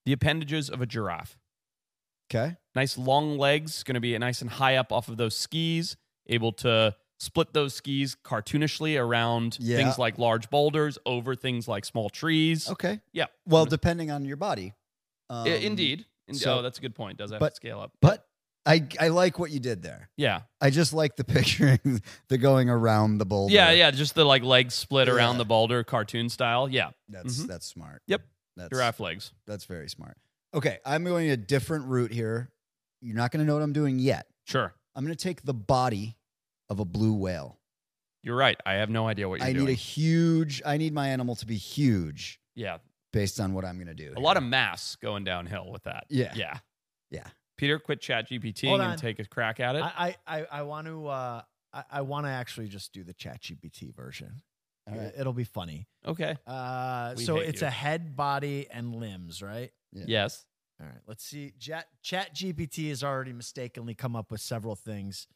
Speaker 3: the appendages of a giraffe.
Speaker 1: Okay.
Speaker 3: Nice long legs. Going to be nice and high up off of those skis. Able to split those skis cartoonishly around
Speaker 1: Yeah.
Speaker 3: things like large boulders, over things like small trees.
Speaker 1: Okay.
Speaker 3: Yeah.
Speaker 1: Well, depending on your body. Um,
Speaker 3: I- Indeed. Ind-
Speaker 1: so-
Speaker 3: oh, that's a good point. Does have
Speaker 1: but-
Speaker 3: to scale up.
Speaker 1: But I I like what you did there.
Speaker 3: Yeah.
Speaker 1: I just like the *laughs* picturing the going around the boulder.
Speaker 3: Yeah, yeah. Just the like legs split
Speaker 1: Yeah.
Speaker 3: around the boulder, cartoon style. Yeah.
Speaker 1: That's
Speaker 3: Mhm.
Speaker 1: that's smart.
Speaker 3: Yep.
Speaker 1: That's
Speaker 3: Giraffe legs.
Speaker 1: that's very smart. Okay, I'm going a different route here. You're not going to know what I'm doing yet.
Speaker 3: Sure.
Speaker 1: I'm going to take the body of a blue whale.
Speaker 3: You're right. I have no idea what you're
Speaker 1: I
Speaker 3: doing.
Speaker 1: need a huge I need my animal to be huge
Speaker 3: yeah.
Speaker 1: based on what I'm going to do.
Speaker 3: A lot of mass going downhill with that.
Speaker 1: Yeah.
Speaker 3: Yeah.
Speaker 1: Yeah.
Speaker 3: Peter, quit chat GPT
Speaker 2: Hold on.
Speaker 3: and take a crack at it.
Speaker 2: I I I, I want to uh, I, I want to actually just do the ChatGPT version.
Speaker 1: All right.
Speaker 2: It'll be funny.
Speaker 3: okay.
Speaker 2: Uh,
Speaker 3: We
Speaker 2: so
Speaker 3: hate
Speaker 2: it's
Speaker 3: you.
Speaker 2: a head, body, and limbs, right?
Speaker 1: Yeah.
Speaker 3: Yes.
Speaker 2: All right. Let's see. Chat, Chat GPT has already mistakenly come up with several things.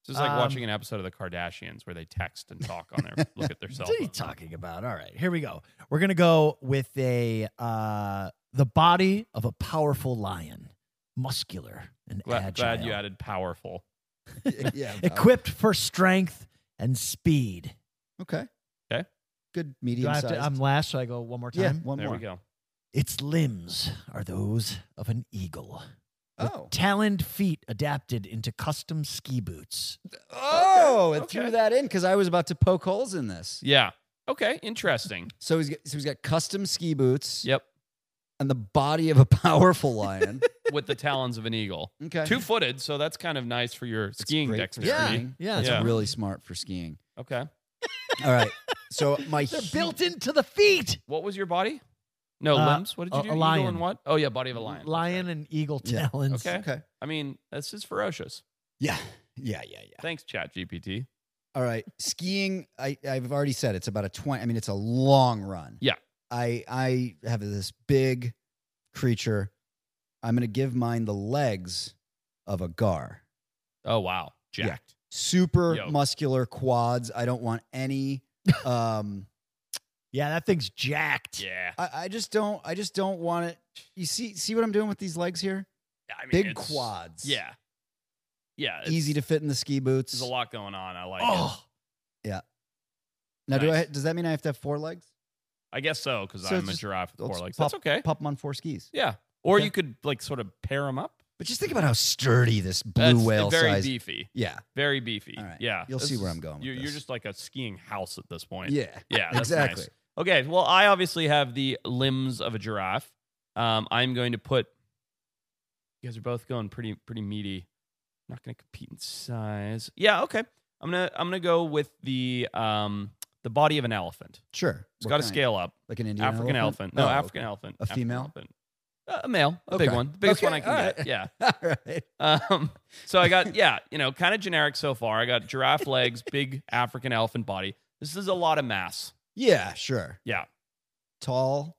Speaker 3: It's just like watching an
Speaker 2: Um,
Speaker 3: episode of The Kardashians where they text and talk on their look
Speaker 1: *laughs*
Speaker 3: at their cell
Speaker 2: What are you
Speaker 3: phone.
Speaker 2: talking about? All right. Here we go. We're gonna go with a uh, the body of a powerful lion, muscular and
Speaker 3: Glad,
Speaker 2: agile.
Speaker 3: glad you added powerful.
Speaker 1: *laughs*
Speaker 2: *laughs*
Speaker 1: yeah.
Speaker 2: Equipped for strength and speed.
Speaker 1: Okay.
Speaker 3: Okay.
Speaker 1: Good
Speaker 2: Do
Speaker 1: medium
Speaker 2: I have
Speaker 1: size.
Speaker 2: to, I'm last, so I go one more
Speaker 1: yeah,
Speaker 2: time.
Speaker 1: one
Speaker 3: there
Speaker 1: more.
Speaker 3: we go.
Speaker 2: Its limbs are those of an eagle. with
Speaker 1: Oh.
Speaker 2: Taloned feet adapted into custom ski boots.
Speaker 1: Oh, it threw
Speaker 3: okay.
Speaker 1: that in cuz I was about to poke holes in this.
Speaker 3: Yeah. Okay. Interesting.
Speaker 1: So he's got, so he's got custom ski boots
Speaker 3: yep.
Speaker 1: and the body of a *laughs*
Speaker 2: *laughs*
Speaker 1: powerful lion.
Speaker 3: With the talons of an eagle.
Speaker 1: Okay.
Speaker 3: Two footed, so that's kind of nice for your skiing
Speaker 1: great for
Speaker 3: dexterity.
Speaker 1: skiing.
Speaker 2: Yeah.
Speaker 1: That's
Speaker 3: Yeah.
Speaker 1: really smart for skiing.
Speaker 3: Okay.
Speaker 1: All right. So
Speaker 2: *laughs*
Speaker 1: my
Speaker 2: They're
Speaker 1: hu-
Speaker 2: built into the feet.
Speaker 3: What was your body? No
Speaker 2: Uh,
Speaker 3: limbs. What did you
Speaker 2: a-
Speaker 3: do?
Speaker 2: a
Speaker 3: Eagle
Speaker 2: lion.
Speaker 3: and what? Oh yeah, body of a lion. That's
Speaker 2: Lion
Speaker 3: right.
Speaker 2: and eagle
Speaker 1: Yeah.
Speaker 2: talons.
Speaker 3: Okay.
Speaker 1: Okay.
Speaker 3: I mean, that's just ferocious.
Speaker 1: Yeah. Yeah, yeah, yeah.
Speaker 3: Thanks, Chat GPT.
Speaker 1: All right, skiing. I I've already said it's about a twenty. I mean, it's a long run.
Speaker 3: Yeah.
Speaker 1: I I have this big creature. I'm gonna give mine the legs of a gar.
Speaker 3: Oh wow, jacked.
Speaker 1: Super
Speaker 3: Yo.
Speaker 1: muscular quads. I don't want
Speaker 3: *laughs*
Speaker 1: any. Um,
Speaker 2: Yeah, that thing's jacked.
Speaker 3: Yeah,
Speaker 1: I, I just don't. I just don't want it. You see, see what I'm doing with these legs here?
Speaker 3: I mean,
Speaker 1: Big
Speaker 3: it's-
Speaker 1: quads.
Speaker 3: Yeah, yeah. it's-
Speaker 1: Easy to fit in the ski boots.
Speaker 3: There's a lot going on. I like. it.
Speaker 2: Oh,
Speaker 1: Now, do I?
Speaker 3: nice.
Speaker 1: Does that mean I have to have four legs?
Speaker 3: I guess so because
Speaker 1: So
Speaker 3: I'm a
Speaker 1: just-
Speaker 3: giraffe with four
Speaker 1: let's
Speaker 3: legs.
Speaker 1: pop-
Speaker 3: that's okay.
Speaker 1: Pop them on four skis.
Speaker 3: Yeah, or
Speaker 1: Okay.
Speaker 3: you could like sort of pair them up.
Speaker 1: But just think about how sturdy this blue
Speaker 3: That's
Speaker 1: whale
Speaker 3: very
Speaker 1: size.
Speaker 3: beefy.
Speaker 1: Yeah.
Speaker 3: Very beefy.
Speaker 1: All right.
Speaker 3: Yeah,
Speaker 1: You'll
Speaker 3: this
Speaker 1: see where
Speaker 3: is-
Speaker 1: I'm going with
Speaker 3: you're, you're
Speaker 1: this.
Speaker 3: just like a skiing house at this point.
Speaker 1: Yeah.
Speaker 3: yeah that's nice.
Speaker 1: exactly.
Speaker 3: Okay, well, I obviously have the limbs of a giraffe. Um, I'm going to put. You guys are both going pretty pretty meaty. not going to compete in size. Yeah, okay. I'm gonna I'm gonna go with the um the body of an elephant.
Speaker 1: Sure.
Speaker 3: It's
Speaker 1: What
Speaker 3: got to
Speaker 1: kind?
Speaker 3: scale up.
Speaker 1: Like an Indian
Speaker 3: African elephant. No,
Speaker 1: Oh,
Speaker 3: African elephant.
Speaker 1: A
Speaker 3: African
Speaker 1: female?
Speaker 3: elephant. Uh, a male. A big
Speaker 1: Okay.
Speaker 3: one. The biggest
Speaker 1: Okay,
Speaker 3: one I can
Speaker 1: all
Speaker 3: get.
Speaker 1: right.
Speaker 3: Yeah.
Speaker 1: *laughs* All right.
Speaker 3: Um, so I got, yeah, you know, kind of generic so far. I got
Speaker 1: *laughs*
Speaker 3: giraffe legs, big African elephant body. This is a lot of mass.
Speaker 1: Yeah, sure.
Speaker 3: Yeah.
Speaker 1: Tall,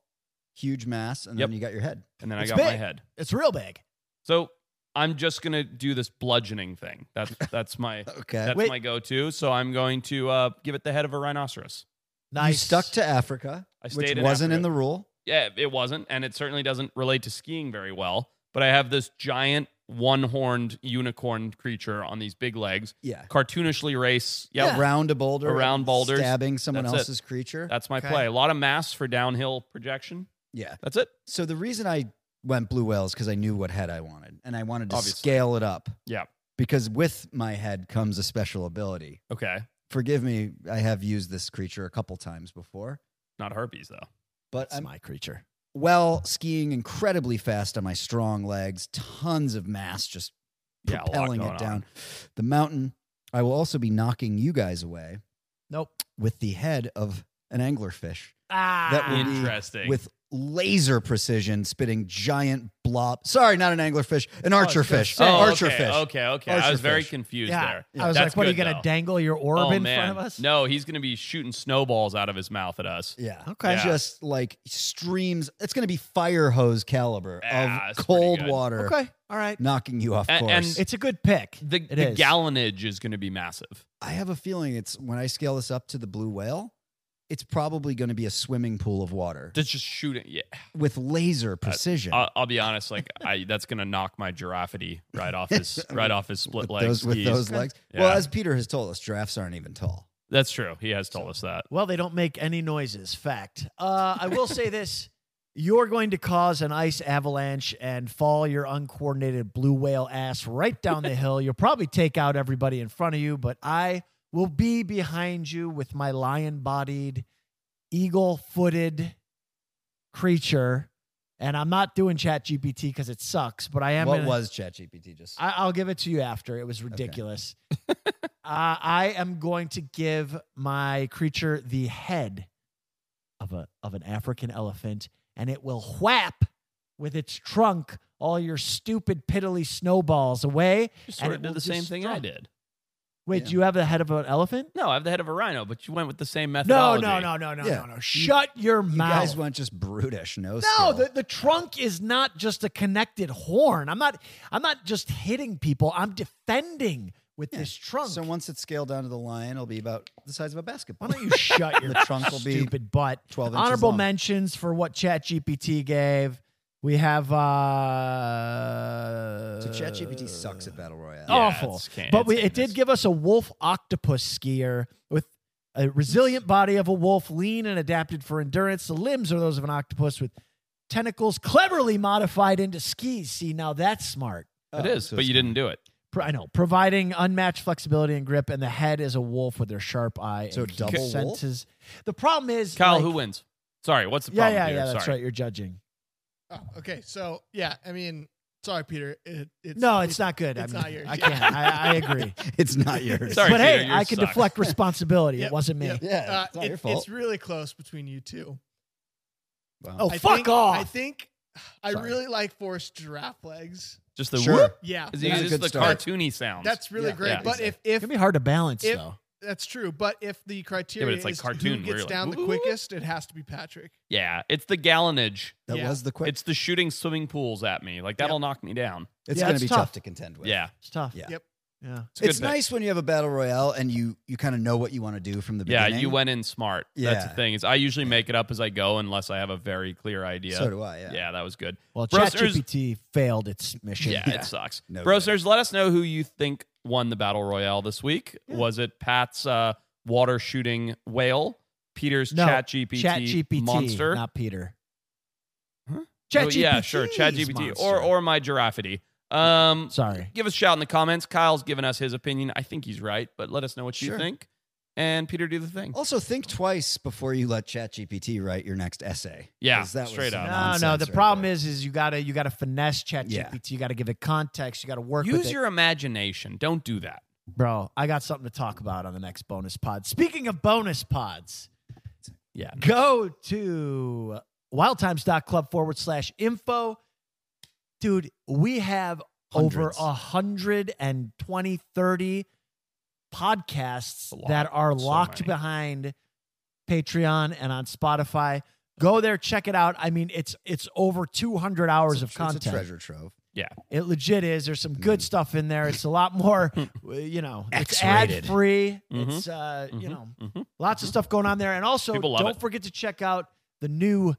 Speaker 1: huge mass, and
Speaker 3: Yep.
Speaker 1: then you got your head.
Speaker 3: And then
Speaker 2: It's
Speaker 3: I got my
Speaker 2: big.
Speaker 3: head.
Speaker 2: it's real big.
Speaker 3: So I'm just gonna do this bludgeoning thing. That's that's my
Speaker 1: Okay.
Speaker 3: that's
Speaker 2: Wait.
Speaker 3: my go-to. So I'm going to uh, give it the head of a rhinoceros.
Speaker 2: Nice.
Speaker 1: You stuck to Africa,
Speaker 3: I
Speaker 1: which
Speaker 3: stayed in
Speaker 1: wasn't in
Speaker 3: Africa.
Speaker 1: the rule.
Speaker 3: Yeah, it wasn't, and it certainly doesn't relate to skiing very well. But I have this giant one-horned unicorn creature on these big legs,
Speaker 1: Yeah.
Speaker 3: cartoonishly race. Yeah,
Speaker 1: Around a boulder.
Speaker 3: Around
Speaker 1: and
Speaker 3: boulders.
Speaker 1: Stabbing someone
Speaker 3: That's it.
Speaker 1: else's creature.
Speaker 3: that's my
Speaker 2: Okay.
Speaker 3: play. A lot of mass for downhill projection.
Speaker 1: yeah.
Speaker 3: That's it.
Speaker 1: So the reason I went blue whales because I knew what head I wanted, and I wanted to
Speaker 3: Obviously.
Speaker 1: scale it up.
Speaker 3: Yeah.
Speaker 1: Because with my head comes a special ability.
Speaker 3: Okay,
Speaker 1: Forgive me, I have used this creature a couple times before,
Speaker 3: not herpes though.
Speaker 1: but
Speaker 2: That's
Speaker 1: I'm
Speaker 2: my creature.
Speaker 1: well skiing incredibly fast on my strong legs, tons of mass just
Speaker 3: Yeah, a lot
Speaker 1: propelling
Speaker 3: going
Speaker 1: it down
Speaker 3: on.
Speaker 1: the mountain. I will also be knocking you guys away
Speaker 2: Nope.
Speaker 1: with the head of an anglerfish
Speaker 2: Ah.
Speaker 1: That would be-
Speaker 3: Interesting.
Speaker 1: with laser precision spitting giant blob. Sorry, not an anglerfish, an archerfish.
Speaker 6: say.
Speaker 1: An
Speaker 6: Oh,
Speaker 1: archer
Speaker 3: okay,
Speaker 1: fish.
Speaker 3: Okay, okay. I was very
Speaker 1: Archerfish.
Speaker 3: confused
Speaker 2: Yeah.
Speaker 3: there.
Speaker 2: I was
Speaker 3: That's
Speaker 2: like, what are you
Speaker 3: good,
Speaker 2: going to
Speaker 3: though.
Speaker 2: dangle your orb
Speaker 3: Oh,
Speaker 2: in
Speaker 3: man.
Speaker 2: front of us?
Speaker 3: No, he's going to be shooting snowballs out of his mouth at us.
Speaker 1: Yeah.
Speaker 2: Okay.
Speaker 3: Yeah.
Speaker 1: Just like streams. It's going to be fire hose caliber
Speaker 3: Yeah,
Speaker 1: of
Speaker 3: that's pretty
Speaker 1: cold
Speaker 3: good.
Speaker 1: water
Speaker 2: Okay. All right.
Speaker 1: knocking you off
Speaker 3: A- and
Speaker 1: course.
Speaker 2: It's a good pick.
Speaker 3: The,
Speaker 2: It
Speaker 3: the
Speaker 2: is.
Speaker 3: gallonage is going to be massive.
Speaker 1: I have a feeling it's when I scale this up to the blue whale, it's probably going to be a swimming pool of water
Speaker 3: That's just shooting. Yeah,
Speaker 1: with
Speaker 3: uh,
Speaker 1: laser precision.
Speaker 3: I'll, I'll be honest. Like, I that's going to knock my giraffity right off
Speaker 1: *laughs*
Speaker 3: his right off his split
Speaker 1: with
Speaker 3: legs.
Speaker 1: those, with those legs. Well,
Speaker 3: Yeah.
Speaker 1: as Peter has told us, giraffes aren't even tall.
Speaker 3: that's true. He has told us that.
Speaker 2: Well, they don't make any noises. Fact. Uh, I will say this. You're going to cause an ice avalanche and fall your uncoordinated blue whale ass right down the hill. You'll probably take out everybody in front of you, but I will be behind you with my lion bodied, eagle footed creature. And I'm not doing Chat GPT because it sucks, but I am.
Speaker 1: what
Speaker 2: gonna-
Speaker 1: was ChatGPT just?
Speaker 2: I, I'll give it to you after. It was
Speaker 1: *laughs*
Speaker 2: ridiculous. uh, I am going to give my creature the head of a of an African elephant, and it will whap with its trunk all your stupid piddly snowballs away.
Speaker 3: You sort
Speaker 2: it
Speaker 3: of did
Speaker 2: will
Speaker 3: the same thing I
Speaker 2: destroy-
Speaker 3: did.
Speaker 2: Wait,
Speaker 1: Yeah.
Speaker 2: do you have the head of an elephant?
Speaker 3: No, I have the head of a rhino, but you went with the same
Speaker 2: No,
Speaker 3: methodology.
Speaker 2: no, no, no, no,
Speaker 1: Yeah.
Speaker 2: no, no. Shut your
Speaker 1: you
Speaker 2: mouth.
Speaker 1: guys went just brutish, no
Speaker 2: No,
Speaker 1: skill.
Speaker 2: the, the trunk is not just a connected horn. I'm not I'm not just hitting people. I'm defending with
Speaker 1: Yeah.
Speaker 2: this trunk.
Speaker 1: so once it's scaled down to the lion, it'll be about the size of a basketball.
Speaker 2: Why
Speaker 1: *laughs*
Speaker 2: don't you shut *laughs* your
Speaker 1: The trunk will be
Speaker 2: stupid butt?
Speaker 1: 12 inches
Speaker 2: Honorable
Speaker 1: long.
Speaker 2: mentions for what ChatGPT gave. We have uh
Speaker 1: So ChatGPT sucks at battle royale.
Speaker 2: Oh,
Speaker 3: Yeah,
Speaker 2: awful.
Speaker 3: it's can-
Speaker 2: But
Speaker 3: it's
Speaker 2: we, it
Speaker 3: heinous.
Speaker 2: did give us a wolf octopus skier with a resilient body of a wolf, lean and adapted for endurance. The limbs are those of an octopus with tentacles cleverly modified into skis. See, now that's smart.
Speaker 1: Oh,
Speaker 3: It is,
Speaker 1: so
Speaker 3: but
Speaker 1: it's
Speaker 3: you
Speaker 1: kinda-
Speaker 3: didn't do it.
Speaker 2: Pro- I know, providing unmatched flexibility and grip, and the head is a wolf with their sharp eye.
Speaker 1: So
Speaker 2: and keen
Speaker 1: double wolf?
Speaker 2: senses. The problem is,
Speaker 3: Kyle,
Speaker 2: like-
Speaker 3: who wins? Sorry, what's the
Speaker 2: Yeah,
Speaker 3: problem?
Speaker 2: yeah,
Speaker 3: here?
Speaker 2: yeah. That's
Speaker 3: Sorry.
Speaker 2: right. You're judging.
Speaker 6: Oh, okay, so yeah, I mean, sorry, Peter. It, it's,
Speaker 2: No, it's not good.
Speaker 6: it's
Speaker 2: I mean,
Speaker 6: not yours.
Speaker 2: I can't. I, I *laughs* agree.
Speaker 1: *laughs*
Speaker 3: *laughs*
Speaker 1: It's not yours.
Speaker 3: Sorry,
Speaker 2: but hey,
Speaker 3: Peter,
Speaker 2: I
Speaker 3: yours
Speaker 2: can
Speaker 3: sucks.
Speaker 2: deflect responsibility.
Speaker 6: Yep,
Speaker 2: It wasn't me.
Speaker 6: yep.
Speaker 1: Yeah,
Speaker 6: Uh,
Speaker 1: it's not
Speaker 6: it-
Speaker 1: your fault.
Speaker 6: It's really close between you two.
Speaker 1: Wow.
Speaker 2: Oh,
Speaker 6: I
Speaker 2: fuck
Speaker 6: think,
Speaker 2: off.
Speaker 6: I think I
Speaker 1: Sorry.
Speaker 6: really like forced giraffe legs.
Speaker 3: Just the
Speaker 1: Sure.
Speaker 3: whoop.
Speaker 6: Yeah,
Speaker 3: Is
Speaker 1: That's a
Speaker 3: just
Speaker 1: good
Speaker 3: the
Speaker 1: start.
Speaker 3: cartoony sounds.
Speaker 6: that's really
Speaker 1: Yeah.
Speaker 6: great.
Speaker 3: Yeah.
Speaker 6: But if
Speaker 2: It
Speaker 6: if
Speaker 2: can be hard to balance
Speaker 6: If-
Speaker 2: though.
Speaker 6: that's true, but if the criteria
Speaker 3: it's like
Speaker 6: is
Speaker 3: cartoon,
Speaker 6: who
Speaker 3: where
Speaker 6: gets
Speaker 3: you're
Speaker 6: down
Speaker 3: like,
Speaker 6: the
Speaker 3: "Ooh."
Speaker 6: quickest, it has to be Patrick.
Speaker 3: yeah, it's the gallonage.
Speaker 1: that
Speaker 6: yeah.
Speaker 1: was the quick.
Speaker 3: It's the shooting swimming pools at me. Like that'll knock me down.
Speaker 1: It's
Speaker 2: Yeah,
Speaker 1: going
Speaker 2: it's
Speaker 1: to be
Speaker 2: tough.
Speaker 1: tough. to contend with.
Speaker 3: Yeah,
Speaker 2: It's tough.
Speaker 1: Yeah.
Speaker 6: Yep.
Speaker 2: Yeah.
Speaker 3: it's, a good
Speaker 1: It's
Speaker 3: bet.
Speaker 1: nice when you have a battle royale and you you kind of know what you want to do from the
Speaker 3: Yeah,
Speaker 1: beginning.
Speaker 3: you went in smart. That's
Speaker 1: Yeah.
Speaker 3: the thing. Is I usually make it up as I go unless I have a very clear idea.
Speaker 1: So do I. Yeah.
Speaker 3: that was
Speaker 1: *laughs*
Speaker 3: good.
Speaker 2: Well,
Speaker 3: Bros-
Speaker 2: ChatGPT failed its mission.
Speaker 3: Yeah, it sucks.
Speaker 1: No
Speaker 3: Brosers, let us know who you think won the battle royale this week. Was it Pat's uh, water shooting whale, Peter's
Speaker 2: No,
Speaker 3: chat GPT
Speaker 2: ChatGPT
Speaker 3: monster?
Speaker 2: not Peter.
Speaker 3: Huh?
Speaker 2: ChatGPT.
Speaker 3: Oh, yeah, sure. Chat GPT or or my giraffity. Um,
Speaker 2: sorry.
Speaker 3: give us a shout in the comments. Kyle's given us his opinion. I think he's right, but let us know what
Speaker 1: Sure.
Speaker 3: you think. And Peter, do the thing.
Speaker 1: Also, think twice before you let ChatGPT write your next essay.
Speaker 3: Yeah,
Speaker 1: 'Cause that
Speaker 3: straight
Speaker 1: was
Speaker 3: up.
Speaker 2: No, no. The problem is, is you gotta you gotta finesse ChatGPT.
Speaker 1: Yeah.
Speaker 2: You gotta give it context. You gotta work with
Speaker 3: Use
Speaker 2: it.
Speaker 3: your imagination. Don't do that.
Speaker 2: Bro, I got something to talk about on the next bonus pod. Speaking of bonus pods,
Speaker 3: Yeah.
Speaker 2: go to wildtimes.club forward slash info. Dude, we have over
Speaker 1: Hundreds.
Speaker 2: 120, 30 podcasts
Speaker 3: A lot.
Speaker 2: that are
Speaker 3: So
Speaker 2: locked
Speaker 3: many.
Speaker 2: behind Patreon and on Spotify. Go there, check it out. I mean, it's it's over 200 hours
Speaker 1: It's a-
Speaker 2: of content.
Speaker 1: It's a treasure trove.
Speaker 2: It legit is. There's some good
Speaker 1: Mm.
Speaker 2: stuff in there. It's a
Speaker 3: *laughs*
Speaker 2: lot more, uh, you know, it's
Speaker 1: X-rated.
Speaker 2: ad free.
Speaker 3: Mhm.
Speaker 2: It's, uh, you
Speaker 3: Mhm.
Speaker 2: know,
Speaker 3: Mhm.
Speaker 2: lots of stuff going on there. And also,
Speaker 3: People love
Speaker 2: don't
Speaker 3: it.
Speaker 2: forget to check out the new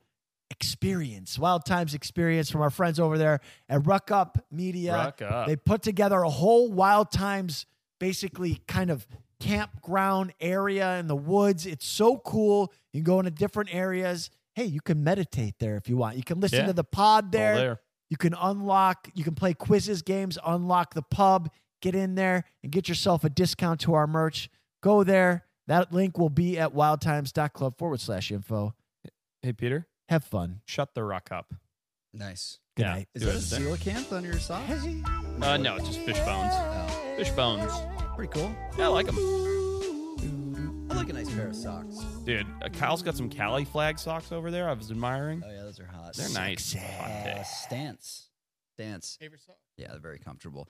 Speaker 2: experience, Wild Times Experience from our friends over there at Ruck Up Media.
Speaker 3: Rock up.
Speaker 2: They put together a whole Wild Times, basically kind of campground area in the woods. It's so cool. You can go into different areas. Hey, you can meditate there if you want. You can listen
Speaker 3: Yeah.
Speaker 2: to the pod
Speaker 3: It's all
Speaker 2: there.
Speaker 3: there.
Speaker 2: You can unlock, you can play quizzes, games, unlock the pub, get in there and get yourself a discount to our merch. Go there. That link will be at wildtimes.club forward slash info.
Speaker 3: Hey, Peter,
Speaker 2: Have fun.
Speaker 3: shut the rock up.
Speaker 1: Nice.
Speaker 2: Good
Speaker 3: Yeah.
Speaker 2: night.
Speaker 1: Is
Speaker 3: Do it.
Speaker 1: that a coelacanth under your sock?
Speaker 3: Uh, no, it's just fish bones.
Speaker 1: Oh,
Speaker 3: Fish bones.
Speaker 1: pretty cool.
Speaker 3: Yeah, I like them.
Speaker 1: Ooh. like a nice pair of socks. Oh,
Speaker 3: Dude, uh, Kyle's got some Cali flag socks over there I was admiring.
Speaker 1: Oh yeah, those are hot.
Speaker 3: They're nice. Hot
Speaker 1: Uh,
Speaker 3: pick.
Speaker 1: stance, stance.
Speaker 6: Favorite song?
Speaker 1: Yeah, they're very comfortable.